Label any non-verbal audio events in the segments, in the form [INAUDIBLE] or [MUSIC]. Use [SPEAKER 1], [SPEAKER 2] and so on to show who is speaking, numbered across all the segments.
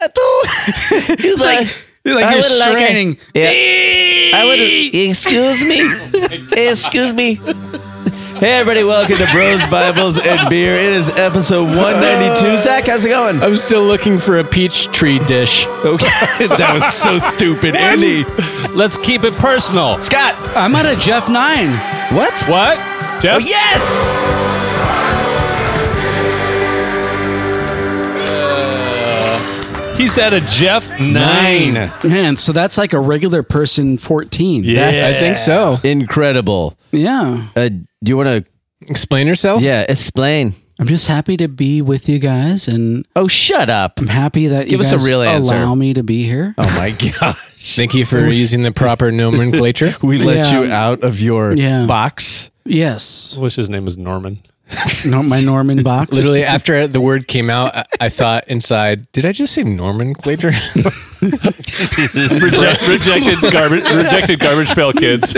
[SPEAKER 1] that though?
[SPEAKER 2] He's like, he's like
[SPEAKER 1] I would like
[SPEAKER 2] you're
[SPEAKER 1] it.
[SPEAKER 2] straining.
[SPEAKER 1] Yeah. I would. Excuse me. excuse me. Hey everybody, welcome to Bros Bibles and Beer. It is episode 192. Zach, how's it going?
[SPEAKER 3] I'm still looking for a peach tree dish.
[SPEAKER 1] Okay.
[SPEAKER 3] That was so stupid, Andy. Let's keep it personal.
[SPEAKER 1] Scott.
[SPEAKER 2] I'm at a Jeff Nine.
[SPEAKER 1] What?
[SPEAKER 3] What? Jeff?
[SPEAKER 1] Oh, Yes.
[SPEAKER 3] He's at a Jeff nine.
[SPEAKER 2] Man, so that's like a regular person 14.
[SPEAKER 3] I think so.
[SPEAKER 1] Incredible.
[SPEAKER 2] Yeah.
[SPEAKER 1] Uh, do you want
[SPEAKER 3] Explain yourself.
[SPEAKER 1] to? Yeah, explain.
[SPEAKER 2] I'm just happy to be with you guys and
[SPEAKER 1] Oh, shut up.
[SPEAKER 2] I'm happy that you
[SPEAKER 1] Give us
[SPEAKER 2] guys
[SPEAKER 1] a real answer.
[SPEAKER 2] allow me to be here.
[SPEAKER 1] Oh my gosh.
[SPEAKER 3] Thank you for using the
[SPEAKER 4] [LAUGHS]
[SPEAKER 3] proper nomenclature.
[SPEAKER 1] We let
[SPEAKER 2] Yeah.
[SPEAKER 1] you out of your
[SPEAKER 2] Yeah.
[SPEAKER 1] box.
[SPEAKER 2] Yes.
[SPEAKER 4] wish his name was Norman.
[SPEAKER 2] No, my
[SPEAKER 1] [LAUGHS]
[SPEAKER 2] Norman box.
[SPEAKER 3] [LAUGHS] Literally, after the word came out, I, I thought inside, did I just say
[SPEAKER 4] [LAUGHS]
[SPEAKER 3] nomenclature?
[SPEAKER 4] Reject, rejected garbage. Rejected garbage pail [LAUGHS] kids.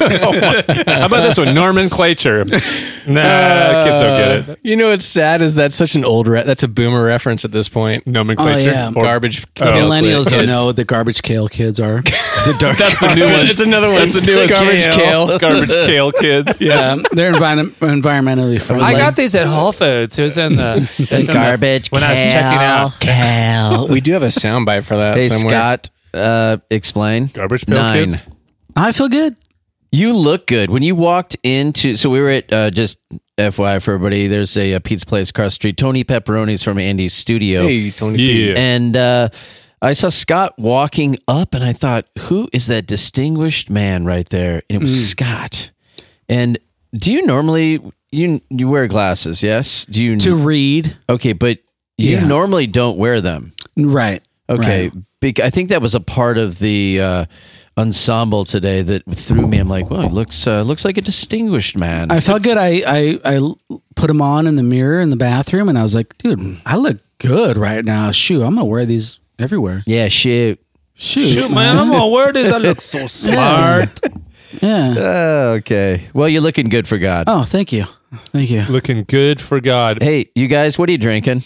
[SPEAKER 4] Oh my God. How about this one? Nomenclature. Nah, kids don't get it.
[SPEAKER 3] Uh, you know what's sad is that's such an old, re- that's a boomer reference at this point.
[SPEAKER 4] Nomenclature.
[SPEAKER 2] Oh, yeah.
[SPEAKER 4] Or-
[SPEAKER 3] Garbage.
[SPEAKER 2] Millennials don't
[SPEAKER 3] kids.
[SPEAKER 2] know what the garbage kale kids are.
[SPEAKER 4] That's the new one.
[SPEAKER 3] It's another one.
[SPEAKER 4] That's the new one.
[SPEAKER 3] Garbage kale.
[SPEAKER 4] Garbage kale kids. Yeah.
[SPEAKER 2] um, they're envi- environmentally friendly.
[SPEAKER 4] these at Whole Foods. It was in the, it was in the-
[SPEAKER 1] Garbage.
[SPEAKER 2] Kale.
[SPEAKER 3] Oh, We do have a soundbite for that
[SPEAKER 1] Hey,
[SPEAKER 3] somewhere.
[SPEAKER 1] Scott, uh, explain.
[SPEAKER 4] Garbage pail
[SPEAKER 1] Nine.
[SPEAKER 4] kids.
[SPEAKER 2] I feel good.
[SPEAKER 1] You look good. When you walked into, so we were at, uh, just FYI for everybody, there's a, uh pizza place across the street, Tony Pepperoni's from Andy's studio.
[SPEAKER 3] Hey, Tony.
[SPEAKER 4] [LAUGHS]
[SPEAKER 3] P.
[SPEAKER 4] Yeah.
[SPEAKER 1] And uh, I saw Scott walking up, and I thought, who is that distinguished man right there? And it was Scott. And do you normally you you wear glasses? Yes. Do you?
[SPEAKER 2] To read.
[SPEAKER 1] okay, but you
[SPEAKER 2] Yeah.
[SPEAKER 1] normally don't wear them.
[SPEAKER 2] Right.
[SPEAKER 1] Okay,
[SPEAKER 2] Right.
[SPEAKER 1] Bec- I think that was a part of the uh, ensemble today that threw me. I'm like, well, he looks uh, looks like a distinguished man.
[SPEAKER 2] I felt good. I, I I put them on in the mirror in the bathroom, and I was like, dude, I look good right now. Shoot, I'm gonna wear these everywhere.
[SPEAKER 1] yeah, shit.
[SPEAKER 2] Shoot,
[SPEAKER 4] I'm gonna wear this. [LAUGHS] I look so smart.
[SPEAKER 2] Yeah.
[SPEAKER 1] Uh, okay. Well, you're looking good for God.
[SPEAKER 2] Oh, thank you,
[SPEAKER 1] [LAUGHS]
[SPEAKER 2] thank you.
[SPEAKER 4] Looking good for God.
[SPEAKER 1] Hey, you guys, what are you drinking?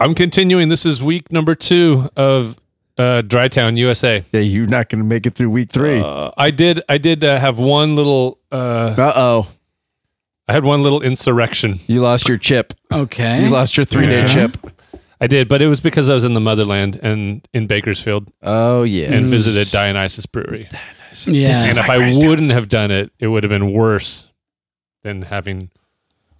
[SPEAKER 4] I'm continuing. This is week number two of uh, Dry Town, USA.
[SPEAKER 1] Yeah, you're not going to make it through week three. Uh
[SPEAKER 4] Uh, I did. I did uh, have one little. Uh,
[SPEAKER 1] oh,
[SPEAKER 4] I had one little insurrection.
[SPEAKER 1] you lost your chip.
[SPEAKER 2] Okay.
[SPEAKER 1] You lost your three day
[SPEAKER 4] Yeah.
[SPEAKER 1] chip.
[SPEAKER 4] I did, but it was because I was in the motherland and in Bakersfield
[SPEAKER 1] Oh yeah.
[SPEAKER 4] and visited Dionysus Brewery.
[SPEAKER 2] yeah,
[SPEAKER 4] and if I wouldn't have done it, it would have been worse than having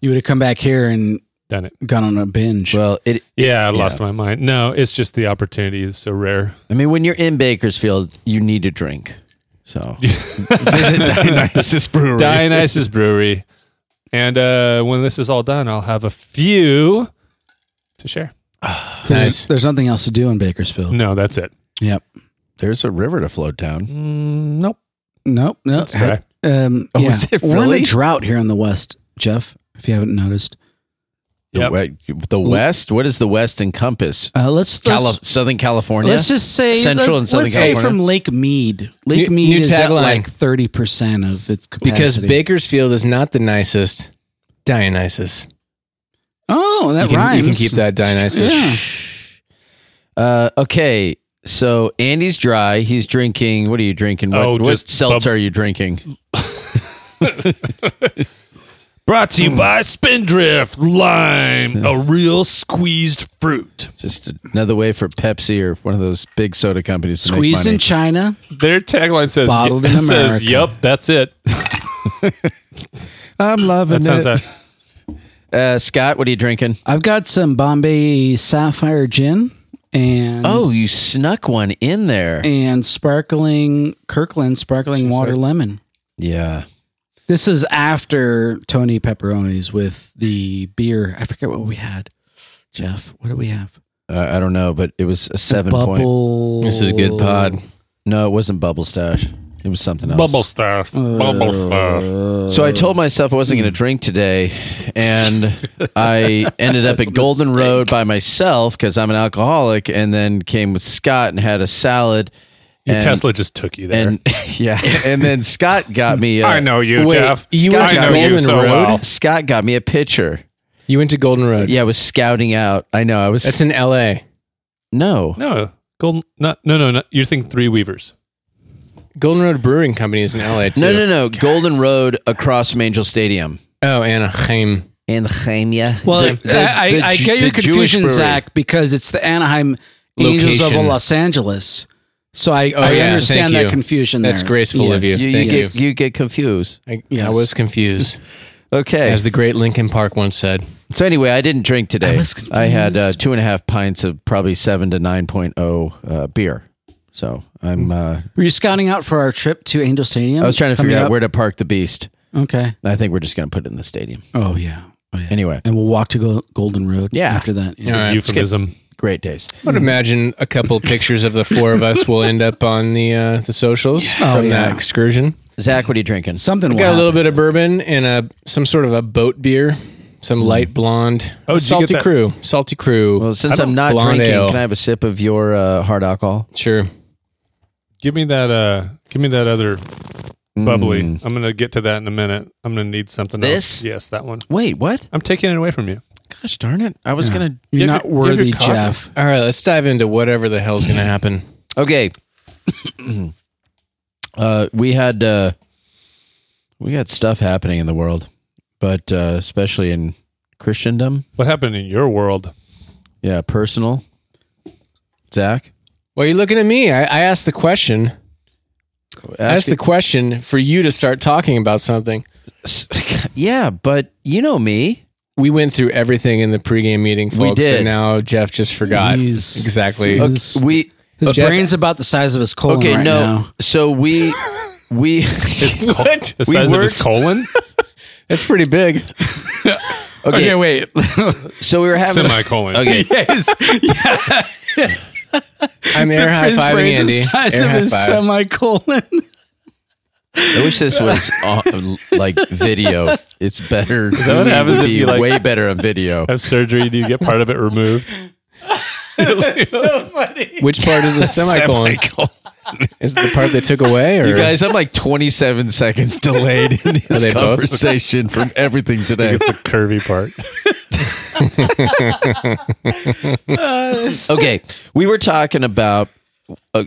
[SPEAKER 2] you would have come back here and
[SPEAKER 4] done it.
[SPEAKER 2] gone on a binge.
[SPEAKER 1] well, it.
[SPEAKER 4] Yeah, I lost my mind. No, it's just the opportunity is so rare.
[SPEAKER 1] I mean, when you're in Bakersfield, you need to drink. So Dionysus Brewery.
[SPEAKER 4] Dionysus Brewery. And uh, when this is all done, I'll have a few to share.
[SPEAKER 2] 'Cause there's, there's nothing else to do in
[SPEAKER 1] Mm.
[SPEAKER 2] Bakersfield.
[SPEAKER 4] No, that's it.
[SPEAKER 2] Yep.
[SPEAKER 1] There's a river to float down.
[SPEAKER 4] Nope.
[SPEAKER 2] Nope. Nope.
[SPEAKER 4] dry.
[SPEAKER 2] Um, yeah.
[SPEAKER 1] Oh, is it
[SPEAKER 2] We're in
[SPEAKER 1] really?
[SPEAKER 2] a drought here in the West, Jeff. If you haven't noticed,
[SPEAKER 1] The,
[SPEAKER 4] Yep.
[SPEAKER 1] we- the West. What does the West encompass?
[SPEAKER 2] uh, let's, let's
[SPEAKER 1] Cali- Southern California.
[SPEAKER 2] Let's just say
[SPEAKER 1] Central
[SPEAKER 2] let's-
[SPEAKER 1] and Southern
[SPEAKER 2] let's
[SPEAKER 1] California.
[SPEAKER 2] Say from Lake Mead, Lake
[SPEAKER 3] New-
[SPEAKER 2] Mead
[SPEAKER 3] new
[SPEAKER 2] is at
[SPEAKER 3] tagline.
[SPEAKER 2] like thirty percent of its capacity.
[SPEAKER 3] Because Bakersfield is not the nicest. Dionysus.
[SPEAKER 2] oh, that
[SPEAKER 3] You can,
[SPEAKER 2] rhymes.
[SPEAKER 3] you can keep that Dionysus.
[SPEAKER 2] Yeah.
[SPEAKER 1] Uh, okay. So Andy's dry. He's drinking. What are you drinking? What,
[SPEAKER 4] Oh,
[SPEAKER 1] what
[SPEAKER 4] just
[SPEAKER 1] seltzer
[SPEAKER 4] bub-
[SPEAKER 1] are you drinking?
[SPEAKER 4] Brought to you by Spindrift Lime, a real squeezed fruit.
[SPEAKER 1] Just another way for Pepsi or one of those big soda companies. To
[SPEAKER 2] Squeezed
[SPEAKER 1] make
[SPEAKER 2] in
[SPEAKER 1] money.
[SPEAKER 2] China.
[SPEAKER 4] Their tagline says,
[SPEAKER 2] Bottled in
[SPEAKER 4] it says
[SPEAKER 2] America.
[SPEAKER 4] "Yep, that's it."
[SPEAKER 1] I'm loving
[SPEAKER 4] That sounds. Like,
[SPEAKER 1] uh, Scott, what are you drinking?
[SPEAKER 2] I've got some Bombay Sapphire Gin and
[SPEAKER 1] Oh, you snuck one in there.
[SPEAKER 2] and sparkling Kirkland sparkling water lemon.
[SPEAKER 1] Yeah.
[SPEAKER 2] This is after Tony Pepperoni's with the beer. I forget what we had. Jeff, what do we have?
[SPEAKER 1] Uh, I don't know, but it was a seven point.
[SPEAKER 2] Bubble.
[SPEAKER 3] This is good pod.
[SPEAKER 1] No, it wasn't Bubble Stash. It was something else.
[SPEAKER 4] Bubble stuff. Bubble stuff.
[SPEAKER 1] So I told myself I wasn't going to drink today,
[SPEAKER 4] [LAUGHS]
[SPEAKER 1] and I ended up at Golden Road by myself because I'm an alcoholic, and then came with Scott and had a salad.
[SPEAKER 4] Your
[SPEAKER 1] and,
[SPEAKER 4] Tesla just took you there.
[SPEAKER 1] and [LAUGHS] yeah, and then Scott got me. A,
[SPEAKER 4] [LAUGHS] I know you,
[SPEAKER 1] Wait,
[SPEAKER 4] Jeff.
[SPEAKER 1] You
[SPEAKER 4] Scott,
[SPEAKER 1] went to
[SPEAKER 4] I know you
[SPEAKER 1] Golden
[SPEAKER 4] so
[SPEAKER 1] Road.
[SPEAKER 4] well.
[SPEAKER 1] Scott got me a picture.
[SPEAKER 3] You went to Golden Road.
[SPEAKER 1] Yeah, I was scouting out. I know. I was.
[SPEAKER 3] That's in LA.
[SPEAKER 1] No.
[SPEAKER 4] No, Golden. Not, no, no, no. You're thinking Three Weavers.
[SPEAKER 3] Golden Road Brewing Company is in LA too.
[SPEAKER 1] No, no, no. Golden Road across from Angel Stadium.
[SPEAKER 3] Oh, Anaheim.
[SPEAKER 1] And Chemia.
[SPEAKER 2] Well,
[SPEAKER 1] The- the-
[SPEAKER 2] I, I,
[SPEAKER 1] the
[SPEAKER 2] I
[SPEAKER 1] Ju-
[SPEAKER 2] get your
[SPEAKER 1] the Jewish
[SPEAKER 2] confusion,
[SPEAKER 1] brewery.
[SPEAKER 2] Zach, because it's the Anaheim Angels of
[SPEAKER 3] Location.
[SPEAKER 2] Los Angeles. So I, I
[SPEAKER 3] yeah,
[SPEAKER 2] understand
[SPEAKER 3] thank
[SPEAKER 2] that
[SPEAKER 3] you.
[SPEAKER 2] confusion.
[SPEAKER 3] That's
[SPEAKER 2] there.
[SPEAKER 3] graceful of
[SPEAKER 2] Yes.
[SPEAKER 1] You, you
[SPEAKER 3] Thank
[SPEAKER 1] get
[SPEAKER 3] you.
[SPEAKER 1] you get confused.
[SPEAKER 3] I, I
[SPEAKER 2] Yes.
[SPEAKER 3] was
[SPEAKER 2] [LAUGHS]
[SPEAKER 3] confused,
[SPEAKER 1] Okay.
[SPEAKER 3] as the great Lincoln Park once said.
[SPEAKER 1] so anyway, I didn't drink today.
[SPEAKER 2] I
[SPEAKER 1] I,
[SPEAKER 2] was
[SPEAKER 1] had uh, two and a half pints of probably seven to nine uh, beer. So I'm. Uh,
[SPEAKER 2] Were you scouting out for our trip to Angel Stadium?
[SPEAKER 1] I was trying to figure
[SPEAKER 2] coming
[SPEAKER 1] out
[SPEAKER 2] up?
[SPEAKER 1] where to park the beast.
[SPEAKER 2] Okay.
[SPEAKER 1] I think we're just going to put it in the stadium.
[SPEAKER 2] Oh yeah. Oh, yeah.
[SPEAKER 1] Anyway,
[SPEAKER 2] And we'll walk to Go- Golden Road.
[SPEAKER 1] Yeah.
[SPEAKER 2] After that.
[SPEAKER 3] All right.
[SPEAKER 4] Euphemism.
[SPEAKER 1] great days.
[SPEAKER 3] I would imagine a couple pictures of the four of us will end up on the uh, the socials
[SPEAKER 2] Oh,
[SPEAKER 3] from
[SPEAKER 2] yeah.
[SPEAKER 3] that excursion.
[SPEAKER 1] Zach, what are you drinking?
[SPEAKER 2] Something.
[SPEAKER 3] I
[SPEAKER 2] will
[SPEAKER 3] got a little
[SPEAKER 2] happen.
[SPEAKER 3] bit of bourbon and a some sort of a boat beer, some
[SPEAKER 2] Mm.
[SPEAKER 3] light blonde.
[SPEAKER 4] Oh, did you get
[SPEAKER 3] salty
[SPEAKER 4] that-
[SPEAKER 3] crew, salty crew.
[SPEAKER 1] Well, since
[SPEAKER 3] I don't-
[SPEAKER 1] I'm not
[SPEAKER 3] Blonde
[SPEAKER 1] drinking,
[SPEAKER 3] ale.
[SPEAKER 1] can I have a sip of your uh, hard alcohol?
[SPEAKER 3] sure.
[SPEAKER 4] Give me that. Uh, give me that other
[SPEAKER 1] Mm.
[SPEAKER 4] bubbly. I'm gonna get to that in a minute. I'm gonna need something
[SPEAKER 1] This?
[SPEAKER 4] else. Yes, that one.
[SPEAKER 1] Wait, what?
[SPEAKER 4] I'm taking it away from you.
[SPEAKER 1] Gosh darn it! I was gonna.
[SPEAKER 2] You're
[SPEAKER 4] You have
[SPEAKER 2] not
[SPEAKER 4] your- you have your
[SPEAKER 2] worthy,
[SPEAKER 4] coffee.
[SPEAKER 2] Jeff.
[SPEAKER 3] All right, let's dive into whatever the hell's going to happen.
[SPEAKER 1] Okay. [COUGHS] uh, we had uh, we had stuff happening in the world, but uh, especially in Christendom.
[SPEAKER 4] What happened in your world?
[SPEAKER 1] Yeah, personal. Zach,
[SPEAKER 3] Well, you're looking at me. I, I asked the question. I asked
[SPEAKER 1] ask
[SPEAKER 3] the question for you to start talking about something.
[SPEAKER 1] the- yeah, but you know me.
[SPEAKER 3] We went through everything in the pregame meeting, folks.
[SPEAKER 1] did.
[SPEAKER 3] And now Jeff just forgot.
[SPEAKER 2] He's-
[SPEAKER 3] exactly.
[SPEAKER 2] Okay. [LAUGHS] His-
[SPEAKER 1] We
[SPEAKER 2] His
[SPEAKER 3] Jeff-
[SPEAKER 2] brain's about the size of his colon
[SPEAKER 1] okay?
[SPEAKER 2] right
[SPEAKER 1] no,
[SPEAKER 2] now.
[SPEAKER 1] so [LAUGHS] we we
[SPEAKER 3] What?
[SPEAKER 4] The
[SPEAKER 1] We
[SPEAKER 4] size of his
[SPEAKER 1] worked-
[SPEAKER 4] colon?
[SPEAKER 3] That's pretty big.
[SPEAKER 1] [LAUGHS] okay.
[SPEAKER 2] wait.
[SPEAKER 1] [LAUGHS] So we were having
[SPEAKER 4] Semicolon.
[SPEAKER 1] [LAUGHS] okay.
[SPEAKER 3] I'm air high
[SPEAKER 2] his
[SPEAKER 3] fiving
[SPEAKER 2] brain's
[SPEAKER 3] Andy.
[SPEAKER 2] the size
[SPEAKER 3] Air
[SPEAKER 2] of
[SPEAKER 3] high
[SPEAKER 2] his
[SPEAKER 3] five.
[SPEAKER 2] semicolon.
[SPEAKER 1] I wish this was uh, like video. It's better.
[SPEAKER 4] that what happens if
[SPEAKER 1] Be
[SPEAKER 4] you, like-
[SPEAKER 1] way better on video?
[SPEAKER 4] Have surgery? Do you get part of it [LAUGHS] removed?
[SPEAKER 3] Which
[SPEAKER 2] [LAUGHS]
[SPEAKER 3] part is the semicolon? Is it the part they took away, or
[SPEAKER 1] You [LAUGHS] guys, I'm like 27 seconds delayed [LAUGHS] in
[SPEAKER 3] they
[SPEAKER 1] this
[SPEAKER 3] both?
[SPEAKER 1] conversation from everything today.
[SPEAKER 4] It's the curvy part.
[SPEAKER 1] [LAUGHS] Okay, we were talking about uh,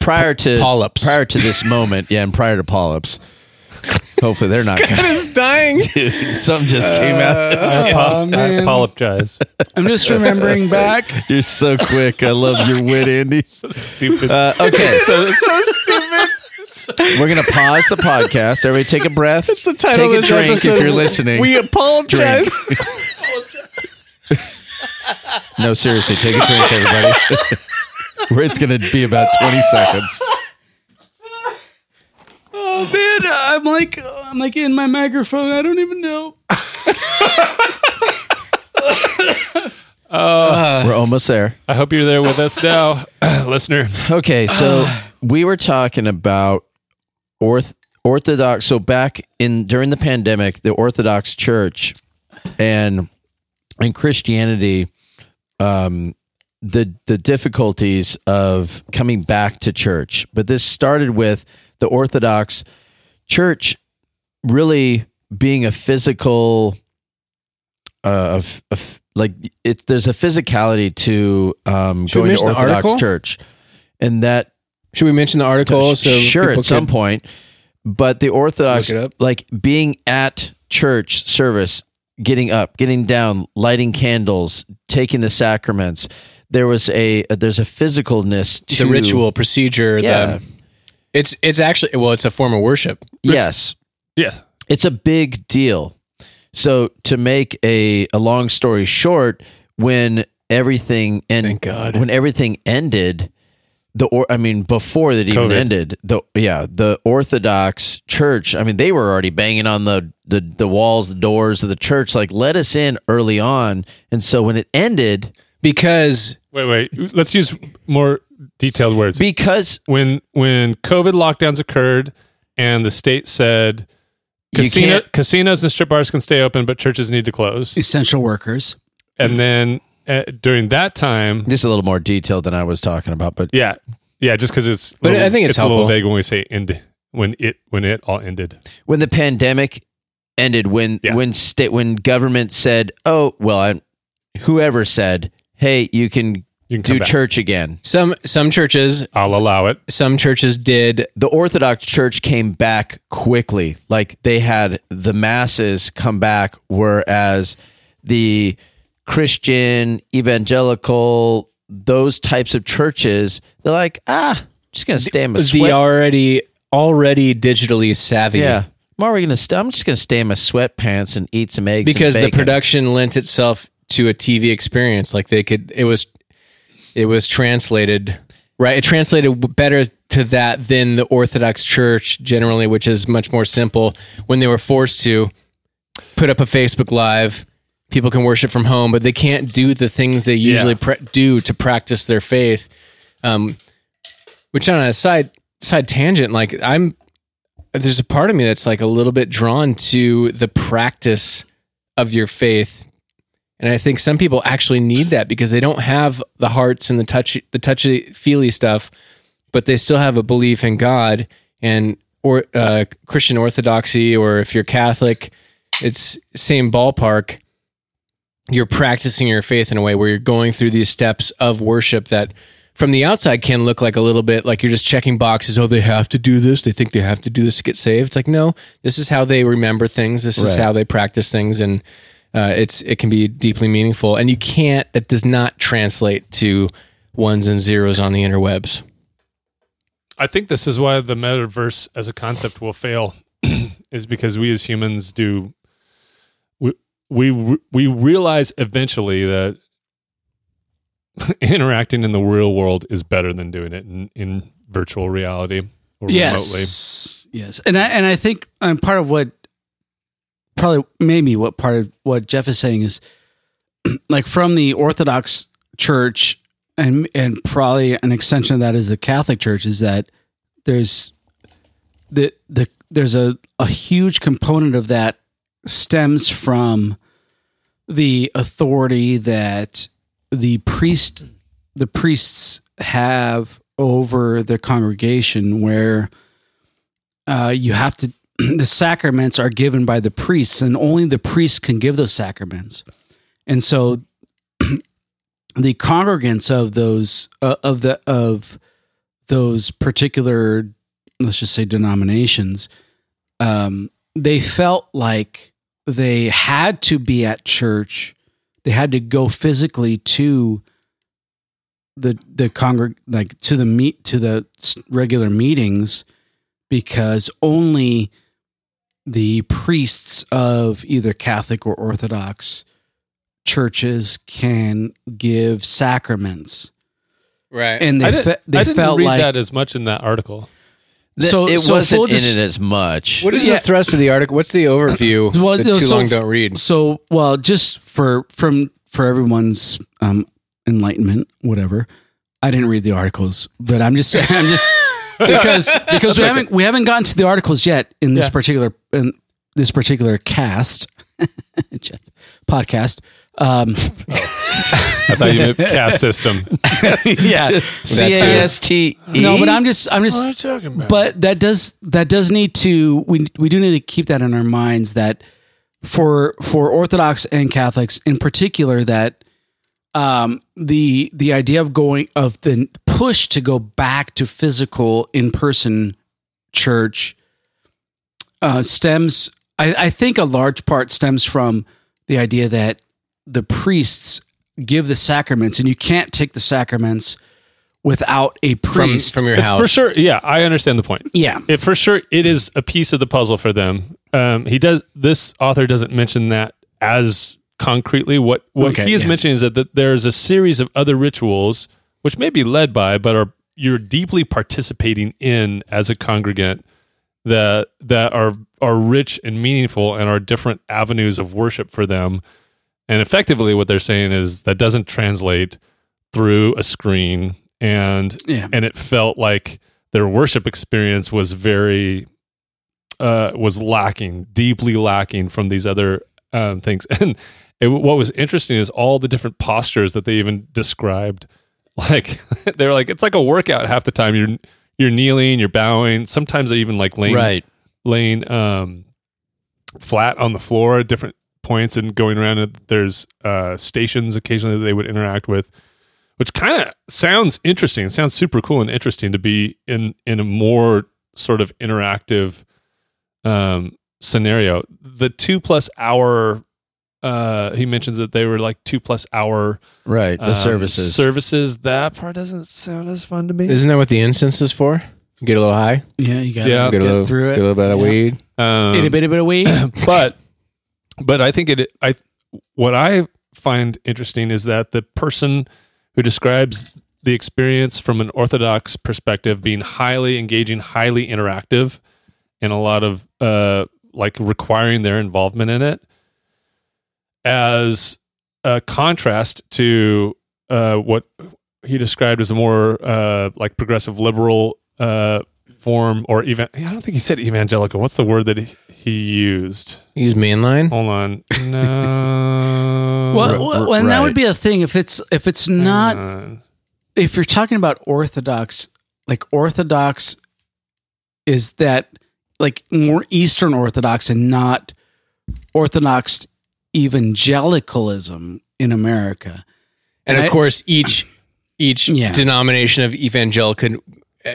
[SPEAKER 1] prior to
[SPEAKER 3] polyps.
[SPEAKER 1] prior to this moment, yeah, and prior to polyps. Hopefully, they're not. Gonna, [LAUGHS]
[SPEAKER 3] is dying? Uh.
[SPEAKER 1] some just came out.
[SPEAKER 4] I, apo- I apologize.
[SPEAKER 2] I'm just remembering back.
[SPEAKER 1] You're so quick. I love your wit, Andy.
[SPEAKER 4] Stupid.
[SPEAKER 1] Uh,
[SPEAKER 3] [LAUGHS]
[SPEAKER 1] okay, we're gonna pause the podcast. Everybody, take a breath. It's
[SPEAKER 3] the
[SPEAKER 1] Take
[SPEAKER 3] title of
[SPEAKER 1] a
[SPEAKER 3] this
[SPEAKER 1] drink
[SPEAKER 3] episode.
[SPEAKER 1] if you're listening.
[SPEAKER 3] We apologize.
[SPEAKER 1] [LAUGHS] No, seriously, take a drink, everybody. [LAUGHS] Where it's going to be about 20 seconds.
[SPEAKER 2] Oh man, I'm like I'm like in my microphone. I don't even know.
[SPEAKER 3] Uh.
[SPEAKER 1] We're almost there.
[SPEAKER 4] I hope you're there with us now, [CLEARS THROAT] listener.
[SPEAKER 1] Okay,
[SPEAKER 3] [SIGHS]
[SPEAKER 1] so we were talking about orth- Orthodox. So back in during the pandemic, the Orthodox Church and and Christianity, um, the the difficulties of coming back to church. But this started with the Orthodox Church really being a physical uh, of, of like it, there's a physicality to um,
[SPEAKER 3] Should we
[SPEAKER 1] going to
[SPEAKER 3] mention the
[SPEAKER 1] Orthodox
[SPEAKER 3] article?
[SPEAKER 1] church, and that
[SPEAKER 3] Should we mention the article? So
[SPEAKER 1] sure
[SPEAKER 3] people
[SPEAKER 1] at some
[SPEAKER 3] could-
[SPEAKER 1] point, but the Orthodox
[SPEAKER 3] Look it up.
[SPEAKER 1] like being at church service, getting up, getting down, lighting candles, taking the sacraments. There was a there's a physicalness to
[SPEAKER 3] the ritual procedure.
[SPEAKER 1] Yeah.
[SPEAKER 3] The, it's it's actually well, it's a form of worship.
[SPEAKER 1] Yes,
[SPEAKER 4] Yeah.
[SPEAKER 1] it's a big deal. So to make a, a long story short, when everything and
[SPEAKER 3] Thank God.
[SPEAKER 1] when everything ended, the or I mean before that even
[SPEAKER 4] COVID.
[SPEAKER 1] ended, the yeah the Orthodox Church. I mean they were already banging on the the the walls, the doors of the church, like let us in early on. And so when it ended,
[SPEAKER 3] Because
[SPEAKER 4] Wait, wait. Let's use more detailed words.
[SPEAKER 1] because
[SPEAKER 4] when when COVID lockdowns occurred and the state said
[SPEAKER 1] You
[SPEAKER 4] casino,
[SPEAKER 1] can't-
[SPEAKER 4] casinos and strip bars can stay open, but churches need to close.
[SPEAKER 2] Essential workers.
[SPEAKER 4] And then uh, during that time,
[SPEAKER 1] this is a little more detailed than I was talking about, but
[SPEAKER 4] yeah, yeah, just because it's
[SPEAKER 3] But I think it's
[SPEAKER 4] a little
[SPEAKER 3] helpful.
[SPEAKER 4] vague when we say end when it when it all ended.
[SPEAKER 1] when the pandemic ended when
[SPEAKER 4] Yeah.
[SPEAKER 1] when state when government said oh well I, whoever said hey you can
[SPEAKER 4] You can come
[SPEAKER 1] do
[SPEAKER 4] back.
[SPEAKER 1] church again.
[SPEAKER 3] Some some churches
[SPEAKER 4] I'll allow it.
[SPEAKER 3] some churches did
[SPEAKER 1] The Orthodox Church came back quickly. Like they had the masses come back, whereas the Christian, evangelical, those types of churches, they're like, ah, just gonna stay in my
[SPEAKER 3] the
[SPEAKER 1] sweat.
[SPEAKER 3] already already digitally savvy.
[SPEAKER 1] yeah. Tomorrow we're gonna. St- I'm just gonna stay in my sweatpants and eat some eggs and
[SPEAKER 3] because the
[SPEAKER 1] bacon.
[SPEAKER 3] production lent itself to a TV experience. Like they could, it was, it was translated right. It translated better to that than the Orthodox Church generally, which is much more simple. When they were forced to put up a Facebook Live, people can worship from home, but they can't do the things they usually pra- do to practice their faith. Um, which on a side side tangent, like I'm. There's a part of me that's like a little bit drawn to the practice of your faith. And I think some people actually need that because they don't have the hearts and the touchy, the touchy feely stuff, but they still have a belief in God and or uh, Christian orthodoxy, or if you're Catholic, it's same ballpark. You're practicing your faith in a way where you're going through these steps of worship that, from the outside, can look like a little bit like you're just checking boxes. Oh, they have to do this. They think they have to do this to get saved. It's like no, this is how they remember things. This is
[SPEAKER 1] Right.
[SPEAKER 3] how they practice things, and uh, it's it can be deeply meaningful. And you can't. It does not translate to ones and zeros on the interwebs.
[SPEAKER 4] I think this is why the metaverse as a concept will fail, [CLEARS THROAT] is because we as humans do we we we realize eventually that [LAUGHS] interacting in the real world is better than doing it in, in virtual reality or
[SPEAKER 2] yes, yes, and I and I think um, part of what probably maybe what part of what Jeff is saying is [CLEARS THROAT] like from the Orthodox Church and and probably an extension of that is the Catholic Church is that there's the the there's a a huge component of that stems from the authority that the priest the priests have over the congregation where uh, you have to [CLEARS THROAT] the sacraments are given by the priests and only the priests can give those sacraments and so [CLEARS THROAT] the congregants of those uh, of the of those particular let's just say denominations um, they felt like they had to be at church they had to go physically to the the congreg like to the meet to the s- regular meetings because only the priests of either Catholic or Orthodox churches can give sacraments,
[SPEAKER 3] Right.
[SPEAKER 2] and
[SPEAKER 4] remotely.
[SPEAKER 2] they
[SPEAKER 4] I, did,
[SPEAKER 2] fe- they
[SPEAKER 4] I didn't
[SPEAKER 2] felt
[SPEAKER 4] read
[SPEAKER 2] like
[SPEAKER 4] that as much in that article.
[SPEAKER 1] Th-
[SPEAKER 2] So-
[SPEAKER 1] it
[SPEAKER 2] so
[SPEAKER 1] wasn't
[SPEAKER 2] full
[SPEAKER 1] in
[SPEAKER 2] dis-
[SPEAKER 1] it as much.
[SPEAKER 3] What is
[SPEAKER 2] Yeah.
[SPEAKER 3] the thrust of the article? What's the overview?
[SPEAKER 2] Well,
[SPEAKER 3] that
[SPEAKER 2] no,
[SPEAKER 3] too
[SPEAKER 2] so
[SPEAKER 3] long
[SPEAKER 2] f-
[SPEAKER 3] don't read.
[SPEAKER 2] So, well, just for from for everyone's um, enlightenment, whatever. I didn't read the articles, but I'm just [LAUGHS] I'm just because because we haven't we haven't gotten to the articles yet in this
[SPEAKER 4] Yeah.
[SPEAKER 2] particular in this particular cast [LAUGHS] Jeff, podcast. Um,
[SPEAKER 4] I thought
[SPEAKER 2] [LAUGHS]
[SPEAKER 4] you meant cast system.
[SPEAKER 1] [LAUGHS]
[SPEAKER 2] yeah,
[SPEAKER 1] C A S T E.
[SPEAKER 2] no, but I'm just I'm just
[SPEAKER 4] talking about?
[SPEAKER 2] but that does that does need to we we do need to keep that in our minds that for for Orthodox and Catholics in particular that um the the idea of going of the push to go back to physical in person church uh stems I, I think a large part stems from the idea that the priests give the sacraments and you can't take the sacraments without a
[SPEAKER 3] From,
[SPEAKER 2] priest
[SPEAKER 3] from your
[SPEAKER 4] It's
[SPEAKER 3] house.
[SPEAKER 4] for sure. Yeah, I understand the point.
[SPEAKER 2] yeah
[SPEAKER 4] it for sure it is a piece of the puzzle for them um he does this author doesn't mention that as concretely what what
[SPEAKER 2] Okay,
[SPEAKER 4] he is
[SPEAKER 2] yeah.
[SPEAKER 4] mentioning is that, that there's a series of other rituals which may be led by but are you're deeply participating in as a congregant that that are are rich and meaningful and are different avenues of worship for them and effectively what they're saying is that doesn't translate through a screen and
[SPEAKER 2] yeah
[SPEAKER 4] and it felt like their worship experience was very uh was lacking deeply lacking from these other um things [LAUGHS] and it, what was interesting is all the different postures that they even described [LAUGHS] like they're like it's like a workout half the time you're you're kneeling you're bowing sometimes they even like laying
[SPEAKER 1] right.
[SPEAKER 4] laying um, flat on the floor at different points and going around. There's uh, stations occasionally that they would interact with which kind of sounds interesting. It sounds super cool and interesting to be in in a more sort of interactive um, scenario. The two plus hour. Uh, he mentions that they were like two plus hour
[SPEAKER 1] Right. The
[SPEAKER 4] um,
[SPEAKER 1] services.
[SPEAKER 4] Services. That part doesn't sound as fun to me.
[SPEAKER 3] Isn't that what the incense is for? Get a little high,
[SPEAKER 2] Yeah, you got to
[SPEAKER 4] Yeah.
[SPEAKER 2] get,
[SPEAKER 3] get a little,
[SPEAKER 2] through it.
[SPEAKER 3] get a little bit of
[SPEAKER 2] Yeah.
[SPEAKER 3] weed.
[SPEAKER 4] Um,
[SPEAKER 2] Itty bitty bit of weed.
[SPEAKER 4] [COUGHS] but but I think it I what I find interesting is that the person who describes the experience from an orthodox perspective being highly engaging, highly interactive, and a lot of uh like requiring their involvement in it as a contrast to uh what he described as a more uh like progressive liberal uh form or even I don't think he said evangelical. What's the word that he, he used?
[SPEAKER 3] Use mainline.
[SPEAKER 4] Hold on. No.
[SPEAKER 2] [LAUGHS] well, well, and that
[SPEAKER 1] right.
[SPEAKER 2] would be a thing if it's if it's
[SPEAKER 4] Hang
[SPEAKER 2] not
[SPEAKER 4] on.
[SPEAKER 2] if you're talking about orthodox like orthodox is that like more eastern orthodox and not orthodox evangelicalism in america
[SPEAKER 3] and of
[SPEAKER 2] I-
[SPEAKER 3] course each each
[SPEAKER 2] Yeah.
[SPEAKER 3] denomination of evangelical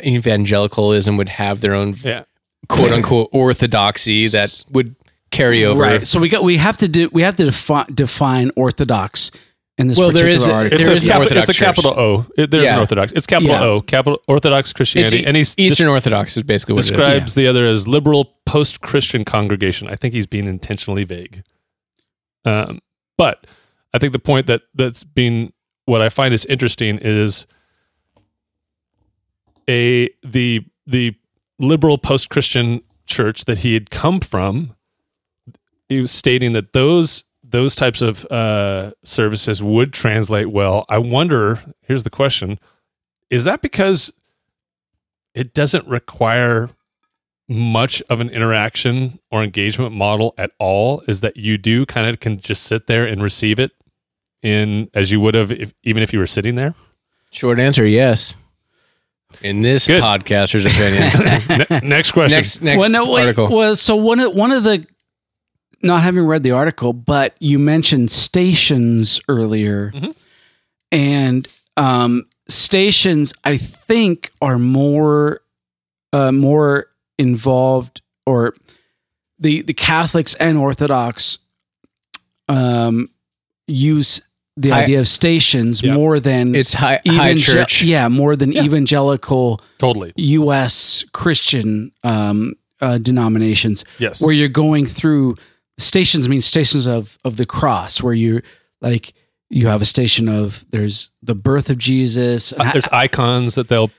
[SPEAKER 3] evangelicalism would have their own
[SPEAKER 4] Yeah.
[SPEAKER 3] quote unquote orthodoxy that would carry over
[SPEAKER 2] right so we got we have to do we have to defi- define orthodox in this
[SPEAKER 3] Well, there
[SPEAKER 2] particular
[SPEAKER 3] is a-
[SPEAKER 2] article
[SPEAKER 4] It's,
[SPEAKER 3] There
[SPEAKER 4] a,
[SPEAKER 3] is an
[SPEAKER 4] capi-
[SPEAKER 3] Orthodox
[SPEAKER 4] it's a
[SPEAKER 3] church.
[SPEAKER 4] capital O. It- there's an
[SPEAKER 3] Yeah.
[SPEAKER 4] Orthodox. It's capital
[SPEAKER 2] Yeah.
[SPEAKER 4] O. Capital Orthodox
[SPEAKER 3] it's
[SPEAKER 4] Christianity.
[SPEAKER 3] e-
[SPEAKER 4] and he's
[SPEAKER 3] eastern orthodox is basically what it is
[SPEAKER 4] describes the other as liberal post-Christian congregation. I think he's being intentionally vague. Um, but I think the point that that's been what I find is interesting is a the the liberal post-Christian church that he had come from. He was stating that those those types of uh, services would translate well. I wonder. Here's the question: Is that because it doesn't require much of an interaction or engagement model at all is that you do kind of can just sit there and receive it in as you would have if, even if you were sitting [LAUGHS] there
[SPEAKER 3] short answer yes in this
[SPEAKER 4] Good.
[SPEAKER 3] podcaster's [LAUGHS] opinion
[SPEAKER 4] Ne- next question
[SPEAKER 3] next next
[SPEAKER 2] well, no, wait,
[SPEAKER 3] article
[SPEAKER 2] well so one of one of the not having read the article but you mentioned stations earlier
[SPEAKER 3] Mm-hmm.
[SPEAKER 2] and um stations i think are more uh more involved or the the catholics and orthodox um use the
[SPEAKER 3] I-
[SPEAKER 2] idea of stations
[SPEAKER 4] Yeah.
[SPEAKER 2] more than
[SPEAKER 3] it's high high
[SPEAKER 2] evangel-
[SPEAKER 3] church
[SPEAKER 2] yeah more than evangelical
[SPEAKER 4] totally
[SPEAKER 2] U.S. Christian um, uh, denominations,
[SPEAKER 4] yes
[SPEAKER 2] where you're going through stations. Means stations of of the cross, where you like you have a station of there's the birth of Jesus. and
[SPEAKER 4] Uh,
[SPEAKER 2] ha-
[SPEAKER 4] there's icons that they'll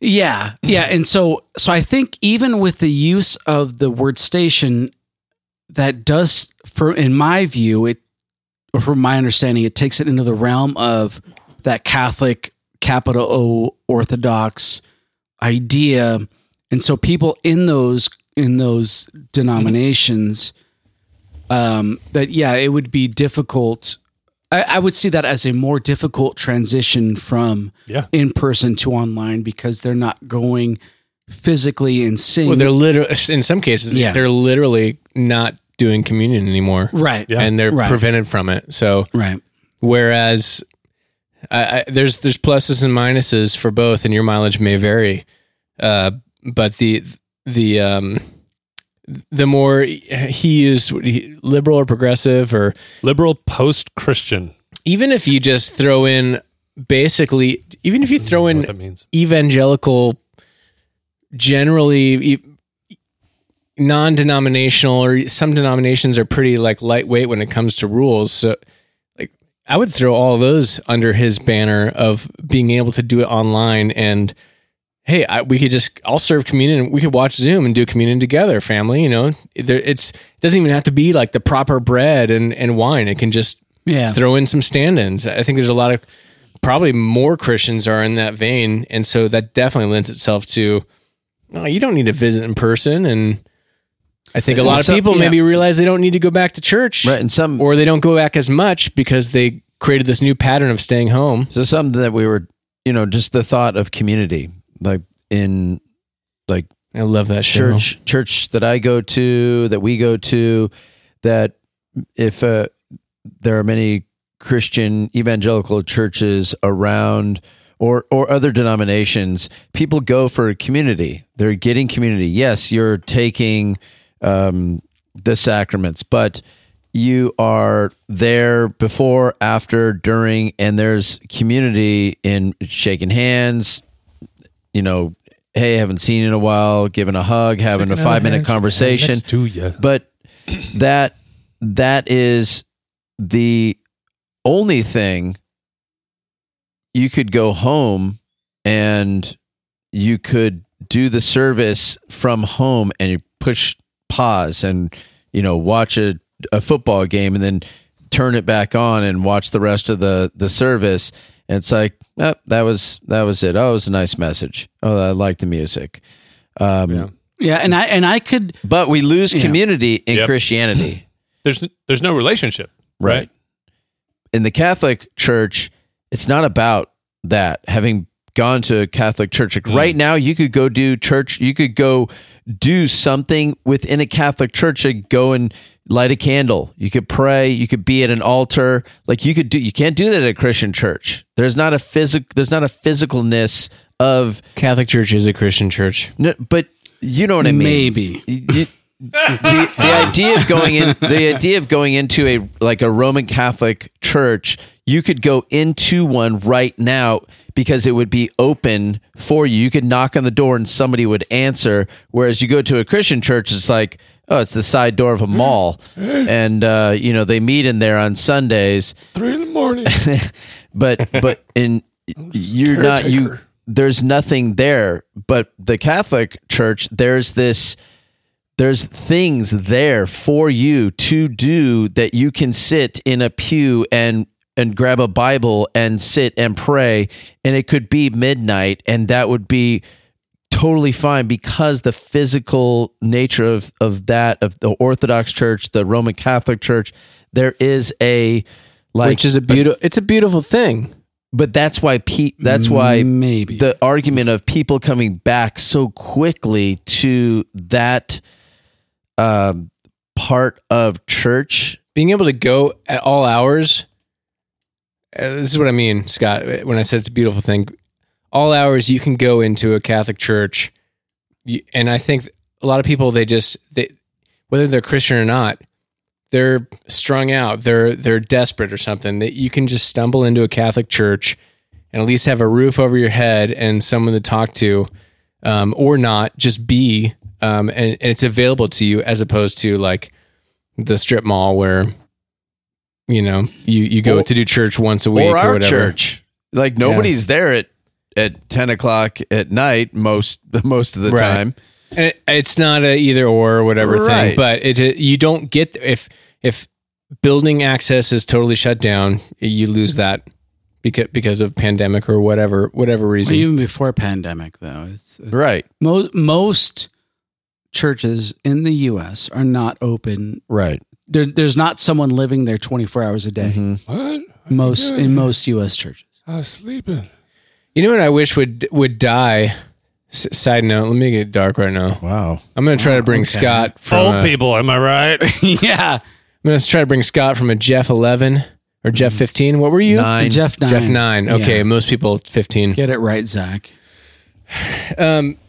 [SPEAKER 2] yeah, yeah, and so so I think even with the use of the word station, that does for in my view it, or from my understanding, it takes it into the realm of that Catholic capital O Orthodox idea, and so people in those in those denominations, um, that yeah, it would be difficult. I, I would see that as a more difficult transition from
[SPEAKER 4] Yeah.
[SPEAKER 2] in person to online because they're not going physically and seeing.
[SPEAKER 3] well they're literally in some cases
[SPEAKER 2] Yeah.
[SPEAKER 3] they're literally not doing communion anymore
[SPEAKER 2] right,
[SPEAKER 3] and they're
[SPEAKER 2] Right.
[SPEAKER 3] prevented from it so
[SPEAKER 2] right.
[SPEAKER 3] Whereas I, I, there's there's pluses and minuses for both, and your mileage may vary. Uh, but the the um, the more he is liberal or progressive, or
[SPEAKER 4] liberal post-christian
[SPEAKER 3] even if you just throw in basically, even if you throw
[SPEAKER 4] I don't know what
[SPEAKER 3] in
[SPEAKER 4] that means
[SPEAKER 3] evangelical, generally e- non-denominational, or some denominations are pretty like lightweight when it comes to rules. So, like, I would throw all those under his banner of being able to do it online and. Hey, I, we could just I'll serve communion. and We could watch Zoom and do communion together, family. You know, there, it's it doesn't even have to be like the proper bread and and wine. It can just
[SPEAKER 2] Yeah.
[SPEAKER 3] throw in some stand-ins. I think there's a lot of probably more Christians are in that vein, and so that definitely lends itself to oh, you don't need to visit in person, and I think a lot
[SPEAKER 2] So-
[SPEAKER 3] of people
[SPEAKER 2] yeah.
[SPEAKER 3] maybe realize they don't need to go back to church,
[SPEAKER 1] right. And some
[SPEAKER 3] or they don't go back as much because they created this new pattern of staying home.
[SPEAKER 1] So something that we were, you know, just the thought of community, like in like
[SPEAKER 3] I love that show.
[SPEAKER 1] church church that I go to, that we go to, that if uh, there are many Christian evangelical churches around or or other denominations, people go for community. They're getting community. Yes, you're taking um, the sacraments, but you are there before, after, during, and there's community in shaking hands, you know, hey, haven't seen you in a while, giving a hug, having a five minute conversation.
[SPEAKER 4] to you.
[SPEAKER 1] But that that is the only thing you could go home and you could do the service from home and you push pause and you know watch a, a football game and then turn it back on and watch the rest of the the service and it's like oh, that was that was it oh it was a nice message oh i like the music um,
[SPEAKER 2] Yeah, and I and I could
[SPEAKER 1] but we lose
[SPEAKER 2] Yeah.
[SPEAKER 1] community in
[SPEAKER 2] [CLEARS THROAT]
[SPEAKER 4] Yep.
[SPEAKER 1] christianity
[SPEAKER 4] There's there's no relationship, right?
[SPEAKER 1] in the Catholic Church, it's not about that. Having gone to a Catholic church,
[SPEAKER 2] Mm.
[SPEAKER 1] like right now, you could go do church. You could go do something within a Catholic church. Like go and light a candle. You could pray. You could be at an altar. Like you could do. You can't do that at a Christian church. There's not a physic. There's not a physicalness of.
[SPEAKER 3] Catholic Church is a Christian church.
[SPEAKER 1] no, But you know what I mean
[SPEAKER 2] maybe.
[SPEAKER 1] you- the, the idea of going in the idea of going into a like a Roman Catholic church, you could go into one right now because it would be open for you. You could knock on the door and somebody would answer. Whereas you go to a Christian church, it's like oh, it's the side door of a mall, and uh, you know they meet in there on Sundays
[SPEAKER 4] Three in the morning.
[SPEAKER 1] [LAUGHS] but but
[SPEAKER 3] [LAUGHS]
[SPEAKER 1] in you're not you
[SPEAKER 4] caretaker.
[SPEAKER 1] there's nothing there but the catholic church there's this there's things there for you to do that you can sit in a pew and and grab a bible and sit and pray and it could be midnight and that would be totally fine because the physical nature of of that of the orthodox church the roman catholic church there is a like
[SPEAKER 3] which is a beautiful it's a beautiful thing
[SPEAKER 1] but that's why pe- that's why
[SPEAKER 2] maybe
[SPEAKER 1] the argument of people coming back so quickly to that um, part of church
[SPEAKER 3] being able to go at all hours uh, this is what i mean scott when i said it's a beautiful thing all hours you can go into a catholic church You- and i think a lot of people they just they whether they're christian or not they're strung out they're they're desperate or something that you can just stumble into a catholic church and at least have a roof over your head and someone to talk to um, or not just be um, and, and it's available to you as opposed to like the strip mall where you know you, you go
[SPEAKER 1] Or-
[SPEAKER 3] to do church once a week or,
[SPEAKER 1] or our
[SPEAKER 3] whatever
[SPEAKER 1] church. Like nobody's there at at ten o'clock at night most [LAUGHS] most of the
[SPEAKER 3] Right.
[SPEAKER 1] time.
[SPEAKER 3] And it, it's not a either or or whatever
[SPEAKER 1] Right.
[SPEAKER 3] thing, but it, it you don't get if if building access is totally shut down, you lose that because because of pandemic or whatever whatever reason.
[SPEAKER 2] even before pandemic though. It's
[SPEAKER 1] Right,
[SPEAKER 2] most most churches in the U.S. are not open.
[SPEAKER 1] right.
[SPEAKER 2] There, there's not someone living there 24 hours a day.
[SPEAKER 4] what?
[SPEAKER 2] Most in most U.S. churches.
[SPEAKER 4] [LAUGHS] I was sleeping.
[SPEAKER 3] you know what I wish would would die. S- side note, let me get dark right now.
[SPEAKER 1] Wow.
[SPEAKER 3] I'm gonna try to bring Scott from
[SPEAKER 4] Old
[SPEAKER 3] a-
[SPEAKER 4] people, am I right?
[SPEAKER 2] yeah,
[SPEAKER 3] I'm gonna try to bring Scott from a Jeff 11 or Jeff 15. What were you?
[SPEAKER 1] Nine.
[SPEAKER 2] Jeff nine.
[SPEAKER 3] Jeff 9. Okay,
[SPEAKER 2] Yeah.
[SPEAKER 3] most people 15.
[SPEAKER 2] get it right, Zach.
[SPEAKER 3] Um. [SIGHS]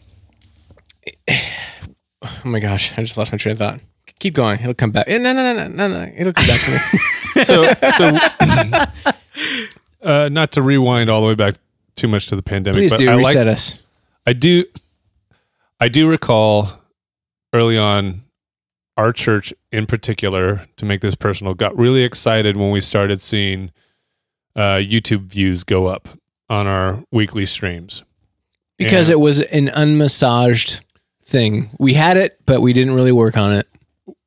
[SPEAKER 3] Oh my gosh, I just lost my train of thought. Keep going. It'll come back. Eh, No, no, no, no, no, no. It'll come back [LAUGHS] to me.
[SPEAKER 4] so, so uh, not to rewind all the way back too much to the pandemic,
[SPEAKER 3] Please
[SPEAKER 4] but
[SPEAKER 3] do
[SPEAKER 4] I like
[SPEAKER 3] reset us.
[SPEAKER 4] I do I do recall early on our church in particular to make this personal got really excited when we started seeing uh, YouTube views go up on our weekly streams.
[SPEAKER 3] Because
[SPEAKER 4] Yeah.
[SPEAKER 3] it was an unmassaged thing. We had it, but we didn't really work on it.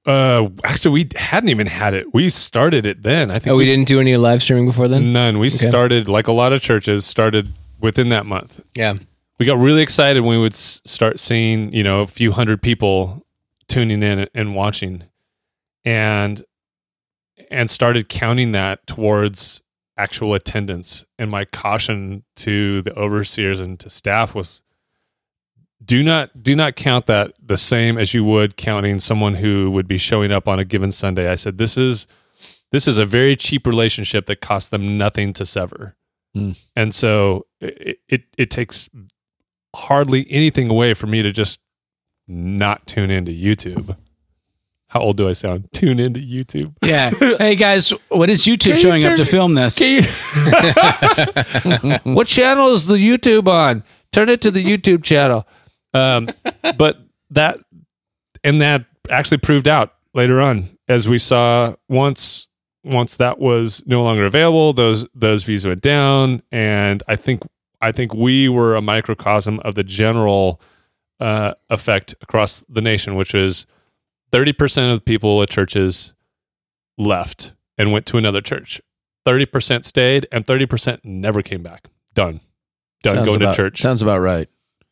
[SPEAKER 4] Uh, actually, we hadn't even had it. We started it then. I think
[SPEAKER 3] Oh, we Mm. didn't do any live streaming before then?
[SPEAKER 4] None. We
[SPEAKER 3] Okay.
[SPEAKER 4] started like a lot of churches started within that month.
[SPEAKER 3] Yeah.
[SPEAKER 4] we got really excited when we would s- start seeing you know a few hundred people tuning in and watching and and started counting that towards actual attendance and my caution to the overseers and to staff was do not do not count that the same as you would counting someone who would be showing up on a given sunday i said this is This is a very cheap relationship that costs them nothing to sever.
[SPEAKER 1] Mm.
[SPEAKER 4] And so it, it it takes hardly anything away for me to just not tune into YouTube. How old do I sound? Tune into YouTube.
[SPEAKER 2] Yeah. hey guys, what is YouTube
[SPEAKER 4] you
[SPEAKER 2] showing up
[SPEAKER 4] turn
[SPEAKER 2] to
[SPEAKER 4] it-
[SPEAKER 2] film this?
[SPEAKER 4] what channel is the YouTube on? Turn it to the YouTube channel. Um, [LAUGHS] but that and that actually proved out later on, as we saw once once that was no longer available, those those views went down, and I think I think we were a microcosm of the general uh, effect across the nation, which is thirty percent of the people at churches left and went to another church. Thirty percent stayed, and thirty percent never came back. Done, done
[SPEAKER 1] Sounds
[SPEAKER 4] going
[SPEAKER 1] about,
[SPEAKER 4] to church.
[SPEAKER 1] Sounds about right.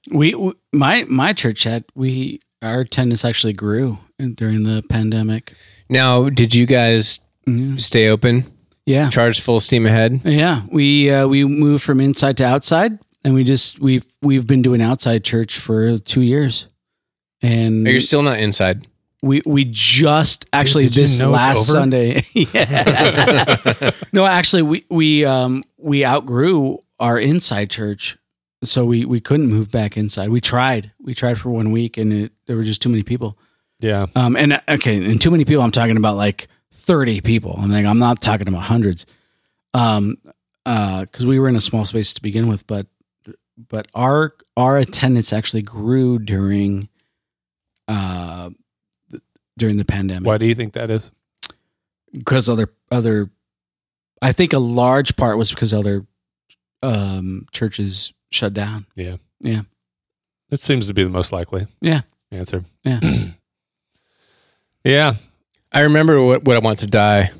[SPEAKER 2] We, we my my church had we our attendance actually grew in- during the pandemic.
[SPEAKER 3] Now, did you guys
[SPEAKER 2] Mhm.
[SPEAKER 3] stay open?
[SPEAKER 2] Yeah.
[SPEAKER 3] Charge full steam ahead?
[SPEAKER 2] Yeah, we uh, we moved from inside to outside, and we just we've we've been doing outside church for two years, and
[SPEAKER 3] Or you're still not inside?
[SPEAKER 2] we we just actually
[SPEAKER 4] did you
[SPEAKER 2] this
[SPEAKER 4] know it's
[SPEAKER 2] last
[SPEAKER 4] over?
[SPEAKER 2] Sunday. [LAUGHS] Yeah. no, actually, we we um we outgrew our inside church, so we we couldn't move back inside. We tried, we tried for one week, and it, there were just too many people.
[SPEAKER 4] yeah,
[SPEAKER 2] Um, and uh, okay, and too many people. I'm talking about like 30 people. I'm like, I'm not talking about hundreds. Um, uh, because we were in a small space to begin with, but but our our attendance actually grew during, uh, th- during the pandemic
[SPEAKER 4] why do you think that is?
[SPEAKER 2] because other other, I think a large part was because other, um, churches shut down.
[SPEAKER 4] That seems to be the most likely.
[SPEAKER 2] Yeah. [LAUGHS]
[SPEAKER 4] Answer.
[SPEAKER 2] Yeah.
[SPEAKER 4] [CLEARS THROAT] yeah.
[SPEAKER 3] I remember what, what I want to die.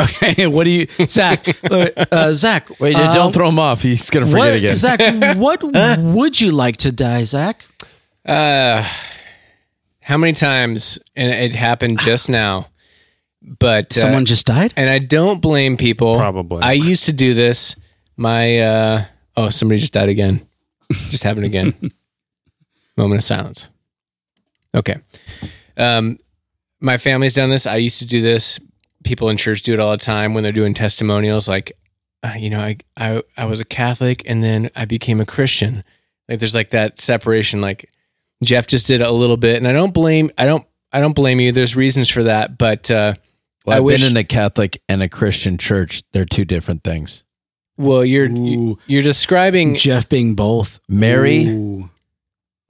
[SPEAKER 2] Okay, what do you,
[SPEAKER 1] [LAUGHS]
[SPEAKER 2] Zach? uh, uh, Zach,
[SPEAKER 1] Wait,
[SPEAKER 2] uh,
[SPEAKER 1] don't throw him off. He's gonna forget
[SPEAKER 2] what,
[SPEAKER 1] again.
[SPEAKER 3] [LAUGHS]
[SPEAKER 2] Zach, what would you like to die, Zach?
[SPEAKER 3] Uh, how many times, and it happened just now, but uh,
[SPEAKER 2] Someone just died?
[SPEAKER 3] and I don't blame people.
[SPEAKER 4] Probably.
[SPEAKER 3] I used to do this. My, uh, oh, somebody just died again. Just
[SPEAKER 1] [LAUGHS]
[SPEAKER 3] happened again. Moment of silence. Okay. Um, my family's done this. I used to do this. People in church do it all the time when they're doing testimonials. Like, uh, you know, I, I, I was a Catholic and then I became a Christian. Like, there's like that separation. Like, Jeff just did a little bit, and I don't blame. I don't. I don't blame you. There's reasons for that, but uh,
[SPEAKER 1] Well,
[SPEAKER 3] I
[SPEAKER 1] I've
[SPEAKER 3] wish.
[SPEAKER 1] been in a Catholic and a Christian church. They're two different things.
[SPEAKER 3] well, you're
[SPEAKER 2] Ooh.
[SPEAKER 3] you're describing
[SPEAKER 2] Jeff being both.
[SPEAKER 1] Mary,
[SPEAKER 2] Ooh.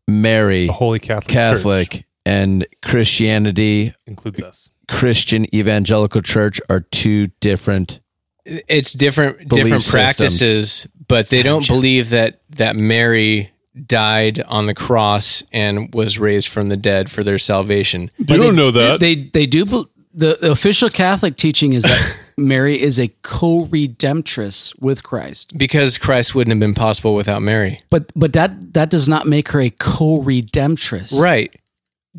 [SPEAKER 1] Mary,
[SPEAKER 4] Oh, The Holy Catholic
[SPEAKER 1] Catholic,
[SPEAKER 4] Church
[SPEAKER 1] and Christianity,
[SPEAKER 4] includes us.
[SPEAKER 1] Christian Evangelical Church are two different.
[SPEAKER 3] it's different
[SPEAKER 1] Belief
[SPEAKER 3] different
[SPEAKER 1] systems.
[SPEAKER 3] practices, but they don't believe that that Mary died on the cross and was raised from the dead for their salvation.
[SPEAKER 4] You don't know that.
[SPEAKER 2] They they do bel- the, the official Catholic teaching is that
[SPEAKER 3] [LAUGHS]
[SPEAKER 2] Mary is a co-redemptress with Christ.
[SPEAKER 3] Because Christ wouldn't have been possible without Mary.
[SPEAKER 2] But but that that does not make her a co-redemptress.
[SPEAKER 3] Right.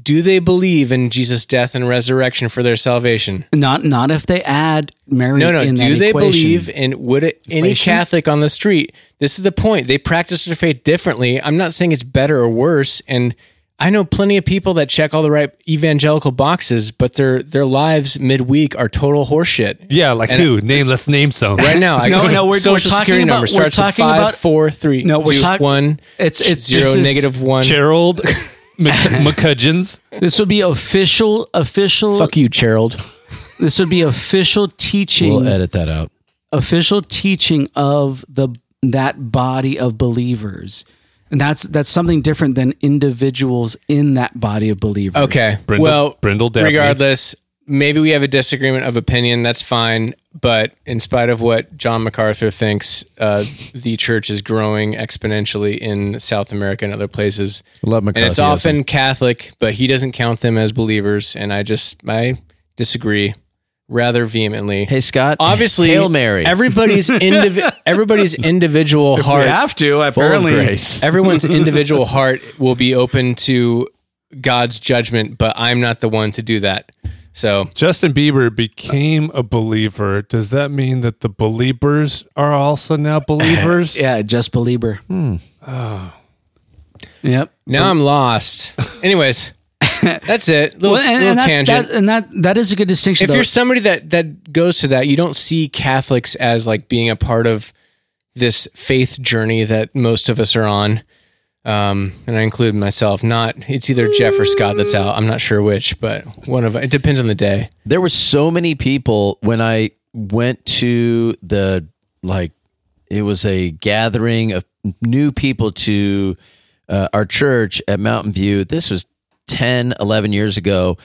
[SPEAKER 3] Do they believe in Jesus' death and resurrection for their salvation?
[SPEAKER 2] Not not if they add Mary
[SPEAKER 3] No, no.
[SPEAKER 2] in
[SPEAKER 3] Do
[SPEAKER 2] that
[SPEAKER 3] they
[SPEAKER 2] equation.
[SPEAKER 3] believe in would it, any
[SPEAKER 2] Equation?
[SPEAKER 3] Catholic on the street? This is the point. They practice their faith differently. I'm not saying it's better or worse. And I know plenty of people that check all the right evangelical boxes, but their their lives midweek are total horseshit.
[SPEAKER 4] Yeah, like
[SPEAKER 3] And-
[SPEAKER 4] who? Name let's name some.
[SPEAKER 3] Right
[SPEAKER 4] [LAUGHS]
[SPEAKER 3] now, I
[SPEAKER 2] [LAUGHS] No,
[SPEAKER 3] go-
[SPEAKER 2] no, we're- we're
[SPEAKER 3] social
[SPEAKER 2] talking
[SPEAKER 3] security
[SPEAKER 2] about-
[SPEAKER 3] number
[SPEAKER 2] we're
[SPEAKER 3] starts
[SPEAKER 2] talking
[SPEAKER 3] with five,
[SPEAKER 2] about-
[SPEAKER 3] four, three,
[SPEAKER 2] No, we're
[SPEAKER 3] two,
[SPEAKER 2] talk-
[SPEAKER 3] one,
[SPEAKER 2] It's it's
[SPEAKER 3] zero,
[SPEAKER 2] this is-
[SPEAKER 3] negative one.
[SPEAKER 4] Gerald Mc- McCudgeons.
[SPEAKER 2] This would be official official
[SPEAKER 3] Fuck you, Gerald.
[SPEAKER 2] this would be official teaching
[SPEAKER 1] We'll edit that out.
[SPEAKER 2] official teaching of the that body of believers. And that's that's something different than individuals in that body of believers.
[SPEAKER 3] Okay.
[SPEAKER 4] Brindle-
[SPEAKER 3] well,
[SPEAKER 4] Brindle Dabney.
[SPEAKER 3] regardless, maybe we have a disagreement of opinion. That's fine. But in spite of what John MacArthur thinks, uh, the church is growing exponentially in South America and other places.
[SPEAKER 1] Love
[SPEAKER 3] And it's
[SPEAKER 1] McCarthyism.
[SPEAKER 3] often Catholic, but he doesn't count them as believers. And I just, I disagree rather vehemently.
[SPEAKER 1] Hey Scott,
[SPEAKER 3] Obviously,
[SPEAKER 1] Hail Mary.
[SPEAKER 3] Everybody's indiv- everybody's individual heart
[SPEAKER 2] to
[SPEAKER 1] Full of
[SPEAKER 2] [LAUGHS]
[SPEAKER 1] grace.
[SPEAKER 3] everyone's individual heart will be open to God's judgment, but I'm not the one to do that. So
[SPEAKER 4] Justin Bieber became a believer. Does that mean that the believers are also now believers?
[SPEAKER 2] Yeah, just
[SPEAKER 3] Hmm.
[SPEAKER 2] believer. Oh. Yep. [LAUGHS]
[SPEAKER 3] now I'm lost. Anyways, That's it. Little,
[SPEAKER 2] Well, and,
[SPEAKER 3] little
[SPEAKER 2] and that,
[SPEAKER 3] tangent.
[SPEAKER 2] that- and that that is a good distinction.
[SPEAKER 3] if
[SPEAKER 2] though.
[SPEAKER 3] you're somebody that that goes to that, you don't see Catholics as like being a part of this faith journey that most of us are on. Um, and I include myself. Not it's either Jeff or Scott that's out. I'm not sure which, but one of it depends on the day.
[SPEAKER 1] there were so many people when I went to the like it was a gathering of new people to uh, our church at Mountain View. This was 10, 11 years ago.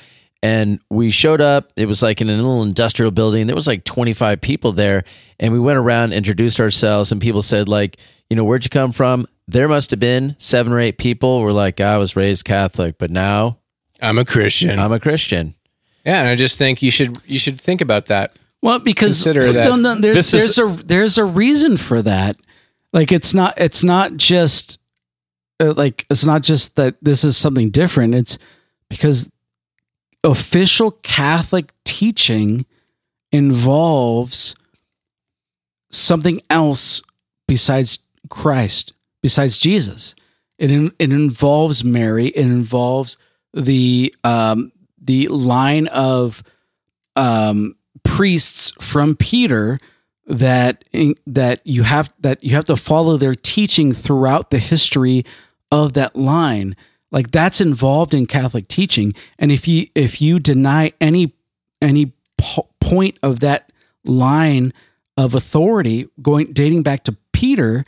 [SPEAKER 1] And we showed up. It was like in a little industrial building. There was like 25 people there. And we went around, introduced ourselves, and people said, like, you know, where'd you come from? There must have been seven or eight people were like, I was raised Catholic, but now
[SPEAKER 3] I'm a Christian.
[SPEAKER 1] I'm a Christian.
[SPEAKER 3] yeah, and I just think you should you should think about that.
[SPEAKER 2] Well, because
[SPEAKER 3] Consider that.
[SPEAKER 2] no, no, there's
[SPEAKER 4] This is-
[SPEAKER 2] there's a there's a reason for that. Like it's not it's not just uh, like it's not just that this is something different. It's because official Catholic teaching involves something else besides Christ, besides Jesus. It in, it involves Mary. It involves the um, the line of um, priests from Peter that that you have that you have to follow their teaching throughout the history of that line. Like that's involved in Catholic teaching, and if you if you deny any any po- point of that line of authority going dating back to Peter,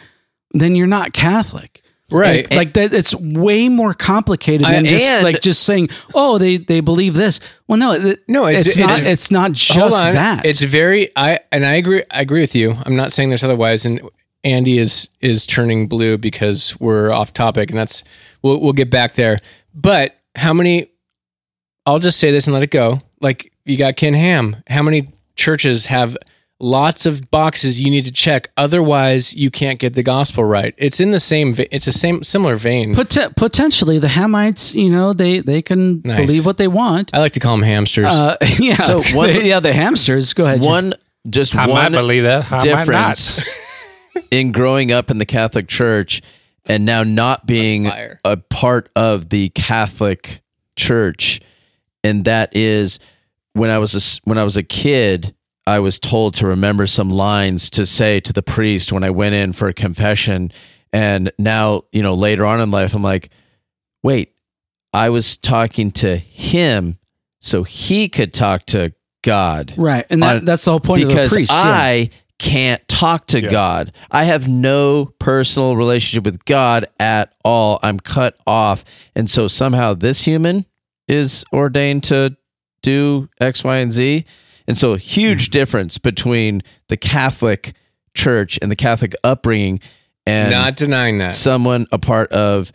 [SPEAKER 2] then you're not Catholic.
[SPEAKER 3] Right.
[SPEAKER 2] And, like that it's way more complicated than
[SPEAKER 3] I-
[SPEAKER 2] just
[SPEAKER 1] and-
[SPEAKER 2] like just saying, "Oh, they they believe this." Well, no, it,
[SPEAKER 3] No, it's-
[SPEAKER 2] it's,
[SPEAKER 3] it's-
[SPEAKER 2] not it's not just
[SPEAKER 3] Hold on.
[SPEAKER 2] that.
[SPEAKER 3] It's very I and I agree I agree with you. I'm not saying there's otherwise and Andy is is turning blue because we're off topic and that's we'll we'll get back there. But how many I'll just say this and let it go. Like you got Ken Ham. How many churches have lots of boxes you need to check otherwise you can't get the gospel right. It's in the same ve- it's a same similar vein.
[SPEAKER 2] Pot- potentially the Hamites, you know, they they can
[SPEAKER 3] Nice.
[SPEAKER 2] believe what they want.
[SPEAKER 3] I like to call them hamsters.
[SPEAKER 2] Uh, [LAUGHS] yeah.
[SPEAKER 1] So one-
[SPEAKER 2] yeah, the hamsters. Go ahead. Jeff.
[SPEAKER 1] One just
[SPEAKER 4] I
[SPEAKER 1] one
[SPEAKER 4] might believe that. I might not.
[SPEAKER 1] difference in growing up in the Catholic Church and now not being
[SPEAKER 3] fire.
[SPEAKER 1] a part of the Catholic Church, and that is when I was a, s- when I was a kid, I was told to remember some lines to say to the priest when I went in for a confession, and now you know later on in life, I'm like, wait, I was talking to him, so he could talk to God
[SPEAKER 2] right, and that,
[SPEAKER 1] on-
[SPEAKER 2] that's the whole point of the
[SPEAKER 1] because
[SPEAKER 2] priest. yeah.
[SPEAKER 1] I can't talk to God. I have no personal relationship with God at all. I'm cut off. And so somehow this human is ordained to do X, Y, and Z. And so a huge difference between the Catholic church and the Catholic upbringing and
[SPEAKER 3] not denying that.
[SPEAKER 1] someone a part of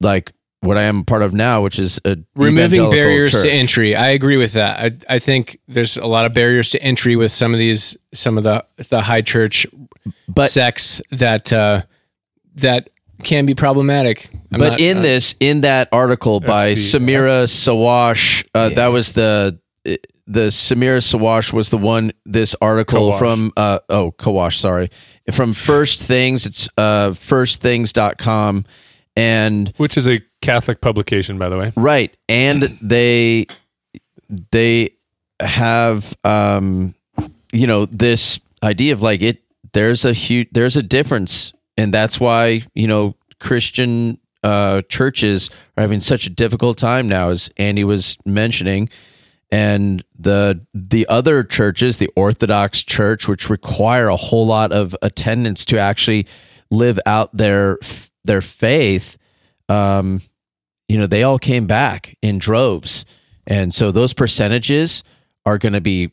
[SPEAKER 1] like what I am a part of now, which is a
[SPEAKER 3] removing
[SPEAKER 1] evangelical
[SPEAKER 3] barriers
[SPEAKER 1] church.
[SPEAKER 3] to entry. I agree with that. I, I think there's a lot of barriers to entry with some of these some of the the high church
[SPEAKER 1] But-
[SPEAKER 3] sects that uh, that can be problematic. I'm
[SPEAKER 1] but
[SPEAKER 3] not-
[SPEAKER 1] in
[SPEAKER 3] uh,
[SPEAKER 1] this, in that article by
[SPEAKER 4] SC.
[SPEAKER 1] Samira Sawash, uh, that was the eh, the Samira Sawash was the one. This article
[SPEAKER 4] Kawash.
[SPEAKER 1] from uh, oh Kawash, sorry, from First Things. It's uh, firstthings.com. and
[SPEAKER 4] [LAUGHS] Which is a Catholic publication, by the way.
[SPEAKER 1] right, and they they have um, you know this idea of like it. There's a huge there's a difference, and that's why you know Christian uh, churches are having such a difficult time now, as Andy was mentioning, and the the other churches, the Orthodox Church, which require a whole lot of attendance to actually live out their their faith. Um, you know, they all came back in droves. And so those percentages are going to be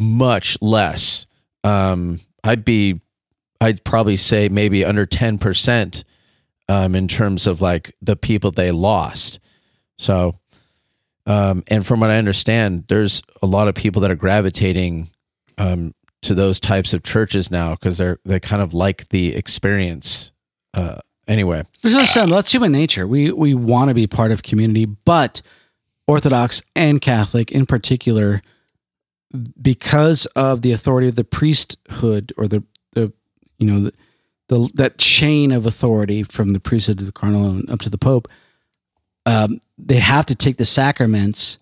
[SPEAKER 1] much less. Um, I'd be, I'd probably say maybe under 10% um, in terms of like the people they lost. So, um, and from what I understand, there's a lot of people that are gravitating um, to those types of churches now because they're, they kind of like the experience. Uh, anyway,
[SPEAKER 2] There's no shame. That's human nature. We we want to be part of community, but Orthodox and Catholic in particular, because of the authority of the priesthood or the the you know the, the that chain of authority from the priesthood to the cardinal and up to the pope, um, they have to take the sacraments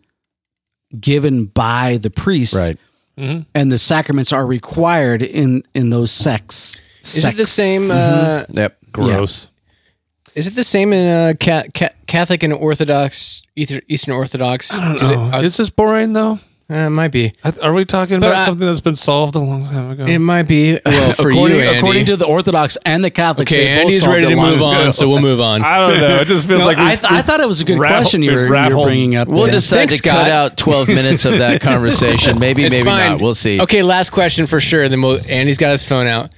[SPEAKER 2] given by the priest,
[SPEAKER 1] Right.
[SPEAKER 2] and the sacraments are required in in those sects.
[SPEAKER 3] Is it the
[SPEAKER 2] Sects.
[SPEAKER 3] same? Uh,
[SPEAKER 1] Yep.
[SPEAKER 4] Gross.
[SPEAKER 3] is it the same in uh, ca- ca- Catholic and Orthodox, Easter- Eastern Orthodox? I
[SPEAKER 4] Is this boring though?
[SPEAKER 3] uh, it might be.
[SPEAKER 4] I- Are we talking
[SPEAKER 3] But
[SPEAKER 4] about
[SPEAKER 3] I-
[SPEAKER 4] something that's been solved a long time ago?
[SPEAKER 3] It might be. Well, for
[SPEAKER 2] according,
[SPEAKER 3] you, Andy.
[SPEAKER 2] according to the Orthodox and the Catholics,
[SPEAKER 3] okay,
[SPEAKER 2] they both
[SPEAKER 3] Andy's
[SPEAKER 2] solved
[SPEAKER 3] ready
[SPEAKER 2] it
[SPEAKER 3] to
[SPEAKER 2] long
[SPEAKER 3] move on,
[SPEAKER 2] ago.
[SPEAKER 3] so we'll move on.
[SPEAKER 4] I don't know. It just feels
[SPEAKER 2] No,
[SPEAKER 4] [LAUGHS] like we,
[SPEAKER 2] I, th- I thought it was a good
[SPEAKER 4] rattled-
[SPEAKER 2] question you
[SPEAKER 4] we
[SPEAKER 2] were, you were
[SPEAKER 4] rattled-
[SPEAKER 2] bringing up.
[SPEAKER 1] We'll
[SPEAKER 2] there.
[SPEAKER 1] decide
[SPEAKER 3] Thanks,
[SPEAKER 1] to cut
[SPEAKER 3] Scott.
[SPEAKER 1] out 12 minutes of
[SPEAKER 3] [LAUGHS]
[SPEAKER 1] that conversation. Maybe,
[SPEAKER 3] It's
[SPEAKER 1] maybe
[SPEAKER 3] fine.
[SPEAKER 1] not. We'll see.
[SPEAKER 3] Okay, last question for sure. Then we'll, Andy's got his phone out,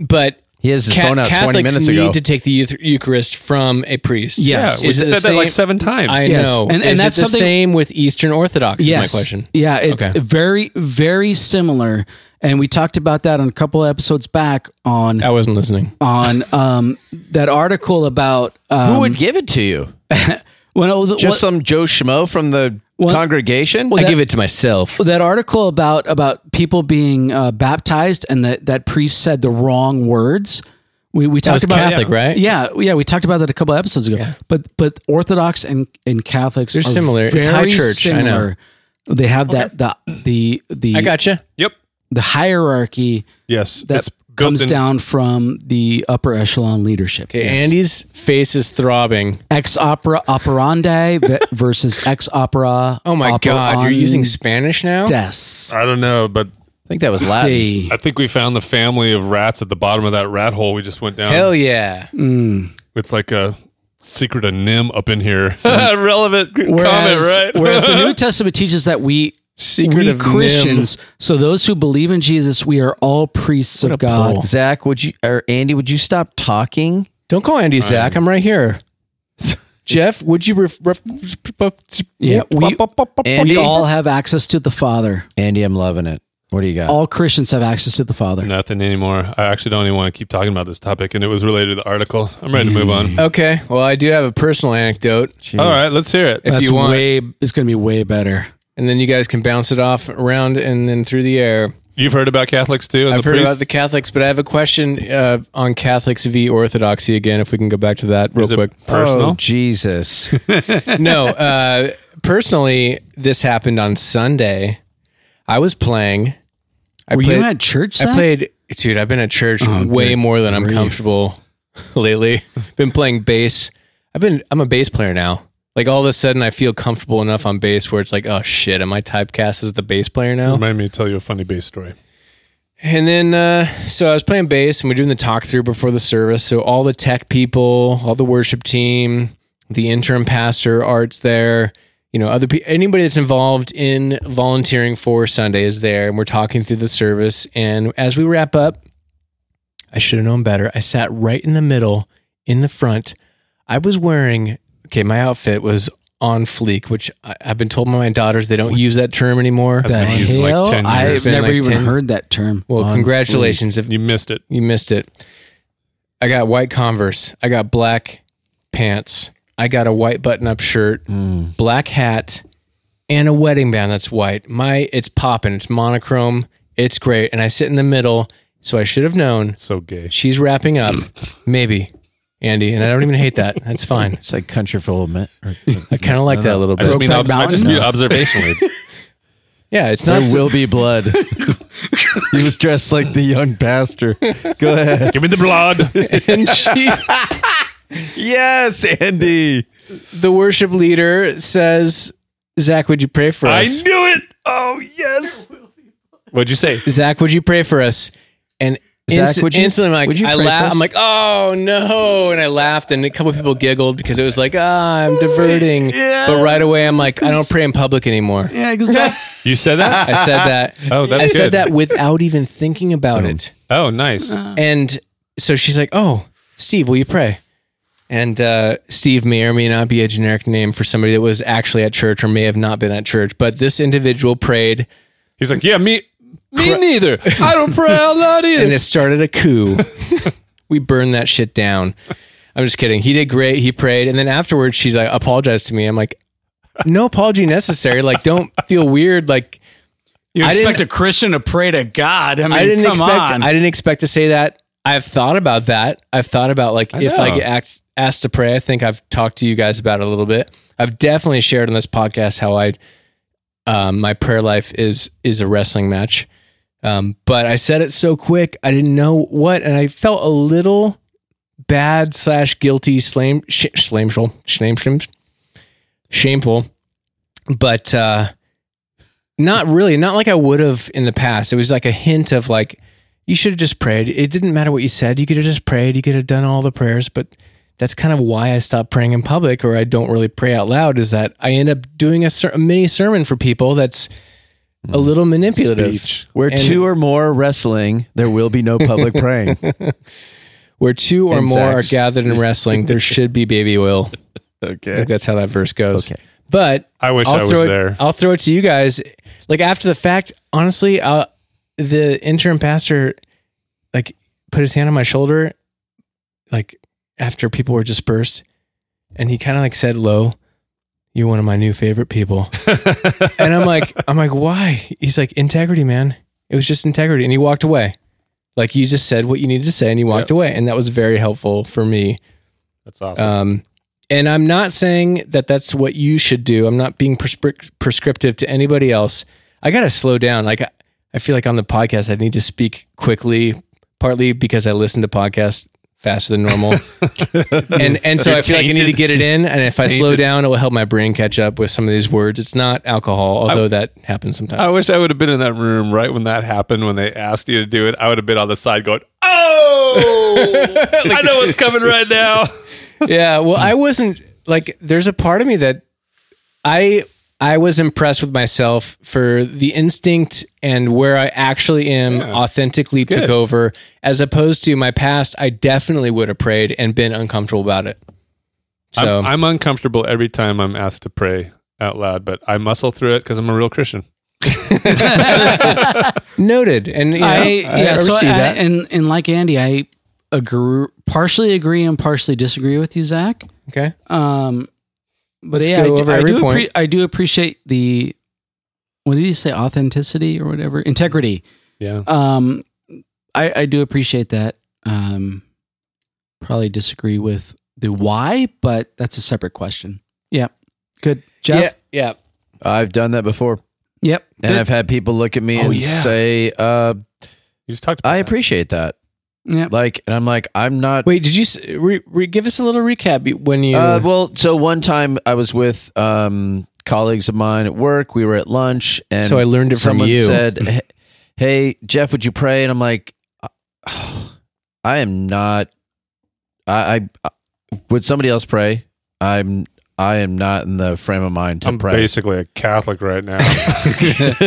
[SPEAKER 3] but
[SPEAKER 1] He has his
[SPEAKER 3] Ca-
[SPEAKER 1] phone out 20
[SPEAKER 3] Catholics
[SPEAKER 1] minutes
[SPEAKER 3] need
[SPEAKER 1] ago.
[SPEAKER 3] to take the euth- Eucharist from a priest.
[SPEAKER 4] yeah,
[SPEAKER 2] Yes.
[SPEAKER 4] we
[SPEAKER 3] Is it
[SPEAKER 4] said
[SPEAKER 3] the
[SPEAKER 4] that like
[SPEAKER 3] same-
[SPEAKER 4] seven times.
[SPEAKER 3] I
[SPEAKER 2] Yes.
[SPEAKER 3] know,
[SPEAKER 2] And- and
[SPEAKER 3] and,
[SPEAKER 2] that's
[SPEAKER 3] that's the
[SPEAKER 2] something-
[SPEAKER 3] same with Eastern Orthodox.
[SPEAKER 2] yes.
[SPEAKER 3] Is my question.
[SPEAKER 2] Yeah, it's
[SPEAKER 3] Okay.
[SPEAKER 2] very, very similar. And we talked about that on a couple episodes back on
[SPEAKER 3] I wasn't listening.
[SPEAKER 2] on um, that article about um,
[SPEAKER 1] Who would give it to you?
[SPEAKER 2] well, the-
[SPEAKER 1] Just some Joe Schmo from the congregation?
[SPEAKER 3] I give it to myself.
[SPEAKER 2] that article about about people being uh, baptized and that that priest said the wrong words. We we
[SPEAKER 3] I was
[SPEAKER 2] talked about
[SPEAKER 3] Catholic, right?
[SPEAKER 2] Yeah, yeah, we talked about that a couple episodes ago. But but Orthodox and and Catholics are
[SPEAKER 3] similar. It's
[SPEAKER 2] Very
[SPEAKER 3] high church, I know.
[SPEAKER 2] Similar. They have that the the the
[SPEAKER 3] I gotcha.
[SPEAKER 4] Yep.
[SPEAKER 2] the hierarchy
[SPEAKER 4] Yes.
[SPEAKER 2] that
[SPEAKER 4] it's built
[SPEAKER 2] comes
[SPEAKER 4] in-
[SPEAKER 2] down from the upper echelon leadership.
[SPEAKER 3] Okay, Andy's face is throbbing.
[SPEAKER 2] Ex opera operandi ve- versus ex opera.
[SPEAKER 3] Oh my god, you're using Spanish now.
[SPEAKER 2] des.
[SPEAKER 4] I don't know, but
[SPEAKER 1] I think that was Latin.
[SPEAKER 4] I think we found the family of rats at the bottom of that rat hole we just went down.
[SPEAKER 3] Hell yeah!
[SPEAKER 4] It's like a secret anim up in
[SPEAKER 3] [LAUGHS]
[SPEAKER 4] here. Relevant comment,
[SPEAKER 2] Whereas,
[SPEAKER 4] right?
[SPEAKER 2] whereas the New Testament teaches that we
[SPEAKER 3] Secret
[SPEAKER 2] we
[SPEAKER 3] of
[SPEAKER 2] Christians, so those who believe in Jesus, we are all priests of God.
[SPEAKER 1] Uh, Zach, would you or Andy, would you stop talking?
[SPEAKER 3] Don't call Andy Zach. I'm right here. Jeff, would you? Ref- ref-
[SPEAKER 2] Yeah, we,
[SPEAKER 1] Andy,
[SPEAKER 2] we all have access to the Father.
[SPEAKER 1] Andy, I'm loving it. What do you
[SPEAKER 3] Oh.
[SPEAKER 1] got?
[SPEAKER 2] All Christians have access to the Father.
[SPEAKER 4] Nothing anymore. I actually don't even want to keep talking about this topic, and it was related to the article. I'm ready to move
[SPEAKER 3] [LAUGHS]
[SPEAKER 4] on.
[SPEAKER 3] Okay. Well, I do have a personal anecdote.
[SPEAKER 4] All right, let's hear it.
[SPEAKER 3] If
[SPEAKER 2] That's
[SPEAKER 3] you want,
[SPEAKER 2] way it's going to be way better.
[SPEAKER 3] and then you guys can bounce it off around and then through the air.
[SPEAKER 4] You've heard about Catholics too, and
[SPEAKER 3] I've
[SPEAKER 4] the
[SPEAKER 3] heard
[SPEAKER 4] priests?
[SPEAKER 3] about the Catholics, but I have a question uh, on Catholics v Orthodoxy again. If we can go back to that real
[SPEAKER 4] Is it
[SPEAKER 2] [LAUGHS]
[SPEAKER 3] quick.
[SPEAKER 1] Oh,
[SPEAKER 4] personal.
[SPEAKER 1] Jesus.
[SPEAKER 3] no, uh, personally, this happened on Sunday. I was playing. I
[SPEAKER 2] Were
[SPEAKER 3] played,
[SPEAKER 2] you at church?
[SPEAKER 3] I
[SPEAKER 2] Zach?
[SPEAKER 3] played, dude. I've been at church way more than I'm comfortable [LAUGHS] lately. been playing bass. I've been. I'm a bass player now. Like all of a sudden, I feel comfortable enough on bass where it's like, oh shit, am I typecast as the bass player now?
[SPEAKER 4] Remind me to tell you a funny bass story.
[SPEAKER 3] And then, uh, so I was playing bass and we are doing the talk through before the service. So all the tech people, all the worship team, the interim pastor, Art's there, you know, other people, anybody that's involved in volunteering for Sunday is there. And we're talking through the service. And as we wrap up, I should have known better. I sat right in the middle in the front. I was wearing, okay, my outfit was on fleek, which I, I've been told by my daughters they don't use that term anymore.
[SPEAKER 2] The
[SPEAKER 4] I've been using like
[SPEAKER 2] hell?
[SPEAKER 4] 10 years.
[SPEAKER 2] I've
[SPEAKER 3] It's been
[SPEAKER 2] never
[SPEAKER 3] like
[SPEAKER 2] even
[SPEAKER 3] 10
[SPEAKER 2] heard that term.
[SPEAKER 3] Well,
[SPEAKER 2] On-
[SPEAKER 3] congratulations. If
[SPEAKER 4] You missed it.
[SPEAKER 3] you missed it. I got white Converse. I got black pants. I got a white button-up shirt, black hat, and a wedding band that's white. My it's popping. It's monochrome. It's great. And I sit in the middle, so I should have known.
[SPEAKER 4] So gay.
[SPEAKER 3] She's wrapping up, maybe, Andy. And I don't even hate that. That's fine.
[SPEAKER 1] It's like country for old men. or-
[SPEAKER 3] I kind of like that a little
[SPEAKER 4] I just
[SPEAKER 3] bit.
[SPEAKER 4] mean, ob-
[SPEAKER 2] Brokeback
[SPEAKER 4] I just
[SPEAKER 2] Mountain?
[SPEAKER 4] mean observationally.
[SPEAKER 3] [LAUGHS] Yeah, it's not.
[SPEAKER 1] There will be blood. [LAUGHS] he was dressed like the young pastor. Go
[SPEAKER 3] [LAUGHS]
[SPEAKER 1] ahead.
[SPEAKER 4] Give me the blood.
[SPEAKER 3] [LAUGHS] And she,
[SPEAKER 1] yes, Andy.
[SPEAKER 3] the worship leader says, "Zach, would you pray for
[SPEAKER 4] I
[SPEAKER 3] us?"
[SPEAKER 4] knew it. Oh yes. What'd you say?
[SPEAKER 3] Zach, would you pray for us? And
[SPEAKER 1] Zach,
[SPEAKER 3] inst-
[SPEAKER 1] would you-
[SPEAKER 3] instantly, I'm like,
[SPEAKER 1] would you
[SPEAKER 3] I
[SPEAKER 1] pray for
[SPEAKER 3] laugh.
[SPEAKER 1] us?
[SPEAKER 3] I'm like, oh no! And I laughed, and a couple people giggled because it was like, ah, I'm diverting. But right away, I'm like, I don't pray in public anymore.
[SPEAKER 2] Yeah, [LAUGHS] exactly.
[SPEAKER 4] You said [LAUGHS] that?
[SPEAKER 3] I
[SPEAKER 1] [LAUGHS]
[SPEAKER 3] said that.
[SPEAKER 4] Oh, that's
[SPEAKER 3] I
[SPEAKER 4] good.
[SPEAKER 3] said that without even thinking about it.
[SPEAKER 4] Oh, nice.
[SPEAKER 3] And so she's like, "Oh, Steve, will you pray?" And uh, Steve may or may not be a generic name for somebody that was actually at church or may have not been at church. But this individual prayed,
[SPEAKER 4] He's like, yeah, me, me neither. I don't pray out loud either.
[SPEAKER 3] [LAUGHS] and it started
[SPEAKER 4] [LAUGHS]
[SPEAKER 3] a coup. we burned that shit down. I'm just kidding. He did great. He prayed, and then afterwards, she's like, apologized to me. I'm like, no apology necessary. Like, don't feel weird. Like,
[SPEAKER 2] You
[SPEAKER 3] I
[SPEAKER 2] expect
[SPEAKER 3] didn't-
[SPEAKER 2] a Christian to pray to God? I mean,
[SPEAKER 3] I didn't
[SPEAKER 2] come
[SPEAKER 3] expect.
[SPEAKER 2] on.
[SPEAKER 3] I didn't expect to say that. I've thought about that. I've thought about like
[SPEAKER 4] I
[SPEAKER 3] if I
[SPEAKER 4] know.
[SPEAKER 3] get asked, asked to pray. I think I've talked to you guys about it a little bit. I've definitely shared on this podcast how I um, my prayer life is is a wrestling match. Um, but I said it so quick, I didn't know what, and I felt a little bad slash guilty, slame, sh- shameful, shame, shame, shameful, but uh, not really, not like I would have in the past. It was like a hint of like you should have just prayed. It didn't matter what you said. You could have just prayed. You could have done all the prayers, but that's kind of why I stopped praying in public or I don't really pray out loud is that I end up doing a, ser- a mini sermon for people that's a little manipulative.
[SPEAKER 4] Speech.
[SPEAKER 1] Mm. Where
[SPEAKER 3] And-
[SPEAKER 1] two or more are wrestling, there will be no [LAUGHS] public praying.
[SPEAKER 3] Where two or
[SPEAKER 1] And
[SPEAKER 3] more
[SPEAKER 1] sex.
[SPEAKER 3] are gathered in wrestling, there should be baby oil. I
[SPEAKER 1] Okay.
[SPEAKER 3] think that's how that verse goes.
[SPEAKER 1] Okay.
[SPEAKER 3] But
[SPEAKER 4] I wish i
[SPEAKER 3] I'll
[SPEAKER 4] was
[SPEAKER 3] throw it,
[SPEAKER 4] there.
[SPEAKER 3] I'll throw it to you guys. Like after the fact, honestly, uh, the interim pastor like put his hand on my shoulder, like after people were dispersed, and he kind of like said low, "You're one of my new
[SPEAKER 4] [LAUGHS]
[SPEAKER 3] favorite people," and I'm like, I'm like, why? He's like, integrity, man. It was just integrity, and he walked away. Like you just said what you needed to say, and he walked away, and that was very helpful for me.
[SPEAKER 4] That's awesome.
[SPEAKER 3] Um, and I'm not saying that that's what you should do. I'm not being prescrip- prescriptive to anybody else. I got to slow down. Like, I, I feel like on the podcast, I need to speak quickly, partly because I listen to podcasts faster
[SPEAKER 4] [LAUGHS]
[SPEAKER 3] than normal. and and so I feel like I need to
[SPEAKER 4] tainted.
[SPEAKER 3] get it in. And if I slow down, it will help my brain catch up with some of these words. It's not alcohol, although that happens sometimes.
[SPEAKER 4] I wish I would have been in that room right when that happened. When they asked you to do it, I would have been on the side going, [LAUGHS] "Oh, I know what's coming right [LAUGHS] now."
[SPEAKER 3] yeah well i wasn't like there's a part of me that i i was impressed with myself for the instinct and where i actually am authentically took over as opposed to my past i definitely would have prayed and been uncomfortable about it so
[SPEAKER 4] I'm, I'm uncomfortable every time I'm asked to pray out loud, but I muscle through it because I'm a real Christian.
[SPEAKER 3] noted and you know,
[SPEAKER 2] I,
[SPEAKER 3] I,
[SPEAKER 2] yeah,
[SPEAKER 3] I
[SPEAKER 2] so I,
[SPEAKER 3] received that
[SPEAKER 2] and and like Andy, I agree, partially agree and partially disagree with you, Zach.
[SPEAKER 3] okay
[SPEAKER 2] Um, but
[SPEAKER 3] Let's
[SPEAKER 2] yeah,
[SPEAKER 3] go
[SPEAKER 2] I, do-
[SPEAKER 3] over
[SPEAKER 2] I
[SPEAKER 3] every
[SPEAKER 2] do appre-
[SPEAKER 3] point.
[SPEAKER 2] I do appreciate the what did you say authenticity or whatever integrity.
[SPEAKER 4] Yeah.
[SPEAKER 2] Um, I I do appreciate that. Um, probably disagree with the why, but that's a separate question. Yeah, good, Jeff.
[SPEAKER 3] yeah
[SPEAKER 1] I've done that before.
[SPEAKER 2] Yep,
[SPEAKER 1] And
[SPEAKER 2] good.
[SPEAKER 1] I've had people look at me
[SPEAKER 4] Oh,
[SPEAKER 1] and
[SPEAKER 4] yeah.
[SPEAKER 1] say, uh,
[SPEAKER 4] You just talked about
[SPEAKER 1] I
[SPEAKER 4] that.
[SPEAKER 1] appreciate that.
[SPEAKER 2] Yep.
[SPEAKER 1] Like, and I'm like, I'm not.
[SPEAKER 3] wait did you s- re, re, give us a little recap be- when you
[SPEAKER 1] Uh, well, so one time I was with um, colleagues of mine at work. We were at lunch, and
[SPEAKER 3] So I learned it from
[SPEAKER 1] someone
[SPEAKER 3] you. [LAUGHS]
[SPEAKER 1] Said, "Hey- "Hey, Jeff, would you pray?" And I'm like, "I am not. I, I would somebody else pray. I'm. I am not in the frame of mind to
[SPEAKER 4] I'm
[SPEAKER 1] pray.
[SPEAKER 4] basically a Catholic right [LAUGHS] now.
[SPEAKER 1] Let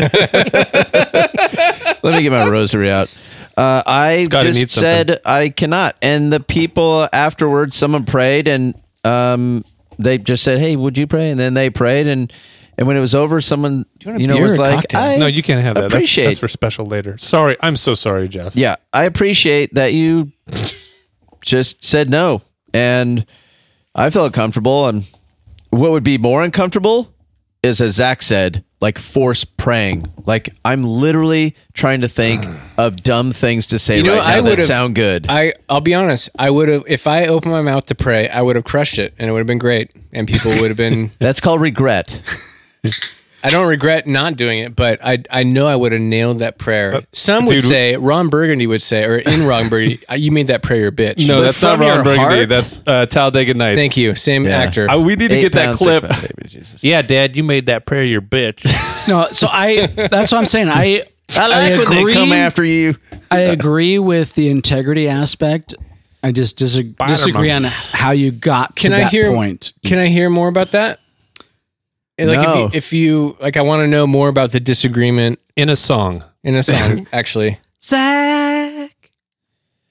[SPEAKER 1] me get my rosary out. Uh, I
[SPEAKER 4] Scotty
[SPEAKER 1] just
[SPEAKER 4] needs something.
[SPEAKER 1] said I cannot, and the people afterwards, someone prayed, and um, they just said, "Hey, would you pray?" And then they prayed, and and when it was over, someone you,
[SPEAKER 3] want a
[SPEAKER 1] know
[SPEAKER 3] beer
[SPEAKER 1] was
[SPEAKER 3] or a
[SPEAKER 1] like,
[SPEAKER 3] cocktail?
[SPEAKER 1] "I
[SPEAKER 4] no, you can't have that. That's-
[SPEAKER 1] Appreciate-
[SPEAKER 4] That's, for special later. Sorry, I'm so sorry, Jeff.
[SPEAKER 1] yeah, I appreciate that you just said no, and I felt comfortable. And what would be more uncomfortable is, as Zach said, like force praying. Like I'm literally trying to think of dumb things to say
[SPEAKER 3] You
[SPEAKER 1] right
[SPEAKER 3] know,
[SPEAKER 1] now
[SPEAKER 3] I
[SPEAKER 1] that
[SPEAKER 3] would've-
[SPEAKER 1] sound good.
[SPEAKER 3] I I'll be honest. I would have if I opened my mouth to pray, I would have crushed it, and it would have been great, and people would have been.
[SPEAKER 1] That's called regret.
[SPEAKER 3] I don't regret not doing it, but I I know I would have nailed that prayer. Some would
[SPEAKER 4] dude, we-
[SPEAKER 3] say Ron Burgundy would say, or in Ron [LAUGHS] Burgundy, "Uh, you made that prayer your bitch.
[SPEAKER 4] No,
[SPEAKER 3] But
[SPEAKER 4] that's not
[SPEAKER 3] from your
[SPEAKER 4] Ron Burgundy.
[SPEAKER 3] heart-
[SPEAKER 4] That's uh, Talladega Nights.
[SPEAKER 3] thank [LAUGHS] you, same
[SPEAKER 1] Yeah.
[SPEAKER 3] actor.
[SPEAKER 4] I- we need to
[SPEAKER 1] Eight
[SPEAKER 4] get that
[SPEAKER 1] pounds,
[SPEAKER 4] clip.
[SPEAKER 1] six pounds, baby Jesus.
[SPEAKER 4] Yeah, Dad, you made that prayer your bitch.
[SPEAKER 2] No, so I that's what I'm saying. I
[SPEAKER 1] I like
[SPEAKER 2] I
[SPEAKER 1] when they
[SPEAKER 2] agree.
[SPEAKER 1] come after you.
[SPEAKER 2] I agree with the integrity aspect. I just disag- disagree on how you got
[SPEAKER 3] Can
[SPEAKER 2] to
[SPEAKER 3] I
[SPEAKER 2] that
[SPEAKER 3] hear-
[SPEAKER 2] point.
[SPEAKER 3] Can I hear more about that? And, Like
[SPEAKER 1] No.
[SPEAKER 3] if you, if you like, I want to know more about the disagreement
[SPEAKER 4] [LAUGHS] In a song.
[SPEAKER 3] in a [LAUGHS] song. actually,
[SPEAKER 2] Zach,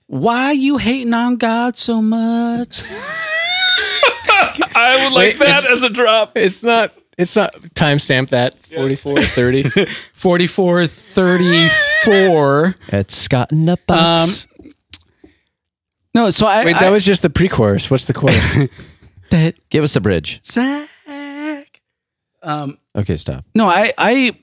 [SPEAKER 2] why you hating on God so much?
[SPEAKER 4] I would like that as a drop.
[SPEAKER 3] it's not. It's not timestamp that 44, [LAUGHS] 30.
[SPEAKER 2] 44 34.
[SPEAKER 1] It's Scott in the box.
[SPEAKER 2] No, so I.
[SPEAKER 3] Um, Wait,
[SPEAKER 2] I-
[SPEAKER 3] that was just the pre-chorus. What's the [LAUGHS] chorus?
[SPEAKER 2] that.
[SPEAKER 1] Give us the bridge.
[SPEAKER 2] Zach. Um,
[SPEAKER 1] Okay, stop.
[SPEAKER 2] no, I. I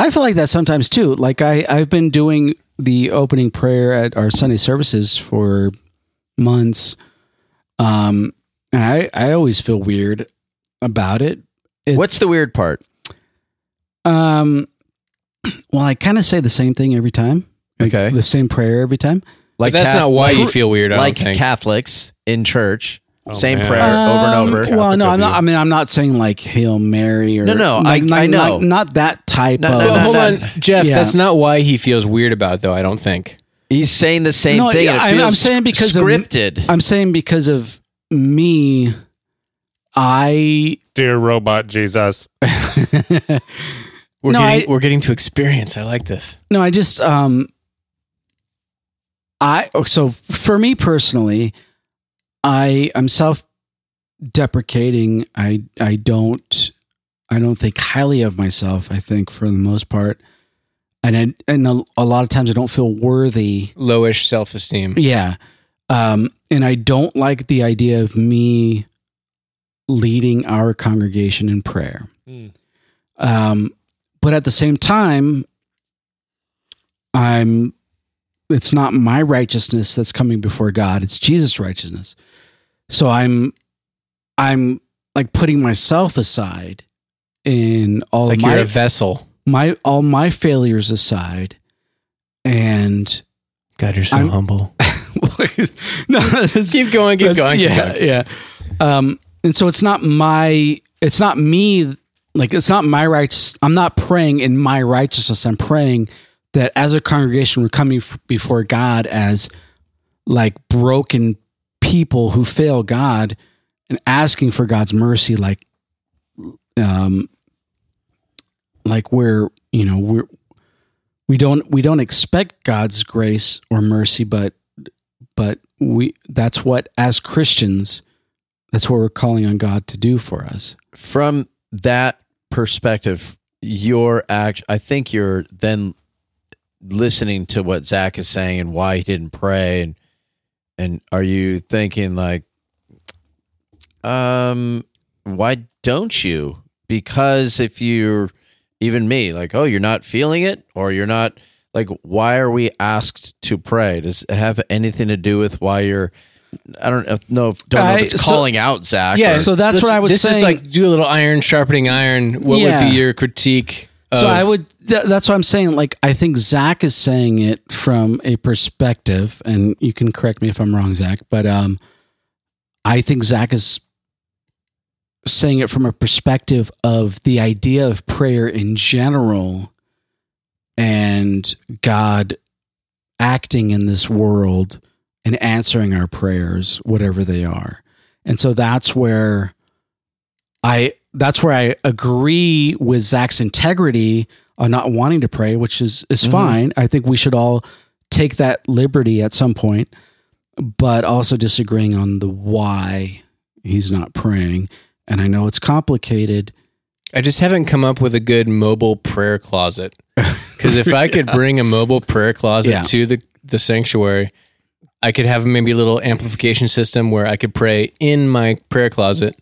[SPEAKER 2] I feel like that sometimes too. Like I, I've been doing the opening prayer at our Sunday services for months. Um, and I, I always feel weird about it. It-
[SPEAKER 1] What's the weird part?
[SPEAKER 2] Um, well, I kind of say the same thing every time. Like,
[SPEAKER 1] Okay.
[SPEAKER 2] The same prayer every time.
[SPEAKER 1] Like
[SPEAKER 3] that's
[SPEAKER 1] Cath-
[SPEAKER 3] not why you
[SPEAKER 1] like-
[SPEAKER 3] feel weird. I
[SPEAKER 1] like
[SPEAKER 3] don't think.
[SPEAKER 1] Catholics in church,
[SPEAKER 4] Oh,
[SPEAKER 1] same
[SPEAKER 4] man.
[SPEAKER 1] prayer over and over.
[SPEAKER 2] Um, Well, no,
[SPEAKER 4] Catholic
[SPEAKER 2] I'm
[SPEAKER 4] of
[SPEAKER 2] not.
[SPEAKER 4] you.
[SPEAKER 2] I mean, I'm not saying like Hail Mary or
[SPEAKER 1] No, no,
[SPEAKER 2] like,
[SPEAKER 1] I-
[SPEAKER 2] not,
[SPEAKER 1] I know.
[SPEAKER 2] not, not that type
[SPEAKER 1] No,
[SPEAKER 2] of.
[SPEAKER 1] no,
[SPEAKER 3] Well,
[SPEAKER 1] no,
[SPEAKER 3] hold
[SPEAKER 1] no.
[SPEAKER 3] on, Jeff.
[SPEAKER 2] Yeah.
[SPEAKER 3] That's not why he feels weird about it, though. I don't think.
[SPEAKER 1] He's saying the same
[SPEAKER 2] No,
[SPEAKER 1] thing.
[SPEAKER 2] yeah,
[SPEAKER 1] and it
[SPEAKER 2] I'm- I'm
[SPEAKER 1] feels
[SPEAKER 2] saying because of-
[SPEAKER 1] scripted.
[SPEAKER 2] I'm saying because of me, I
[SPEAKER 4] Dear robot Jesus.
[SPEAKER 3] We're
[SPEAKER 2] No,
[SPEAKER 3] getting
[SPEAKER 2] I-
[SPEAKER 3] we're getting to experience. I like this.
[SPEAKER 2] no, I just um, I oh, so for me personally, I I'm self deprecating. I I don't I don't think highly of myself. I think for the most part, and I, and a, a lot of times I don't feel worthy.
[SPEAKER 3] Lowish self esteem.
[SPEAKER 2] Yeah. Um, and I don't like the idea of me leading our congregation in prayer.
[SPEAKER 3] Hmm.
[SPEAKER 4] Mm.
[SPEAKER 2] Um, but at the same time, I'm it's not my righteousness that's coming before God, it's Jesus' righteousness. So I'm I'm like putting myself aside in all
[SPEAKER 3] It's
[SPEAKER 2] of
[SPEAKER 3] like
[SPEAKER 2] my
[SPEAKER 3] you're a vessel.
[SPEAKER 2] my all my failures aside
[SPEAKER 3] [LAUGHS]
[SPEAKER 2] and
[SPEAKER 3] God, you're so
[SPEAKER 2] I'm-
[SPEAKER 3] humble.
[SPEAKER 2] [LAUGHS] no it's-
[SPEAKER 3] [LAUGHS] Keep going. Keep
[SPEAKER 2] That's-
[SPEAKER 3] going.
[SPEAKER 2] Yeah, yeah. Um, and so it's not my, it's not me. Like it's not my rights. I'm not praying in my righteousness. I'm praying that as a congregation, we're coming f- before God as like broken people who fail God and asking for God's mercy. Like, um, like we're you know we're we don't we don't expect God's grace or mercy, but but we that's what as christians that's what we're calling on god to do for us
[SPEAKER 1] From that perspective, your act. I think you're then listening to what Zach is saying and why he didn't pray, and and are you thinking like, um, why don't you? Because if you're even me, like, oh, you're not feeling it, or you're not like, why are we asked to pray? Does it have anything to do with why you're? I don't know. If, don't know
[SPEAKER 2] I-
[SPEAKER 1] if it's
[SPEAKER 2] so-
[SPEAKER 1] calling out Zach.
[SPEAKER 2] yeah
[SPEAKER 1] or-
[SPEAKER 2] so that's
[SPEAKER 3] this,
[SPEAKER 2] what i was
[SPEAKER 3] This
[SPEAKER 2] saying
[SPEAKER 3] is like do a little iron sharpening iron. What
[SPEAKER 2] Yeah.
[SPEAKER 3] would be your critique?
[SPEAKER 2] so
[SPEAKER 3] of-
[SPEAKER 2] i would th- that's what i'm saying like i think zach is saying it from a perspective and you can correct me if i'm wrong zach but um i think zach is saying it from a perspective of the idea of prayer in general and god acting in this world and answering our prayers whatever they are and so that's where i that's where i agree with zach's integrity on not wanting to pray which is is fine i think we should all take that liberty at some point but also disagreeing on the why he's not praying and i know it's complicated
[SPEAKER 3] I just haven't come up with a good mobile prayer [LAUGHS] closet. Because if I could bring a mobile prayer closet
[SPEAKER 2] Yeah.
[SPEAKER 3] to the, the sanctuary, I could have maybe a little amplification system where I could pray in my prayer closet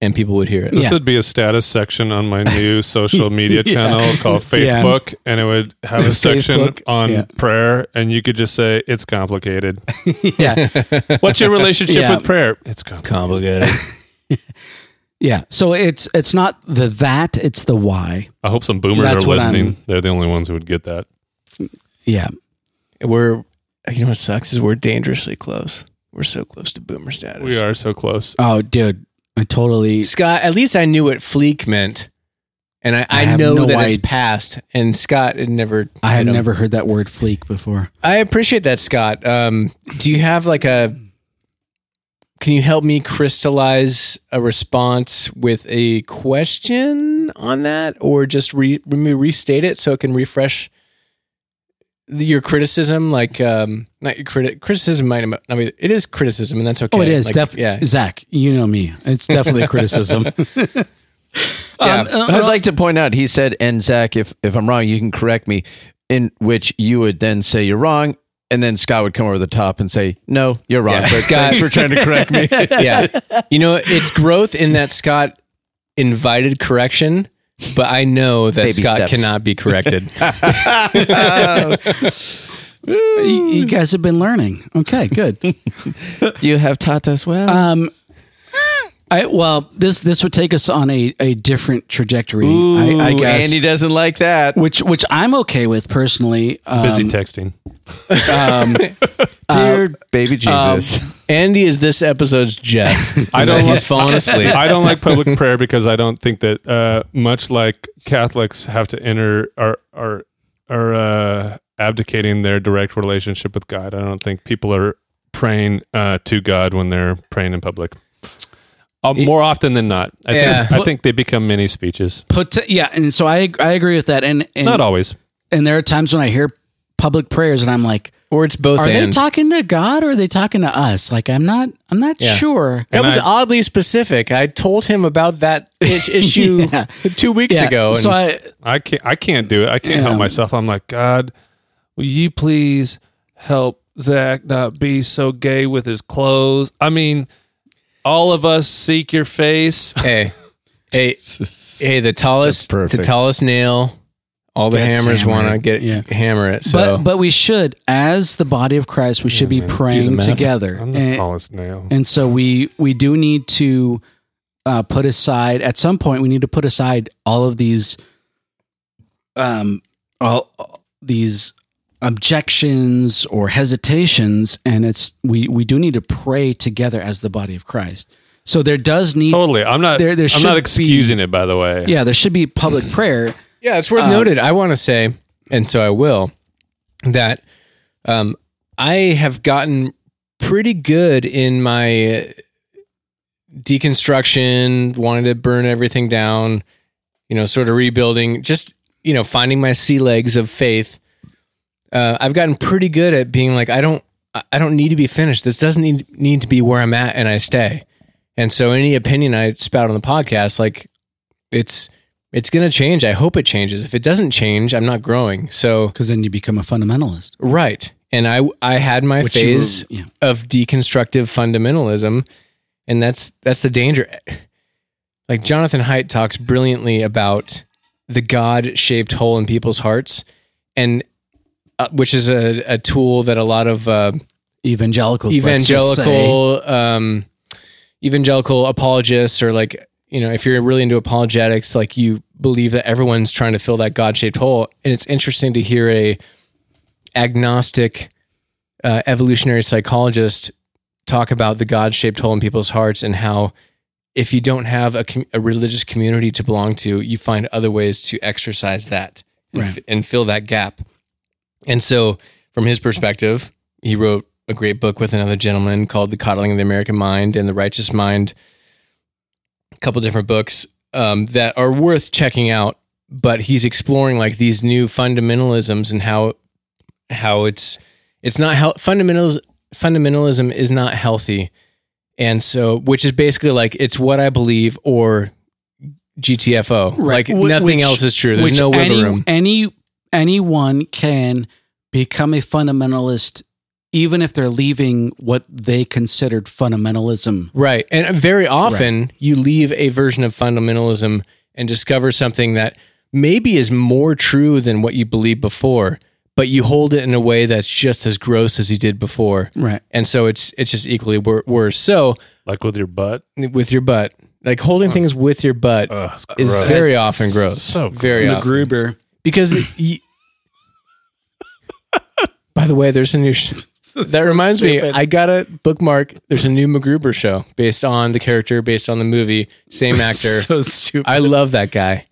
[SPEAKER 3] and people would hear it.
[SPEAKER 4] This
[SPEAKER 2] Yeah.
[SPEAKER 4] would be a status section on my new social media
[SPEAKER 2] Yeah.
[SPEAKER 4] channel called
[SPEAKER 2] Yeah.
[SPEAKER 4] Facebook, and it would have a section
[SPEAKER 2] Facebook,
[SPEAKER 4] on
[SPEAKER 2] yeah.
[SPEAKER 4] prayer, and you could just say, "It's complicated."
[SPEAKER 2] yeah
[SPEAKER 3] [LAUGHS]
[SPEAKER 4] What's [LAUGHS] your relationship
[SPEAKER 2] Yeah.
[SPEAKER 4] with prayer? It's complicated.
[SPEAKER 3] Complicated.
[SPEAKER 2] yeah so it's it's not the that it's the why
[SPEAKER 4] I hope some boomers
[SPEAKER 2] That's
[SPEAKER 4] are
[SPEAKER 2] what
[SPEAKER 4] listening.
[SPEAKER 2] I'm-
[SPEAKER 4] They're the only ones who would get that.
[SPEAKER 2] yeah
[SPEAKER 3] [LAUGHS] we're, you know what sucks is we're dangerously close. We're so close to boomer status.
[SPEAKER 4] We are so close.
[SPEAKER 2] oh dude i totally
[SPEAKER 3] Scott, at least I knew what fleek meant. And I, I,
[SPEAKER 2] I have
[SPEAKER 3] know
[SPEAKER 2] no
[SPEAKER 3] that
[SPEAKER 2] id-
[SPEAKER 3] it's past. And Scott had never.
[SPEAKER 2] I had
[SPEAKER 3] hit him.
[SPEAKER 2] never heard that word fleek before.
[SPEAKER 3] I appreciate that, Scott. Um, do you have like a? Can you help me crystallize a response with a question on that, or just re, let me restate it so it can refresh the- your criticism? Like, um, not your criti- criticism might not be. It is criticism, and that's okay.
[SPEAKER 2] Oh, it is
[SPEAKER 3] Like,
[SPEAKER 2] definitely.
[SPEAKER 3] yeah.
[SPEAKER 2] Zach, you know me. It's definitely criticism.
[SPEAKER 3] Yeah.
[SPEAKER 2] Um, uh,
[SPEAKER 1] I'd like to point out, he said, and Zach, if if I'm wrong, you can correct me. In which you would then say you're wrong, and then Scott would come over the top and say, "No, you're wrong."
[SPEAKER 3] Yeah.
[SPEAKER 1] But
[SPEAKER 3] [LAUGHS]
[SPEAKER 2] [LAUGHS]
[SPEAKER 3] Scott-
[SPEAKER 1] thanks for trying to correct me.
[SPEAKER 3] yeah. You know, it's growth in that Scott invited correction, but I know that
[SPEAKER 1] Baby
[SPEAKER 2] [LAUGHS]
[SPEAKER 3] Scott
[SPEAKER 1] steps.
[SPEAKER 3] cannot be corrected.
[SPEAKER 2] You, you guys have been learning. Okay, good.
[SPEAKER 1] You have taught us well.
[SPEAKER 2] Um, [LAUGHS] I well, this this would take us on a, a different trajectory. I, I
[SPEAKER 1] Ooh,
[SPEAKER 2] guess,
[SPEAKER 1] Andy doesn't like that.
[SPEAKER 2] which which I'm okay with personally. Um,
[SPEAKER 4] Busy texting.
[SPEAKER 1] Dear baby Jesus.
[SPEAKER 3] Andy is this episode's Jeff.
[SPEAKER 4] I don't
[SPEAKER 3] He's
[SPEAKER 4] like,
[SPEAKER 3] fallen
[SPEAKER 4] [LAUGHS]
[SPEAKER 3] asleep.
[SPEAKER 4] I don't like public prayer because I don't think that uh, much like Catholics have to enter are are are uh, abdicating their direct relationship with God. I don't think people are praying uh, to God when they're praying in public. Uh, more often than not, I
[SPEAKER 3] Yeah.
[SPEAKER 4] think I think they become mini speeches.
[SPEAKER 2] put to, yeah, and so I I agree with that. And and,
[SPEAKER 4] Not always.
[SPEAKER 2] and there are times when I hear public prayers and I'm like,
[SPEAKER 3] or it's both
[SPEAKER 2] are they
[SPEAKER 3] and.
[SPEAKER 2] talking to God or are they talking to us? Like I'm not I'm not sure.
[SPEAKER 3] that
[SPEAKER 4] And
[SPEAKER 3] was
[SPEAKER 4] I-
[SPEAKER 3] oddly specific. I told him about that
[SPEAKER 2] [LAUGHS]
[SPEAKER 3] is- issue
[SPEAKER 2] Yeah.
[SPEAKER 3] two weeks
[SPEAKER 2] Yeah,
[SPEAKER 3] ago. And
[SPEAKER 2] so I
[SPEAKER 4] I can't. I can't do it. I can't help myself. I'm like, God, will you please help Zach not be so gay with his clothes? I mean, all of us seek your face. [LAUGHS]
[SPEAKER 3] hey, hey, hey, the tallest, the
[SPEAKER 1] perfect.
[SPEAKER 3] tallest nail. All the
[SPEAKER 2] Gets
[SPEAKER 3] hammers
[SPEAKER 2] hammered.
[SPEAKER 3] want to get
[SPEAKER 2] Yeah.
[SPEAKER 3] hammer it. So
[SPEAKER 2] but but we should as the body of Christ we should be praying
[SPEAKER 3] math.
[SPEAKER 2] together.
[SPEAKER 4] I'm the
[SPEAKER 2] And-
[SPEAKER 4] tallest now.
[SPEAKER 2] And so we we do need to uh, put aside at some point. We need to put aside all of these, um, all, all these objections or hesitations, and it's we we do need to pray together as the body of Christ. So there does need,
[SPEAKER 4] Totally. I'm not.
[SPEAKER 2] There- there
[SPEAKER 4] I'm
[SPEAKER 2] should
[SPEAKER 4] not
[SPEAKER 2] be-
[SPEAKER 4] excusing it. By the way.
[SPEAKER 2] yeah, there should be
[SPEAKER 3] [CLEARS THROAT]
[SPEAKER 2] public prayer.
[SPEAKER 3] Yeah, it's worth noted. I want to say, and so I will, that um, I have gotten pretty good in my uh, deconstruction, wanting to burn everything down, you know, sort of rebuilding, just, you know, finding my sea legs of faith. Uh, I've gotten pretty good at being like, I don't, I- I don't need to be finished. This doesn't need, need to be where I'm at, and I stay. And so, any opinion I spout on the podcast, like, it's it's going to change. I hope it changes. If it doesn't change, I'm not growing. So,
[SPEAKER 2] Because then you become a fundamentalist.
[SPEAKER 3] right. And I I had my
[SPEAKER 2] Which you were-
[SPEAKER 3] phase
[SPEAKER 2] yeah.
[SPEAKER 3] of deconstructive fundamentalism, and that's that's the danger. Like Jonathan Haidt talks brilliantly about the God-shaped hole in people's hearts, and uh, which is a, a tool that a lot of uh,
[SPEAKER 2] Evangelicals, let's just say.
[SPEAKER 3] evangelical um evangelical apologists or like you know if you're really into apologetics like you believe that everyone's trying to fill that god-shaped hole and it's interesting to hear a agnostic uh, evolutionary psychologist talk about the god-shaped hole in people's hearts and how if you don't have a, com- a religious community to belong to you find other ways to exercise that and, f- and fill that gap and so, from his perspective, he wrote a great book with another gentleman called The Coddling of the American Mind and The Righteous Mind, a couple different books um, that are worth checking out. But he's exploring like these new fundamentalisms and how how it's it's not how fundamentals fundamentalism is not healthy, and so which is basically like it's what I believe or GTFO. Like
[SPEAKER 2] Wh-
[SPEAKER 3] nothing
[SPEAKER 2] which-
[SPEAKER 3] else is true. There's
[SPEAKER 2] which
[SPEAKER 3] no wiggle
[SPEAKER 2] any,
[SPEAKER 3] room.
[SPEAKER 2] Any anyone can become a fundamentalist, even if they're leaving what they considered fundamentalism.
[SPEAKER 3] Right. And very often you leave a version of fundamentalism and discover something that maybe is more true than what you believed before, but you hold it in a way that's just as gross as you did before.
[SPEAKER 2] Right.
[SPEAKER 3] And so it's it's just equally wor- worse. So
[SPEAKER 4] Like with your butt.
[SPEAKER 3] with your butt, like holding things with your butt
[SPEAKER 4] Ugh, it's
[SPEAKER 3] is
[SPEAKER 4] gross.
[SPEAKER 3] very often gross.
[SPEAKER 4] so gross.
[SPEAKER 3] very often
[SPEAKER 2] MacGruber.
[SPEAKER 3] because y- [LAUGHS] by the way there's a
[SPEAKER 4] [LAUGHS]
[SPEAKER 3] new sh- that reminds me i got a bookmark there's a new mcgruber show based on the character based on the movie
[SPEAKER 4] [LAUGHS]
[SPEAKER 3] same
[SPEAKER 2] [LAUGHS]
[SPEAKER 3] actor
[SPEAKER 2] So stupid.
[SPEAKER 3] i love that guy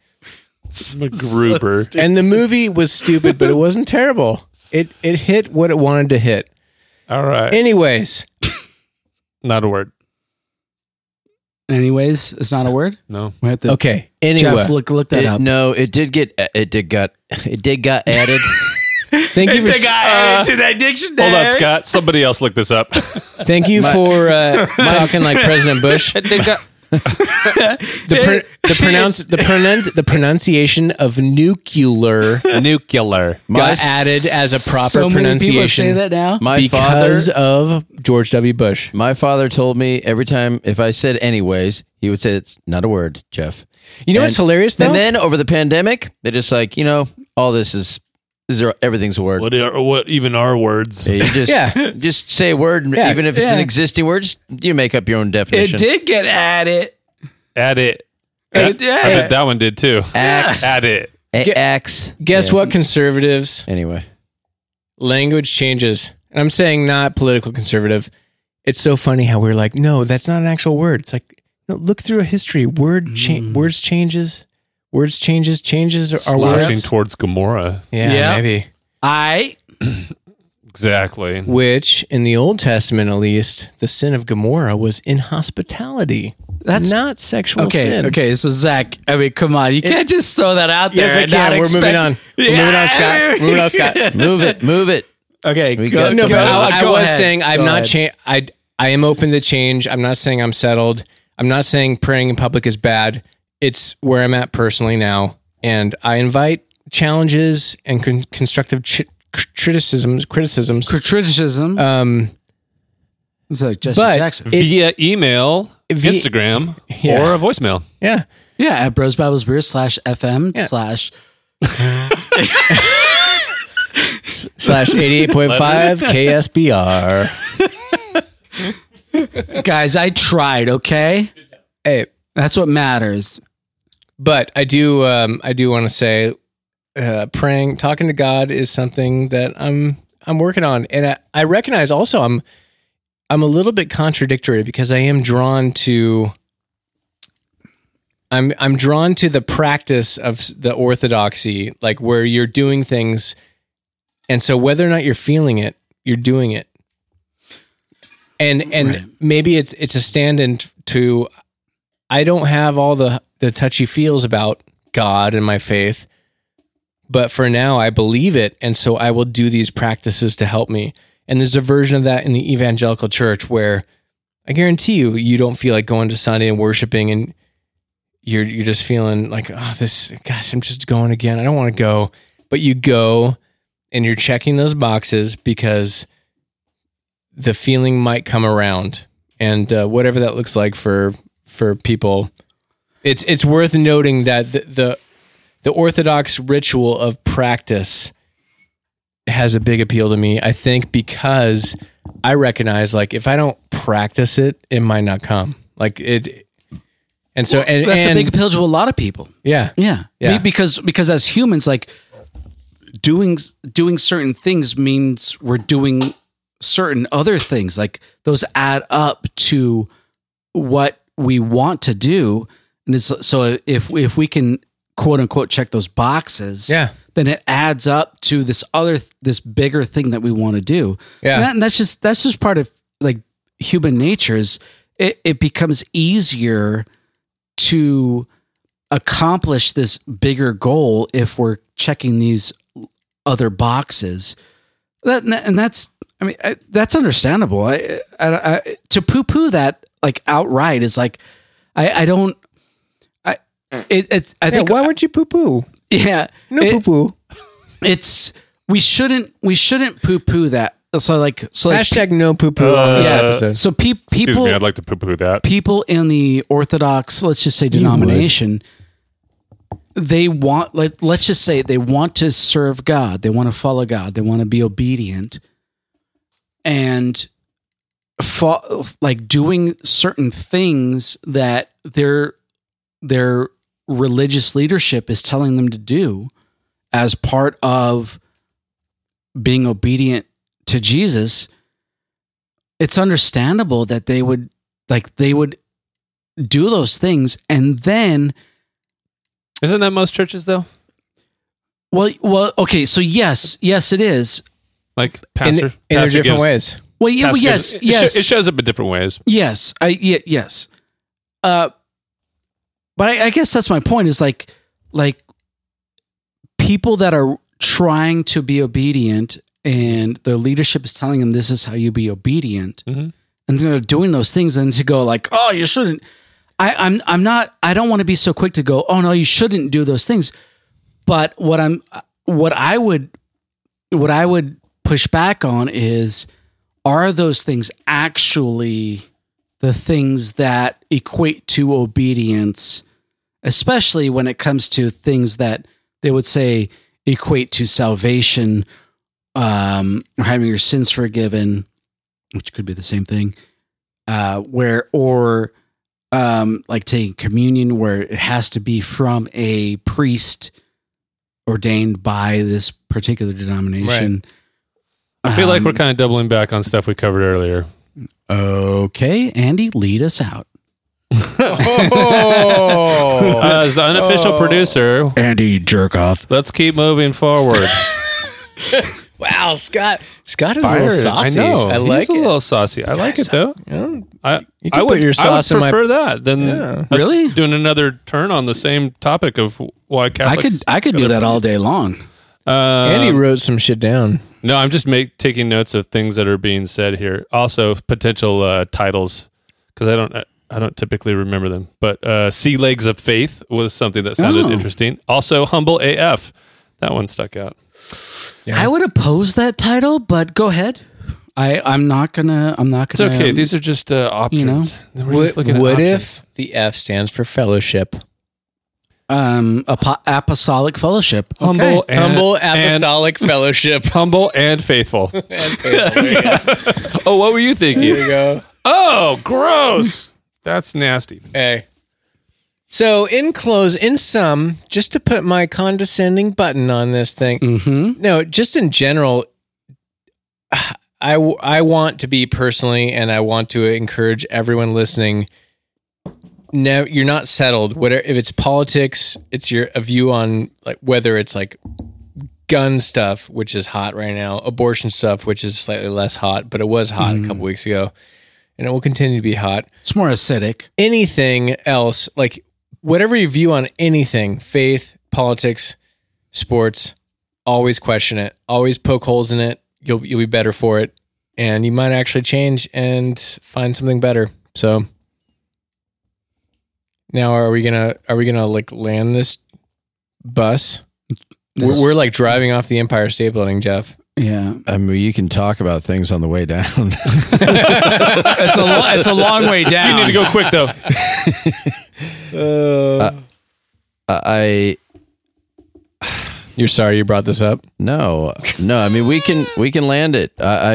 [SPEAKER 4] MacGruber.
[SPEAKER 3] and the movie was stupid but it wasn't terrible it it hit what it wanted to hit
[SPEAKER 4] All right.
[SPEAKER 3] anyways
[SPEAKER 4] Not a word.
[SPEAKER 2] Anyways, it's not a word.
[SPEAKER 4] No.
[SPEAKER 2] We have to-
[SPEAKER 3] okay
[SPEAKER 2] Jeff,
[SPEAKER 3] anyway
[SPEAKER 2] look look that
[SPEAKER 1] It-
[SPEAKER 2] up.
[SPEAKER 1] no, it did get it did got it did got added.
[SPEAKER 3] thank you for uh,
[SPEAKER 4] Hold up, Scott. Somebody else look this up.
[SPEAKER 3] thank you
[SPEAKER 1] [LAUGHS]
[SPEAKER 3] for uh, talking like president bush [LAUGHS] the,
[SPEAKER 1] [LAUGHS]
[SPEAKER 3] pr- the pronounce the pronounce the pronunciation of nuclear
[SPEAKER 4] Nuclear.
[SPEAKER 3] got added as a proper
[SPEAKER 2] so many people
[SPEAKER 3] pronunciation
[SPEAKER 2] say that now.
[SPEAKER 1] My
[SPEAKER 3] because
[SPEAKER 1] father
[SPEAKER 3] of George W. Bush.
[SPEAKER 1] my father told me every time if I said anyways, he would say it's not a word, Jeff.
[SPEAKER 3] You know what's hilarious though?
[SPEAKER 1] And then over the pandemic, they're just like, you know, all this is zero, everything's a word.
[SPEAKER 4] [LAUGHS] What are what even are words?
[SPEAKER 1] Yeah, you just
[SPEAKER 3] Yeah.
[SPEAKER 1] just say a word, and
[SPEAKER 3] Yeah,
[SPEAKER 1] even if it's an
[SPEAKER 2] yeah.
[SPEAKER 1] existing word. Just you make up your own definition.
[SPEAKER 2] It did get at it.
[SPEAKER 4] At it.
[SPEAKER 2] It
[SPEAKER 4] I bet
[SPEAKER 2] did.
[SPEAKER 4] that one did too.
[SPEAKER 1] Ax,
[SPEAKER 4] At it.
[SPEAKER 1] a- ax.
[SPEAKER 3] Guess
[SPEAKER 1] Yeah.
[SPEAKER 3] what, conservatives?
[SPEAKER 1] Anyway,
[SPEAKER 3] Language changes. And I'm saying not political conservative. It's so funny how we're like, no, that's not an actual word. It's like, no, look through a history.
[SPEAKER 2] Mm.
[SPEAKER 3] Word cha- words changes. Words changes. Changes are, are
[SPEAKER 4] Slouching
[SPEAKER 3] words.
[SPEAKER 4] towards Gomorrah.
[SPEAKER 3] Yeah,
[SPEAKER 2] Yeah.
[SPEAKER 3] maybe.
[SPEAKER 2] I
[SPEAKER 4] Exactly.
[SPEAKER 3] Which, in the Old Testament at least, the sin of Gomorrah was inhospitality.
[SPEAKER 2] That's-
[SPEAKER 3] not sexual
[SPEAKER 2] okay.
[SPEAKER 3] sin.
[SPEAKER 2] Okay, so Zach, I mean, come on, you can't just throw that out there.
[SPEAKER 3] Yes, I
[SPEAKER 2] and not
[SPEAKER 3] can. We're moving
[SPEAKER 2] expect-
[SPEAKER 3] on. We're moving on, Scott. We're moving
[SPEAKER 2] [LAUGHS]
[SPEAKER 3] on, Scott.
[SPEAKER 1] move it, move it.
[SPEAKER 2] Okay,
[SPEAKER 1] We
[SPEAKER 2] go,
[SPEAKER 1] got-
[SPEAKER 3] no,
[SPEAKER 1] Go
[SPEAKER 3] but
[SPEAKER 1] ahead.
[SPEAKER 3] I, I
[SPEAKER 2] go
[SPEAKER 3] was
[SPEAKER 2] ahead.
[SPEAKER 3] saying I'm
[SPEAKER 2] Go
[SPEAKER 3] not
[SPEAKER 2] ahead.
[SPEAKER 3] change. I I am open to change. I'm not saying I'm settled. I'm not saying praying in public is bad. It's where I'm at personally now, and I invite challenges and con- constructive ch- criticisms. Criticisms.
[SPEAKER 2] Criticism.
[SPEAKER 3] Um,
[SPEAKER 2] it's like Jesse
[SPEAKER 3] but-
[SPEAKER 2] Jackson.
[SPEAKER 4] Via email,
[SPEAKER 3] Via-
[SPEAKER 4] Instagram,
[SPEAKER 3] Yeah.
[SPEAKER 4] or a voicemail.
[SPEAKER 3] yeah.
[SPEAKER 2] Yeah, at Bros Bibles Beer slash FM
[SPEAKER 3] Yeah.
[SPEAKER 2] slash
[SPEAKER 3] [LAUGHS] Slash eighty eight
[SPEAKER 1] [LAUGHS]
[SPEAKER 3] point five KSBR.
[SPEAKER 2] guys. I tried. Okay,
[SPEAKER 3] Hey,
[SPEAKER 2] that's what matters.
[SPEAKER 3] but I do. Um, I do want to say, uh, praying, talking to God is something that I'm I'm working on, and I, I recognize also I'm I'm a little bit contradictory because I am drawn to. I'm I'm drawn to the practice of s- the orthodoxy, like where you're doing things, and so whether or not you're feeling it, you're doing it. And and maybe it's it's a stand-in t- to I don't have all the the touchy feels about God and my faith, but for now I believe it, and so I will do these practices to help me. And there's a version of that in the evangelical church where I guarantee you, you don't feel like going to Sunday and worshiping, and you're you're just feeling like, oh, this gosh, I'm just going again. I don't want to go, but you go, and you're checking those boxes because the feeling might come around, and uh, whatever that looks like for for people, it's it's worth noting that the the, the Orthodox ritual of practice has a big appeal to me. I think because I recognize like if I don't practice it, it might not come. Like it, and so and
[SPEAKER 2] That's
[SPEAKER 3] and-
[SPEAKER 2] a big appeal to a lot of people.
[SPEAKER 3] yeah
[SPEAKER 2] Yeah,
[SPEAKER 3] Yeah.
[SPEAKER 2] Be- because because as humans, like doing doing certain things means we're doing certain other things. Like those add up to what we want to do, and it's so if if we can quote unquote check those boxes,
[SPEAKER 3] Yeah.
[SPEAKER 2] then it adds up to this other this bigger thing that we want to do.
[SPEAKER 3] Yeah.
[SPEAKER 2] and, that- and that's just that's just part of like human nature is it, it becomes easier to accomplish this bigger goal if we're checking these other boxes. That and that's I mean I, that's understandable. I, I, I to poo poo that like outright is like I I don't I it, it's I think
[SPEAKER 3] why would you poo poo?
[SPEAKER 2] [LAUGHS] yeah
[SPEAKER 3] No poo
[SPEAKER 2] it,
[SPEAKER 3] poo.
[SPEAKER 2] it's we shouldn't we shouldn't poo poo that. So like so like,
[SPEAKER 3] Hashtag no poo poo on this
[SPEAKER 4] Uh,
[SPEAKER 3] episode.
[SPEAKER 2] so pe-
[SPEAKER 4] Excuse
[SPEAKER 2] people
[SPEAKER 4] me, I'd like to poo poo that.
[SPEAKER 2] people in the Orthodox, let's just say denomination, they want like let's just say they want to serve God, they want to follow God, they want to be obedient, and fo- like doing certain things that their their religious leadership is telling them to do as part of being obedient to Jesus. It's understandable that they would like they would do those things and then
[SPEAKER 4] Isn't that most churches though?
[SPEAKER 2] well well okay so yes yes it is
[SPEAKER 4] Like
[SPEAKER 3] In,
[SPEAKER 4] pastor,
[SPEAKER 3] in their
[SPEAKER 4] pastor
[SPEAKER 3] different
[SPEAKER 4] gives-
[SPEAKER 3] ways.
[SPEAKER 2] well, yeah, well
[SPEAKER 4] pastor
[SPEAKER 2] yes
[SPEAKER 4] gives- it sho-
[SPEAKER 2] yes
[SPEAKER 4] It shows up in different ways.
[SPEAKER 2] yes i yeah, yes uh but I, I guess that's my point is like like people that are trying to be obedient and their leadership is telling them this is how you be obedient
[SPEAKER 4] Mhm.
[SPEAKER 2] and they're doing those things and to go like oh you shouldn't I, I'm I'm not I don't want to be so quick to go oh no you shouldn't do those things but what I'm what I would what I would push back on is are those things actually the things that equate to obedience especially when it comes to things that they would say equate to salvation um, or having your sins forgiven, which could be the same thing, uh, where or um, like taking communion, where it has to be from a priest ordained by this particular denomination.
[SPEAKER 4] I feel like
[SPEAKER 2] Um,
[SPEAKER 4] we're kind of doubling back on stuff we covered earlier.
[SPEAKER 2] okay. Andy, lead us out.
[SPEAKER 4] [LAUGHS] As the unofficial producer,
[SPEAKER 2] Andy, you jerk off.
[SPEAKER 4] let's keep moving forward.
[SPEAKER 3] Wow, Scott. Scott is a
[SPEAKER 4] Fired.
[SPEAKER 3] little saucy.
[SPEAKER 4] I know.
[SPEAKER 3] I like
[SPEAKER 4] He's a little saucy. I like it though.
[SPEAKER 3] it.
[SPEAKER 4] I,
[SPEAKER 3] You
[SPEAKER 4] I
[SPEAKER 3] can put
[SPEAKER 4] would,
[SPEAKER 3] your sauce
[SPEAKER 4] I
[SPEAKER 3] in
[SPEAKER 4] would
[SPEAKER 3] my-
[SPEAKER 4] prefer that than
[SPEAKER 3] Yeah.
[SPEAKER 4] us
[SPEAKER 2] Really?
[SPEAKER 4] doing another turn on the same topic of why
[SPEAKER 2] I
[SPEAKER 4] Catholics.
[SPEAKER 2] could I could do that all day long.
[SPEAKER 4] Uh,
[SPEAKER 3] Andy wrote some shit down.
[SPEAKER 4] no, I'm just make, taking notes of things that are being said here. Also, potential uh, titles because I don't I don't typically remember them. But uh, Sea Legs of Faith was something that sounded
[SPEAKER 2] Oh.
[SPEAKER 4] interesting. Also, Humble AF. That one stuck out.
[SPEAKER 2] I would oppose that title, but go ahead. I I'm not gonna I'm not
[SPEAKER 4] It's
[SPEAKER 2] gonna.
[SPEAKER 4] okay. These are just uh, options. We're just looking at
[SPEAKER 3] Um, what
[SPEAKER 4] options.
[SPEAKER 3] if the F stands for fellowship?
[SPEAKER 2] um apo- apostolic fellowship.
[SPEAKER 4] humble,
[SPEAKER 2] Okay.
[SPEAKER 4] and,
[SPEAKER 3] Humble
[SPEAKER 4] and- [LAUGHS]
[SPEAKER 3] apostolic fellowship.
[SPEAKER 4] humble and faithful?
[SPEAKER 3] there
[SPEAKER 4] oh, what were you thinking?
[SPEAKER 3] you go.
[SPEAKER 4] Oh, gross. That's nasty.
[SPEAKER 3] Hey. So in close, in sum, just to put my condescending button on this thing,
[SPEAKER 2] Mhm.
[SPEAKER 3] no, just in general, [SIGHS] I, I want to be personally, and I want to encourage everyone listening. No, you're not settled. Whatever, if it's politics, it's your a view on like whether it's like gun stuff, which is hot right now, abortion stuff, which is slightly less hot, but it was hot a couple weeks ago, and it will continue to be hot
[SPEAKER 2] It's more acidic.
[SPEAKER 3] anything else, like whatever your view on anything, faith, politics, sports, always question it. Always poke holes in it. You'll you'll be better for it. And you might actually change and find something better. So now are we gonna are we gonna like land this bus?
[SPEAKER 2] This-
[SPEAKER 3] We're, we're like driving off the Empire State Building, Jeff.
[SPEAKER 2] Yeah,
[SPEAKER 1] I mean, you can talk about things on the way down. [LAUGHS]
[SPEAKER 2] it's a lo- it's a long [LAUGHS] way down.
[SPEAKER 4] You need to go quick though.
[SPEAKER 1] I
[SPEAKER 3] You're sorry you brought this up.
[SPEAKER 1] no, no. I mean, we can we can land it. I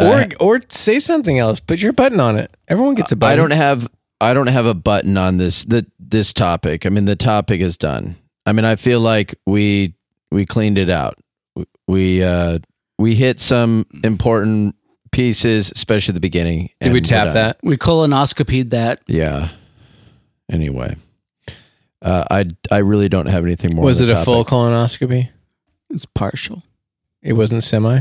[SPEAKER 1] I,
[SPEAKER 3] Or or say something else. Put your button on it. Everyone gets a button.
[SPEAKER 1] Uh, I don't have I don't have a button on this the this topic. I mean, the topic is done. I mean, I feel like we we cleaned it out. We uh we hit some important pieces, especially at the beginning.
[SPEAKER 3] Did we
[SPEAKER 1] and we're
[SPEAKER 3] tap
[SPEAKER 1] done.
[SPEAKER 3] that?
[SPEAKER 2] We colonoscopied that.
[SPEAKER 1] Yeah. Anyway, uh, I I really don't have anything more.
[SPEAKER 3] Was
[SPEAKER 1] on the
[SPEAKER 3] it
[SPEAKER 1] topic.
[SPEAKER 3] a full colonoscopy?
[SPEAKER 2] It's partial.
[SPEAKER 3] It wasn't semi.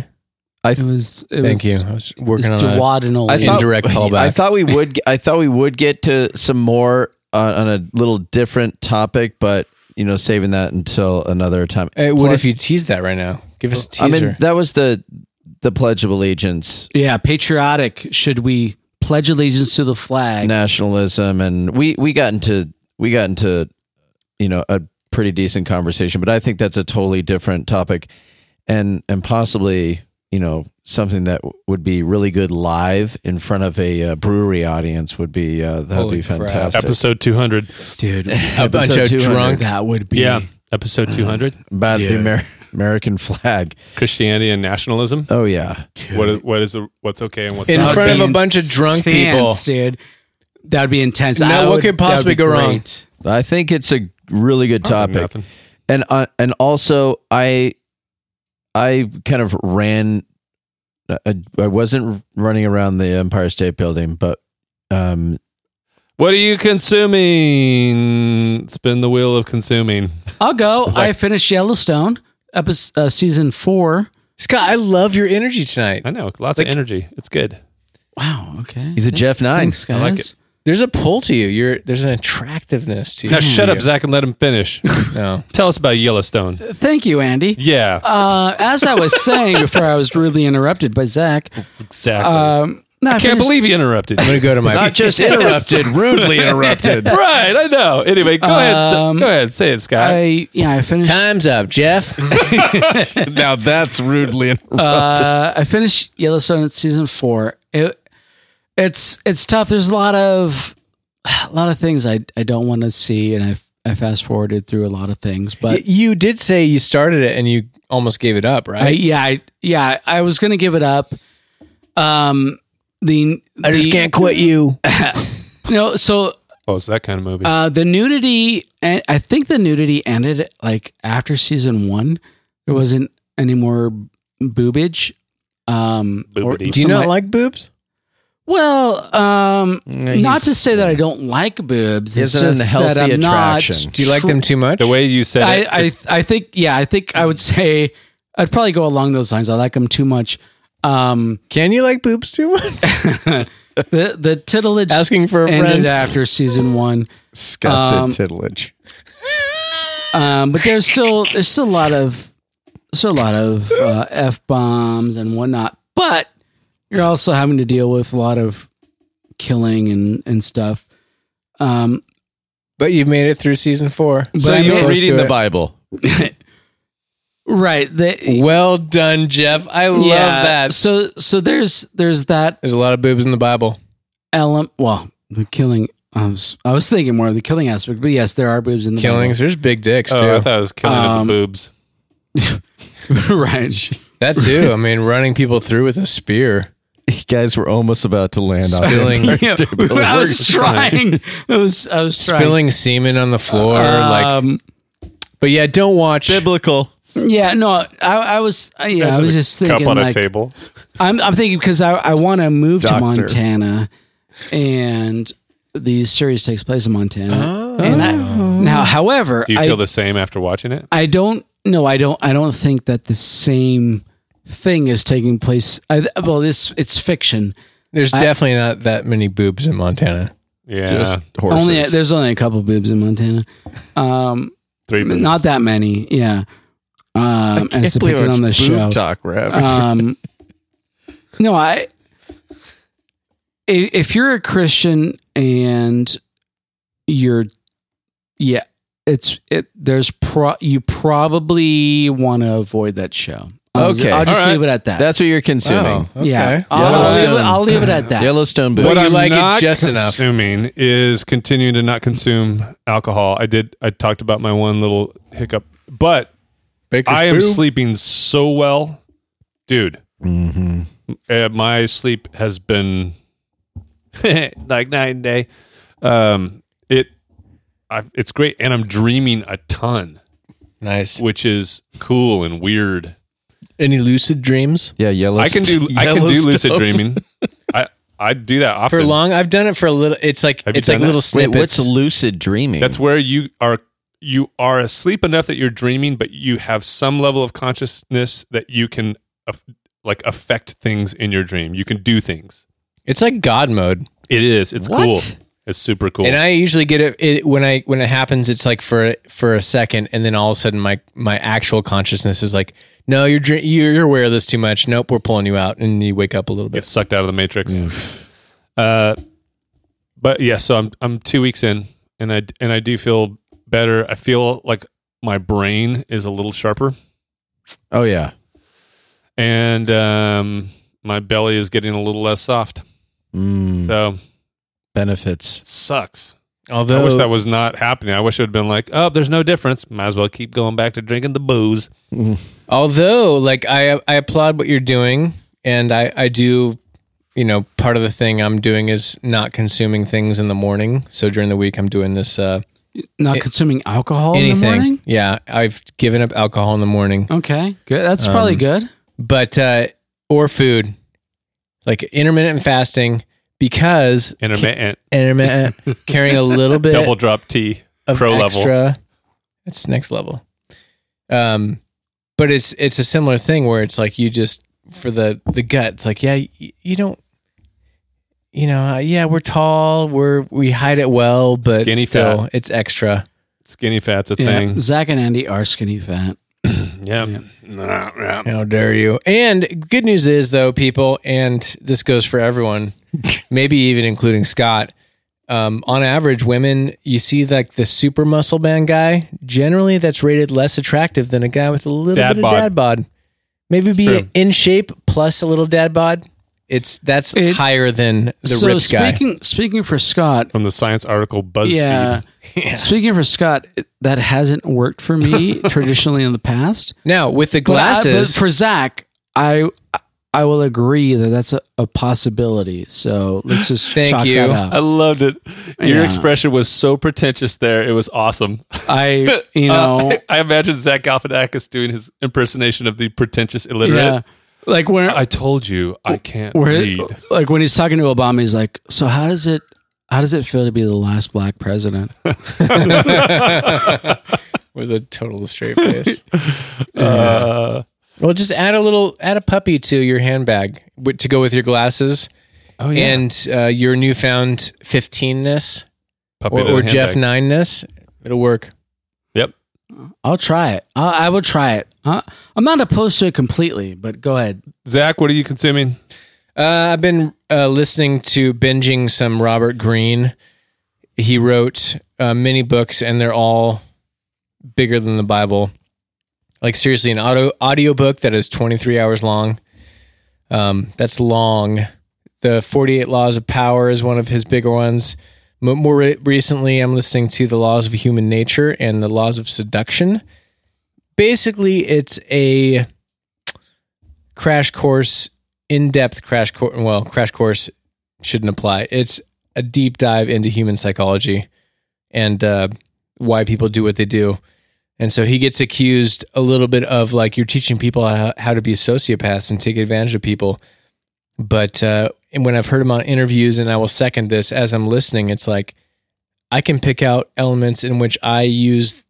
[SPEAKER 1] I
[SPEAKER 2] It
[SPEAKER 1] th-
[SPEAKER 2] was. It
[SPEAKER 3] Thank
[SPEAKER 2] was,
[SPEAKER 3] you. I was
[SPEAKER 2] It was
[SPEAKER 3] working on a
[SPEAKER 1] [LAUGHS]
[SPEAKER 2] duodenal.
[SPEAKER 1] I thought-
[SPEAKER 3] indirect callback.
[SPEAKER 1] I thought we would. g- I thought we would get to some more on, on a little different topic, but you know, saving that until another time.
[SPEAKER 3] Hey, what
[SPEAKER 1] Plus-
[SPEAKER 3] if you tease that right now? Give us a
[SPEAKER 1] I
[SPEAKER 3] teaser.
[SPEAKER 1] mean, that was the the Pledge of Allegiance,
[SPEAKER 2] yeah, patriotic. Should we pledge allegiance to the flag?
[SPEAKER 1] nationalism, and we we got into we got into you know a pretty decent conversation, but I think that's a totally different topic, and and possibly you know something that w- would be really good live in front of a uh, brewery audience would be uh, that would
[SPEAKER 3] Holy
[SPEAKER 1] be
[SPEAKER 3] crap.
[SPEAKER 1] fantastic.
[SPEAKER 4] [LAUGHS] Episode 200.
[SPEAKER 3] [LAUGHS]
[SPEAKER 2] Dude,
[SPEAKER 3] a bunch
[SPEAKER 1] episode
[SPEAKER 3] of
[SPEAKER 1] 200.
[SPEAKER 3] drunk.
[SPEAKER 2] that would be.
[SPEAKER 4] [LAUGHS] Yeah. Episode 200.
[SPEAKER 1] about the
[SPEAKER 2] Yeah.
[SPEAKER 1] Amer- American flag.
[SPEAKER 4] Christianity and nationalism.
[SPEAKER 1] Oh yeah,
[SPEAKER 4] What is, what is the, what's okay and what's
[SPEAKER 3] In
[SPEAKER 2] That'd
[SPEAKER 4] not?
[SPEAKER 3] front
[SPEAKER 2] be
[SPEAKER 3] of a bunch of drunk people.
[SPEAKER 2] intense, dude. That would be intense.
[SPEAKER 3] Now,
[SPEAKER 2] I
[SPEAKER 3] what
[SPEAKER 2] would-
[SPEAKER 3] could
[SPEAKER 2] that would
[SPEAKER 3] possibly
[SPEAKER 2] be
[SPEAKER 3] go wrong?
[SPEAKER 2] great.
[SPEAKER 1] I think it's a really good topic,
[SPEAKER 4] Nothing.
[SPEAKER 1] and uh, and also I I kind of ran. uh, I, I wasn't running around the Empire State Building, but um,
[SPEAKER 4] What are you consuming? Spin the wheel of consuming.
[SPEAKER 2] I'll go. I finished Yellowstone, episode, uh, season four.
[SPEAKER 3] Scott, I love your energy tonight.
[SPEAKER 4] I know. Lots of energy. It's [CLEARS THROAT] good.
[SPEAKER 2] Wow. Okay.
[SPEAKER 1] he's a Jeff Nine.
[SPEAKER 2] Thanks,
[SPEAKER 1] I
[SPEAKER 2] guys.
[SPEAKER 1] like it.
[SPEAKER 3] There's a pull to you. You're there's an attractiveness to you.
[SPEAKER 4] Now shut up, Zach, and let him [LAUGHS] finish.
[SPEAKER 3] No.
[SPEAKER 4] Tell us about Yellowstone.
[SPEAKER 2] Thank you, Andy.
[SPEAKER 4] Yeah.
[SPEAKER 2] Uh, as I was saying before, I was rudely interrupted by
[SPEAKER 3] [LAUGHS]
[SPEAKER 2] Zach.
[SPEAKER 3] Oh,
[SPEAKER 4] exactly.
[SPEAKER 2] Um, no,
[SPEAKER 4] I can't
[SPEAKER 2] finished-
[SPEAKER 4] believe you [LAUGHS] interrupted.
[SPEAKER 3] I'm gonna go to my
[SPEAKER 1] Not just interrupted,
[SPEAKER 4] [LAUGHS]
[SPEAKER 1] rudely interrupted.
[SPEAKER 4] right. I know. Anyway, go ahead. Go ahead. Say it, Scott.
[SPEAKER 2] Um, I yeah, I finished.
[SPEAKER 3] time's up, Jeff.
[SPEAKER 1] now that's rudely interrupted.
[SPEAKER 2] Uh, I finished Yellowstone at season four. It, it's it's tough. There's a lot of a lot of things I I don't want to see, and I I fast forwarded through a lot of things, but
[SPEAKER 3] you did say you started it and you almost gave it up,
[SPEAKER 2] I,
[SPEAKER 3] right?
[SPEAKER 2] yeah, I, yeah, I was gonna give it up. Um, the I just can't quit
[SPEAKER 3] [LAUGHS]
[SPEAKER 2] you. no, so
[SPEAKER 4] Oh, it's that kind of movie.
[SPEAKER 2] uh, the nudity, and I think the nudity ended like after season one. There wasn't any more boobage. Um, or
[SPEAKER 4] Boobity.
[SPEAKER 3] Do you
[SPEAKER 2] some
[SPEAKER 3] not
[SPEAKER 2] like-
[SPEAKER 3] like boobs?
[SPEAKER 2] Well, um,
[SPEAKER 1] Mm,
[SPEAKER 2] not
[SPEAKER 1] he's-
[SPEAKER 2] to say that I don't like boobs.
[SPEAKER 1] He
[SPEAKER 2] It's
[SPEAKER 1] has an
[SPEAKER 2] just that
[SPEAKER 1] unhealthy
[SPEAKER 2] I'm not.
[SPEAKER 1] attraction.
[SPEAKER 3] Do you like them too much?
[SPEAKER 4] the way you said
[SPEAKER 2] I,
[SPEAKER 4] it,
[SPEAKER 2] I, I think yeah. I think I would say I'd probably go along those lines. I like them too much. Um, [LAUGHS]
[SPEAKER 3] Can you like boobs too much?
[SPEAKER 2] the the titillage
[SPEAKER 3] Asking for a
[SPEAKER 2] ended
[SPEAKER 3] friend.
[SPEAKER 2] after season one.
[SPEAKER 1] Scott's
[SPEAKER 2] Um,
[SPEAKER 1] titillage.
[SPEAKER 2] Um, but there's still there's still a lot of still a lot of uh, f bombs and whatnot. But you're also having to deal with a lot of killing and and stuff. Um,
[SPEAKER 3] but you've made it through season four.
[SPEAKER 1] So
[SPEAKER 2] I
[SPEAKER 1] you're
[SPEAKER 2] mean-
[SPEAKER 1] reading the
[SPEAKER 3] Bible.
[SPEAKER 1] Bible.
[SPEAKER 2] right. The,
[SPEAKER 3] Well done, Jeff. I love
[SPEAKER 2] yeah.
[SPEAKER 3] that.
[SPEAKER 2] So so there's there's that
[SPEAKER 3] There's a lot of boobs in the Bible.
[SPEAKER 2] element. Well, the killing. I was I was thinking more of the killing aspect, but yes, there are boobs in the
[SPEAKER 3] Killings. There's big dicks too.
[SPEAKER 4] oh, I thought I was killing up
[SPEAKER 2] Um,
[SPEAKER 4] the boobs.
[SPEAKER 2] Bible. [LAUGHS] right.
[SPEAKER 3] that too. I mean, running people through with a spear.
[SPEAKER 1] You guys were almost about to land on
[SPEAKER 3] Spilling-
[SPEAKER 1] [LAUGHS] it.
[SPEAKER 2] Yeah, I was trying. I was I was trying.
[SPEAKER 3] Spilling semen on the floor, like.
[SPEAKER 2] Um,
[SPEAKER 3] But yeah, don't watch.
[SPEAKER 1] Biblical.
[SPEAKER 2] yeah, no, I, I was I- yeah, I was just thinking
[SPEAKER 4] Cup on
[SPEAKER 2] like
[SPEAKER 4] a table.
[SPEAKER 2] I'm I'm thinking because I I want to move to
[SPEAKER 1] Doctor.
[SPEAKER 2] Montana, and the series takes place in Montana. And I, now, however,
[SPEAKER 4] Oh. Do you
[SPEAKER 2] I,
[SPEAKER 4] feel the same after watching it?
[SPEAKER 2] I don't no, I don't I don't think that the same thing is taking place. I, well, this it's fiction.
[SPEAKER 3] There's definitely not that many boobs in Montana.
[SPEAKER 4] Yeah, uh,
[SPEAKER 1] Just horses.
[SPEAKER 2] Only there's only a couple boobs in Montana. Um,
[SPEAKER 4] three. Boobs.
[SPEAKER 2] not that many. Yeah. Um,
[SPEAKER 1] Can't
[SPEAKER 2] as
[SPEAKER 1] believe
[SPEAKER 2] depicted
[SPEAKER 1] how
[SPEAKER 2] on the
[SPEAKER 1] much
[SPEAKER 2] show.
[SPEAKER 1] boob talk we're having. [LAUGHS]
[SPEAKER 2] Um, no, I. i- If you're a Christian and you're, yeah, it's it. There's pro. You probably want to avoid that show. I'll-
[SPEAKER 1] Okay.
[SPEAKER 2] I'll just
[SPEAKER 4] All right.
[SPEAKER 2] leave it at that.
[SPEAKER 1] That's what you're consuming.
[SPEAKER 2] Oh.
[SPEAKER 3] Oh.
[SPEAKER 2] Yeah, Uh, I'll, I'll
[SPEAKER 1] Yellowstone.
[SPEAKER 2] leave it, I'll leave it at that.
[SPEAKER 1] Yellowstone boobs.
[SPEAKER 4] what
[SPEAKER 3] you
[SPEAKER 4] I'm
[SPEAKER 3] like it
[SPEAKER 4] not
[SPEAKER 3] just enough.
[SPEAKER 4] consuming is continuing to not consume alcohol. I did. I talked about my one little hiccup, but
[SPEAKER 3] Baker's
[SPEAKER 4] I am
[SPEAKER 3] boob?
[SPEAKER 4] sleeping so well, dude.
[SPEAKER 3] Mm-hmm.
[SPEAKER 4] Uh, my sleep has been [LAUGHS] like night and day. Um, it, I, it's great, and I'm dreaming a ton,
[SPEAKER 3] nice.
[SPEAKER 4] which is cool and weird.
[SPEAKER 3] Any lucid dreams?
[SPEAKER 1] yeah, Yellowstone.
[SPEAKER 4] I can do. [LAUGHS] I can do lucid
[SPEAKER 1] Yellowstone.
[SPEAKER 3] [LAUGHS]
[SPEAKER 4] dreaming. I I do that often.
[SPEAKER 3] For long, I've done it for a little. It's like
[SPEAKER 4] Have you
[SPEAKER 3] it's like
[SPEAKER 4] done that?
[SPEAKER 3] little
[SPEAKER 1] Wait,
[SPEAKER 3] snippets.
[SPEAKER 1] what's lucid dreaming?
[SPEAKER 4] That's where you are you are asleep enough that you're dreaming, but you have some level of consciousness that you can aff- like affect things in your dream. You can do things.
[SPEAKER 3] it's like God mode.
[SPEAKER 4] It is. It's
[SPEAKER 1] What?
[SPEAKER 4] cool. It's super cool.
[SPEAKER 3] And I usually get it, it when I when it happens. It's like for for a second, and then all of a sudden, my my actual consciousness is like, no, you're dr- you're you're aware of this too much. Nope, we're pulling you out, and you wake up a little
[SPEAKER 4] get
[SPEAKER 3] bit.
[SPEAKER 4] sucked out of the matrix. uh, but yeah, so I'm I'm two weeks in, and I and I do feel better. I feel like my brain is a little sharper,
[SPEAKER 1] oh yeah.
[SPEAKER 4] and um, my belly is getting a little less soft.
[SPEAKER 2] Hmm.
[SPEAKER 1] Mm,
[SPEAKER 4] So
[SPEAKER 1] benefits.
[SPEAKER 4] it sucks.
[SPEAKER 3] Although
[SPEAKER 4] I wish that was not happening. I wish it had been like, oh, there's no difference. Might as well keep going back to drinking the booze.
[SPEAKER 3] although like I I applaud what you're doing, and I I do. You know, part of the thing I'm doing is not consuming things in the morning. So during the week, I'm doing this uh,
[SPEAKER 2] Not consuming alcohol in the
[SPEAKER 3] anything.
[SPEAKER 2] morning.
[SPEAKER 3] yeah, I've given up alcohol in the morning.
[SPEAKER 2] Okay, good. That's
[SPEAKER 3] Um,
[SPEAKER 2] probably good.
[SPEAKER 3] but uh, or food, like intermittent fasting, because
[SPEAKER 4] Intermittent
[SPEAKER 3] intermittent
[SPEAKER 4] [LAUGHS]
[SPEAKER 3] carrying a little bit
[SPEAKER 4] double drop tea,
[SPEAKER 3] of
[SPEAKER 4] pro
[SPEAKER 3] extra.
[SPEAKER 4] level.
[SPEAKER 3] That's next level. Um, but it's it's a similar thing where it's like you just for the the gut. It's like yeah, you, you don't. You know, uh, yeah, we're tall, we're we hide it well, but
[SPEAKER 4] Skinny
[SPEAKER 3] still, it's extra.
[SPEAKER 4] Skinny fat's a
[SPEAKER 2] Yeah,
[SPEAKER 4] thing.
[SPEAKER 2] Zach and Andy are skinny fat.
[SPEAKER 4] Yeah. Nah, nah.
[SPEAKER 3] How dare you? And good news is, though, people, and this goes
[SPEAKER 2] [LAUGHS]
[SPEAKER 3] for everyone, maybe even including Scott. Um, on average, women, you see like the super muscle band guy, generally that's rated less attractive than a guy with a little
[SPEAKER 4] Dad
[SPEAKER 3] bit
[SPEAKER 4] bod.
[SPEAKER 3] of dad bod. Maybe be
[SPEAKER 4] true.
[SPEAKER 3] in shape plus a little dad bod. It's that's
[SPEAKER 2] It-
[SPEAKER 3] higher than the
[SPEAKER 2] so
[SPEAKER 3] rich guy.
[SPEAKER 2] speaking speaking for Scott,
[SPEAKER 4] from the science article BuzzFeed.
[SPEAKER 2] [LAUGHS] yeah, Speaking for Scott, it- that hasn't worked for
[SPEAKER 3] [LAUGHS]
[SPEAKER 2] me traditionally in the past.
[SPEAKER 3] now with the
[SPEAKER 2] But I- but
[SPEAKER 3] glasses,
[SPEAKER 2] for Zach, I I will agree that that's a, a possibility. So let's just
[SPEAKER 3] Thank
[SPEAKER 2] chalk
[SPEAKER 3] you.
[SPEAKER 2] that
[SPEAKER 4] I
[SPEAKER 2] up.
[SPEAKER 4] loved it. Your
[SPEAKER 2] Yeah.
[SPEAKER 4] expression was so pretentious there. It was [LAUGHS] awesome.
[SPEAKER 2] I
[SPEAKER 3] [LAUGHS]
[SPEAKER 2] you
[SPEAKER 4] Uh,
[SPEAKER 2] know
[SPEAKER 4] [LAUGHS] I imagine Zach Galifianakis doing his impersonation of the pretentious illiterate. Oh,
[SPEAKER 2] yeah like when
[SPEAKER 4] I told you I can't
[SPEAKER 2] where,
[SPEAKER 4] read.
[SPEAKER 2] like when he's talking to Obama, he's like, so how does it how does it feel to be the last black president?
[SPEAKER 3] with a total
[SPEAKER 2] [LAUGHS]
[SPEAKER 3] straight face.
[SPEAKER 4] Uh,
[SPEAKER 3] well, just add a little, add a puppy to your handbag wi- to go with your glasses
[SPEAKER 4] oh
[SPEAKER 3] and uh, your newfound fifteeness
[SPEAKER 4] Puppy
[SPEAKER 3] or,
[SPEAKER 4] to the
[SPEAKER 3] or Jeff
[SPEAKER 4] handbag.
[SPEAKER 3] nineness. It'll work.
[SPEAKER 4] Yep.
[SPEAKER 2] I'll try it. I, I will try it. Huh? I'm not opposed to it completely, but go ahead.
[SPEAKER 4] Zach, what are you consuming?
[SPEAKER 3] Uh, I've been uh, listening to binging some Robert Greene. He wrote uh, many books, and they're all bigger than the Bible. Like seriously, an audio audiobook that is 23 hours long. Um, that's long. The 48 Laws of Power is one of his bigger ones. Mo- More re- recently, I'm listening to The Laws of Human Nature and The Laws of Seduction. Basically, it's a crash course, in depth crash course. Well, crash course shouldn't apply. It's a deep dive into human psychology and uh, why people do what they do. And so he gets accused a little bit of like, you're teaching people how, how to be sociopaths and take advantage of people. But uh, and when I've heard him on interviews, and I will second this as I'm listening, it's like I can pick out elements in which I use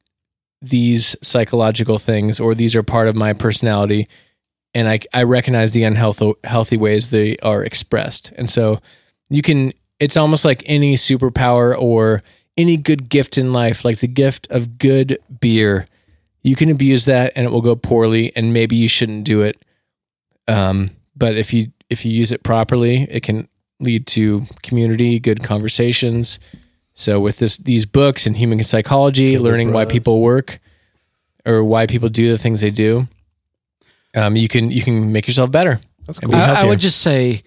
[SPEAKER 3] these psychological things or these are part of my personality and I I recognize the unhealthy healthy ways they are expressed. And so you can it's almost like any superpower or any good gift in life, like the gift of good beer. You can abuse that and it will go poorly and maybe you shouldn't do it. Um but if you if you use it properly, it can lead to community, good conversations. So with this these books and human psychology, learning why people work or why people do the things they do um, you can you can make yourself better.
[SPEAKER 4] That's
[SPEAKER 3] And
[SPEAKER 4] cool.
[SPEAKER 3] be
[SPEAKER 2] I, I
[SPEAKER 3] healthier.
[SPEAKER 2] would just say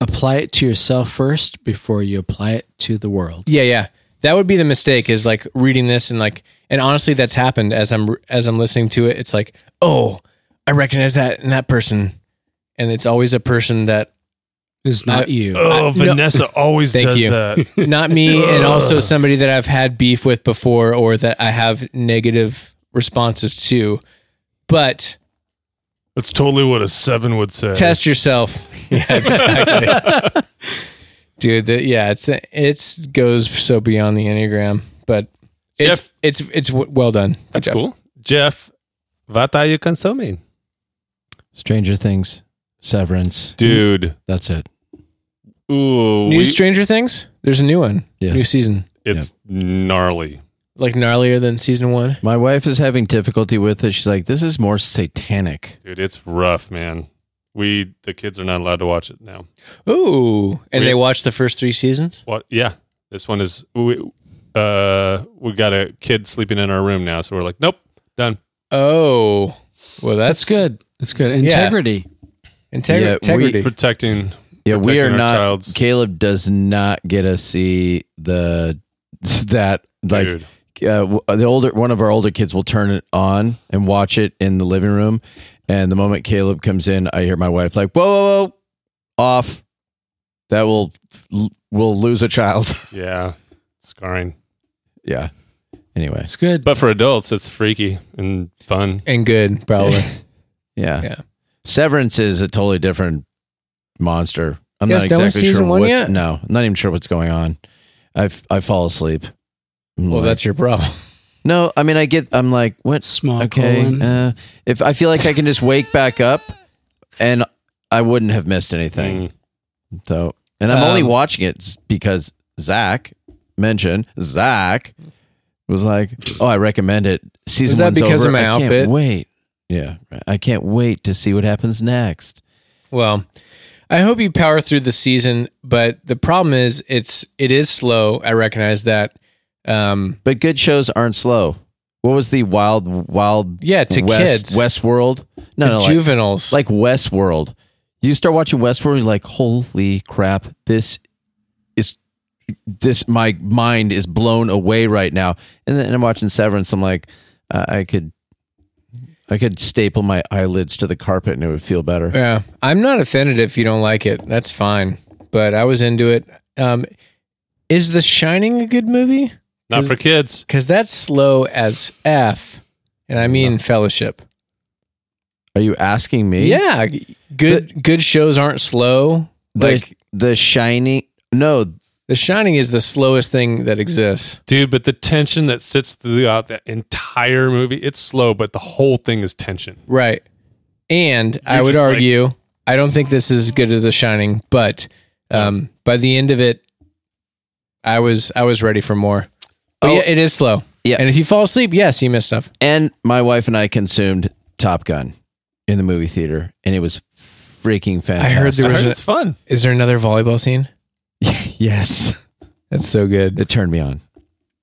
[SPEAKER 2] apply it to yourself first before you apply it to the world.
[SPEAKER 3] Yeah, yeah. That would be the mistake is like reading this and like and honestly that's happened as I'm as I'm listening to it it's like, "Oh, I recognize that and that person." And it's always a person that
[SPEAKER 2] It's not you.
[SPEAKER 4] Oh, Vanessa always
[SPEAKER 3] Thank
[SPEAKER 4] does
[SPEAKER 3] you.
[SPEAKER 4] that.
[SPEAKER 3] [LAUGHS] not me and also somebody that I've had beef with before or that I have negative responses to. But
[SPEAKER 4] That's totally what a seven would say.
[SPEAKER 3] test yourself. Yeah, exactly. [LAUGHS] Dude, the, yeah, it's it's goes so beyond the enneagram, but it's
[SPEAKER 4] Jeff.
[SPEAKER 3] it's it's w- well done.
[SPEAKER 4] That's
[SPEAKER 3] Jeff.
[SPEAKER 4] cool. Jeff, what are you consuming?
[SPEAKER 1] Stranger Things, Severance.
[SPEAKER 4] Dude.
[SPEAKER 1] That's it.
[SPEAKER 4] Ooh.
[SPEAKER 3] New
[SPEAKER 4] we-
[SPEAKER 3] Stranger Things. There's a new one.
[SPEAKER 1] Yes.
[SPEAKER 3] New season,
[SPEAKER 4] it's gnarly.
[SPEAKER 3] like gnarlier than season one.
[SPEAKER 1] My wife is having difficulty with it. She's like, "This is more satanic."
[SPEAKER 4] Dude, it's rough, man. We the kids are not allowed to watch it now.
[SPEAKER 3] Ooh, and
[SPEAKER 4] We-
[SPEAKER 3] they watched the first three seasons.
[SPEAKER 4] What? Yeah, this one is. We, uh, we got a kid sleeping in our room now, so we're like, nope, done.
[SPEAKER 3] Oh, well,
[SPEAKER 2] That's
[SPEAKER 3] that's,
[SPEAKER 2] good. That's good. Integrity.
[SPEAKER 3] Integri-
[SPEAKER 1] Yeah, we-
[SPEAKER 3] integrity.
[SPEAKER 4] Protecting.
[SPEAKER 1] Yeah, we
[SPEAKER 4] protecting
[SPEAKER 1] are
[SPEAKER 4] our
[SPEAKER 1] not.
[SPEAKER 4] child's-
[SPEAKER 1] Caleb does not get to see the [LAUGHS] that like
[SPEAKER 4] Dude.
[SPEAKER 1] uh, w- the older one of our older kids will turn it on and watch it in the living room, and the moment Caleb comes in, I hear my wife like, "Whoa, whoa, whoa, off!" That will will lose a child. [LAUGHS]
[SPEAKER 4] Yeah, scarring.
[SPEAKER 1] yeah. Anyway,
[SPEAKER 2] It's good.
[SPEAKER 4] But for adults, it's freaky and fun.
[SPEAKER 3] and good, probably.
[SPEAKER 1] yeah.
[SPEAKER 3] Yeah.
[SPEAKER 1] Severance is a totally different monster. I'm
[SPEAKER 3] You
[SPEAKER 1] not
[SPEAKER 3] guys done with
[SPEAKER 1] exactly
[SPEAKER 3] season
[SPEAKER 1] sure
[SPEAKER 3] one
[SPEAKER 1] what's
[SPEAKER 3] yet?
[SPEAKER 1] no, I'm not even sure what's going on. I f- I fall asleep. I'm
[SPEAKER 3] well,
[SPEAKER 1] like-
[SPEAKER 3] that's your problem.
[SPEAKER 1] no. I mean, I get. I'm like, what?
[SPEAKER 2] Small
[SPEAKER 1] okay.
[SPEAKER 2] colon.
[SPEAKER 1] Uh, if I feel like I can just wake back up, and I wouldn't have missed anything.
[SPEAKER 4] Mm.
[SPEAKER 1] So, and I'm only
[SPEAKER 3] Um,
[SPEAKER 1] watching it s- because Zach mentioned Zach was like, "Oh, I recommend it." Season
[SPEAKER 3] Is that
[SPEAKER 1] one's
[SPEAKER 3] because of
[SPEAKER 1] over.
[SPEAKER 3] my
[SPEAKER 1] I
[SPEAKER 3] outfit?
[SPEAKER 1] Can't wait. Yeah, I can't wait to see what happens next.
[SPEAKER 3] [LAUGHS] Well, I hope you power through the season, but the problem is it's it is slow. I recognize that. Um,
[SPEAKER 1] But good shows aren't slow. What was the wild, wild?
[SPEAKER 3] Yeah, to
[SPEAKER 1] West,
[SPEAKER 3] kids.
[SPEAKER 1] Westworld. No,
[SPEAKER 3] to
[SPEAKER 1] no, like,
[SPEAKER 3] juveniles,
[SPEAKER 1] like Westworld. You start watching Westworld, you're like, holy crap, this is this. My mind is blown away right now. And then I'm watching Severance. I'm like, I I could, I could staple my eyelids to the carpet and it would feel better.
[SPEAKER 3] Yeah, I'm not offended if you don't like it. That's fine. But I was into it. Um, is The Shining a good movie?
[SPEAKER 4] Not for kids.
[SPEAKER 3] Because that's slow as f, and I mean Fellowship.
[SPEAKER 1] Are you asking me?
[SPEAKER 3] Yeah, g- good good shows aren't slow.
[SPEAKER 1] The,
[SPEAKER 3] Like
[SPEAKER 1] the Shining. No,
[SPEAKER 3] The Shining is the slowest thing that exists.
[SPEAKER 4] Dude, but the tension that sits throughout the entire movie, it's slow, but the whole thing is tension.
[SPEAKER 3] Right. And I would
[SPEAKER 4] just like-
[SPEAKER 3] argue, I don't think this is as good as The Shining, but um, by the end of it, I was I was ready for more. But
[SPEAKER 1] Oh.
[SPEAKER 3] yeah, it is slow.
[SPEAKER 1] Yeah.
[SPEAKER 3] And if you fall asleep, yes, you miss stuff.
[SPEAKER 1] and my wife and I consumed Top Gun in the movie theater, and it was freaking fantastic.
[SPEAKER 3] I heard there
[SPEAKER 4] I
[SPEAKER 3] was
[SPEAKER 4] heard
[SPEAKER 3] a,
[SPEAKER 4] it's fun.
[SPEAKER 3] Is there another volleyball scene?
[SPEAKER 1] yes,
[SPEAKER 3] That's so good.
[SPEAKER 1] it turned me on.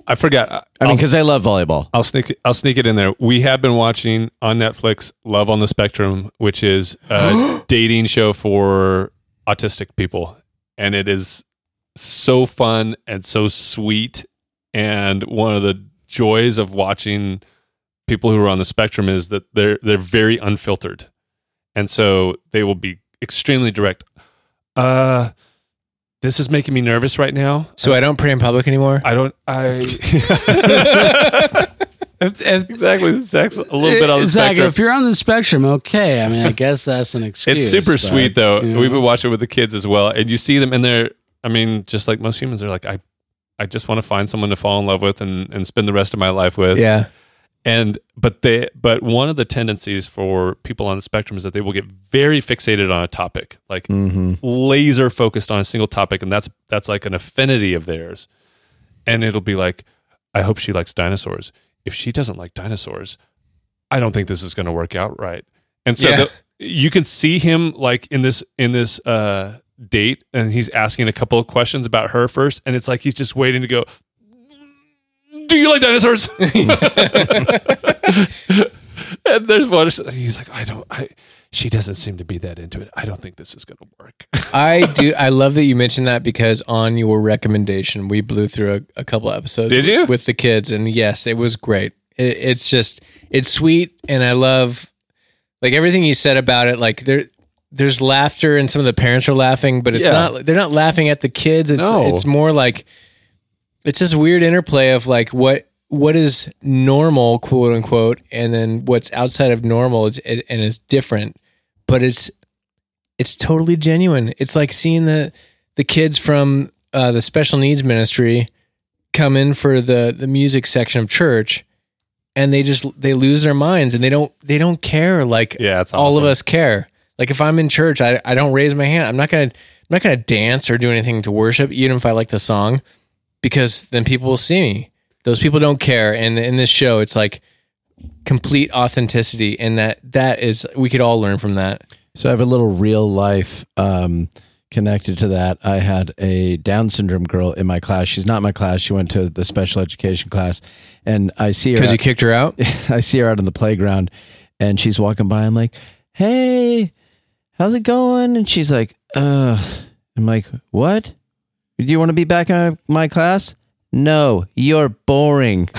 [SPEAKER 4] I forgot. I,
[SPEAKER 1] I mean,
[SPEAKER 4] will
[SPEAKER 1] because I love volleyball.
[SPEAKER 4] I'll sneak. I'll sneak it in there. We have been watching on Netflix "Love on the Spectrum," which is a dating show for autistic people, and it is so fun and so sweet. And one of the joys of watching people who are on the spectrum is that they're they're very unfiltered, and so they will be extremely direct. Uh, this is making me nervous right now.
[SPEAKER 3] So I don't pray in public anymore.
[SPEAKER 4] I don't. I.
[SPEAKER 2] If, if,
[SPEAKER 4] [LAUGHS] exactly. Zach's a little bit on the
[SPEAKER 2] Zach,
[SPEAKER 4] spectrum.
[SPEAKER 2] if you're on the spectrum, okay. I mean, I guess that's an [LAUGHS] excuse.
[SPEAKER 4] It's super
[SPEAKER 2] but,
[SPEAKER 4] sweet though.
[SPEAKER 2] you know.
[SPEAKER 4] We've been watching it with the kids as well, and you see them, and they're. I mean, just like most humans, they're like, I, I just want to find someone to fall in love with and and spend the rest of my life with.
[SPEAKER 3] yeah.
[SPEAKER 4] And but they but one of the tendencies for people on the spectrum is that they will get very fixated on a topic, like
[SPEAKER 1] Mm-hmm.
[SPEAKER 4] laser focused on a single topic, and that's that's like an affinity of theirs. And it'll be like, I hope she likes dinosaurs. If she doesn't like dinosaurs, I don't think this is going to work out right. And so
[SPEAKER 3] Yeah.
[SPEAKER 4] the, you can see him like in this in this uh, date, and he's asking a couple of questions about her first, and it's like he's just waiting to go. Do you like [LAUGHS] dinosaurs? and there's one. He's like, I don't. I. She doesn't seem to be that into it. I don't think this is going to work.
[SPEAKER 3] I do. I love that you mentioned that because on your recommendation, we blew through a, a couple episodes.
[SPEAKER 4] Did you?
[SPEAKER 3] with the kids? And yes, it was great. It, it's just it's sweet, and I love like everything you said about it. Like there, there's laughter, and some of the parents are laughing, but it's
[SPEAKER 4] Yeah.
[SPEAKER 3] not. They're not laughing at the kids. It's
[SPEAKER 4] No.
[SPEAKER 3] it's more like it's this weird interplay of like what what is normal quote unquote and then what's outside of normal is, and is different but it's it's totally genuine it's like seeing the the kids from uh, the special needs ministry come in for the the music section of church and they just they lose their minds and they don't they don't care like
[SPEAKER 4] Yeah, it's
[SPEAKER 3] all of
[SPEAKER 4] awesome.
[SPEAKER 3] us care like if i'm in church I, I don't raise my hand i'm not gonna i'm not gonna dance or do anything to worship even if i like the song because then people will see me. Those people don't care. And in this show, it's like complete authenticity, and that that is we could all learn from that.
[SPEAKER 1] So I have a little real life um, connected to that. I had a Down syndrome girl in my class. She's not in my class. She went to the special education class, and I see her.
[SPEAKER 3] Because you
[SPEAKER 1] Out,
[SPEAKER 3] kicked her out.
[SPEAKER 1] [LAUGHS] I see her out on the playground, and she's walking by. I'm like, "Hey, how's it going?" And she's like, "Uh," I'm like, "What? Do you want to be back in my class?" No, you're
[SPEAKER 4] [LAUGHS]
[SPEAKER 1] boring.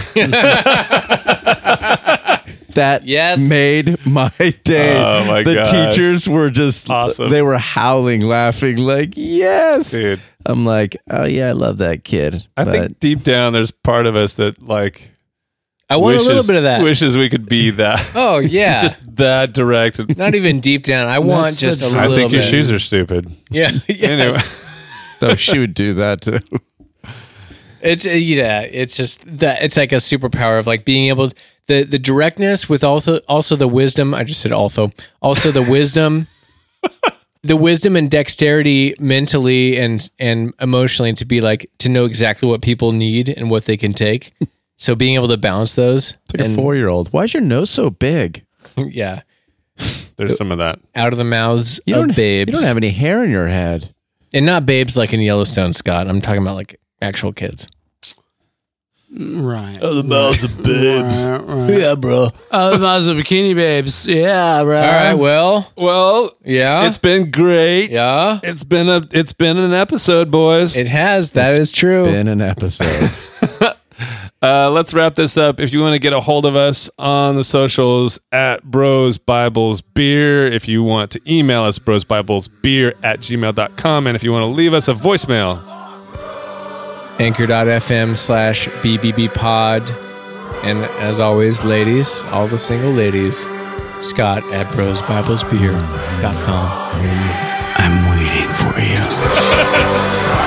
[SPEAKER 1] that
[SPEAKER 3] Yes.
[SPEAKER 1] made my day.
[SPEAKER 4] Oh, my
[SPEAKER 1] the
[SPEAKER 4] gosh.
[SPEAKER 1] teacher teachers were just
[SPEAKER 4] Awesome.
[SPEAKER 1] They were howling, laughing, like yes.
[SPEAKER 4] Dude,
[SPEAKER 1] I'm like, oh yeah, I love that kid.
[SPEAKER 4] I
[SPEAKER 1] but
[SPEAKER 4] think deep down there's part of us that like
[SPEAKER 3] I want a little bit of that.
[SPEAKER 4] Wishes we could be that.
[SPEAKER 1] [LAUGHS]
[SPEAKER 3] oh [LAUGHS] yeah,
[SPEAKER 4] just that
[SPEAKER 3] [LAUGHS]
[SPEAKER 4] direct.
[SPEAKER 3] not even deep down. I want
[SPEAKER 1] That's
[SPEAKER 3] just a
[SPEAKER 1] the-
[SPEAKER 3] little
[SPEAKER 4] I think your
[SPEAKER 3] bit.
[SPEAKER 4] shoes are stupid.
[SPEAKER 3] [LAUGHS]
[SPEAKER 1] [LAUGHS]
[SPEAKER 3] Yeah, yes.
[SPEAKER 4] Anyway.
[SPEAKER 1] so she would do that too.
[SPEAKER 3] It's uh, yeah, it's just that it's like a superpower of like being able the the directness with also also the wisdom. I just said also also the wisdom, [LAUGHS] the wisdom and dexterity mentally and and emotionally to be like to know exactly what people need and what they can
[SPEAKER 1] [LAUGHS]
[SPEAKER 3] take. So being able to balance those,
[SPEAKER 1] Like a
[SPEAKER 3] and-
[SPEAKER 1] four year old. Why is your nose so big?
[SPEAKER 3] yeah,
[SPEAKER 4] [LAUGHS] There's some of that.
[SPEAKER 3] out of the mouths
[SPEAKER 1] You
[SPEAKER 3] of
[SPEAKER 1] don't,
[SPEAKER 3] babes,
[SPEAKER 1] You don't have any hair in your head.
[SPEAKER 3] and not babes like in Yellowstone, Scott. I'm talking about like actual kids.
[SPEAKER 2] Right.
[SPEAKER 4] the mouths of babes. Yeah, bro.
[SPEAKER 2] Oh, the Mazda Bikini Babes. Yeah, bro.
[SPEAKER 3] All right. Well,
[SPEAKER 4] [LAUGHS] Well,
[SPEAKER 3] yeah.
[SPEAKER 4] it's been great.
[SPEAKER 3] yeah.
[SPEAKER 4] It's been a it's been an episode, boys.
[SPEAKER 3] It has. That is true.
[SPEAKER 1] Been an episode.
[SPEAKER 4] Uh, let's wrap this up. If you want to get a hold of us on the socials at Bros Bibles Beer, if you want to email us, brosbiblesbeer at gmail.com. And if you want to leave us a voicemail,
[SPEAKER 3] Anchor.fm slash BBB pod. And as always, ladies, all the single ladies, Scott at brosbiblesbeer.com.
[SPEAKER 2] I'm waiting for you.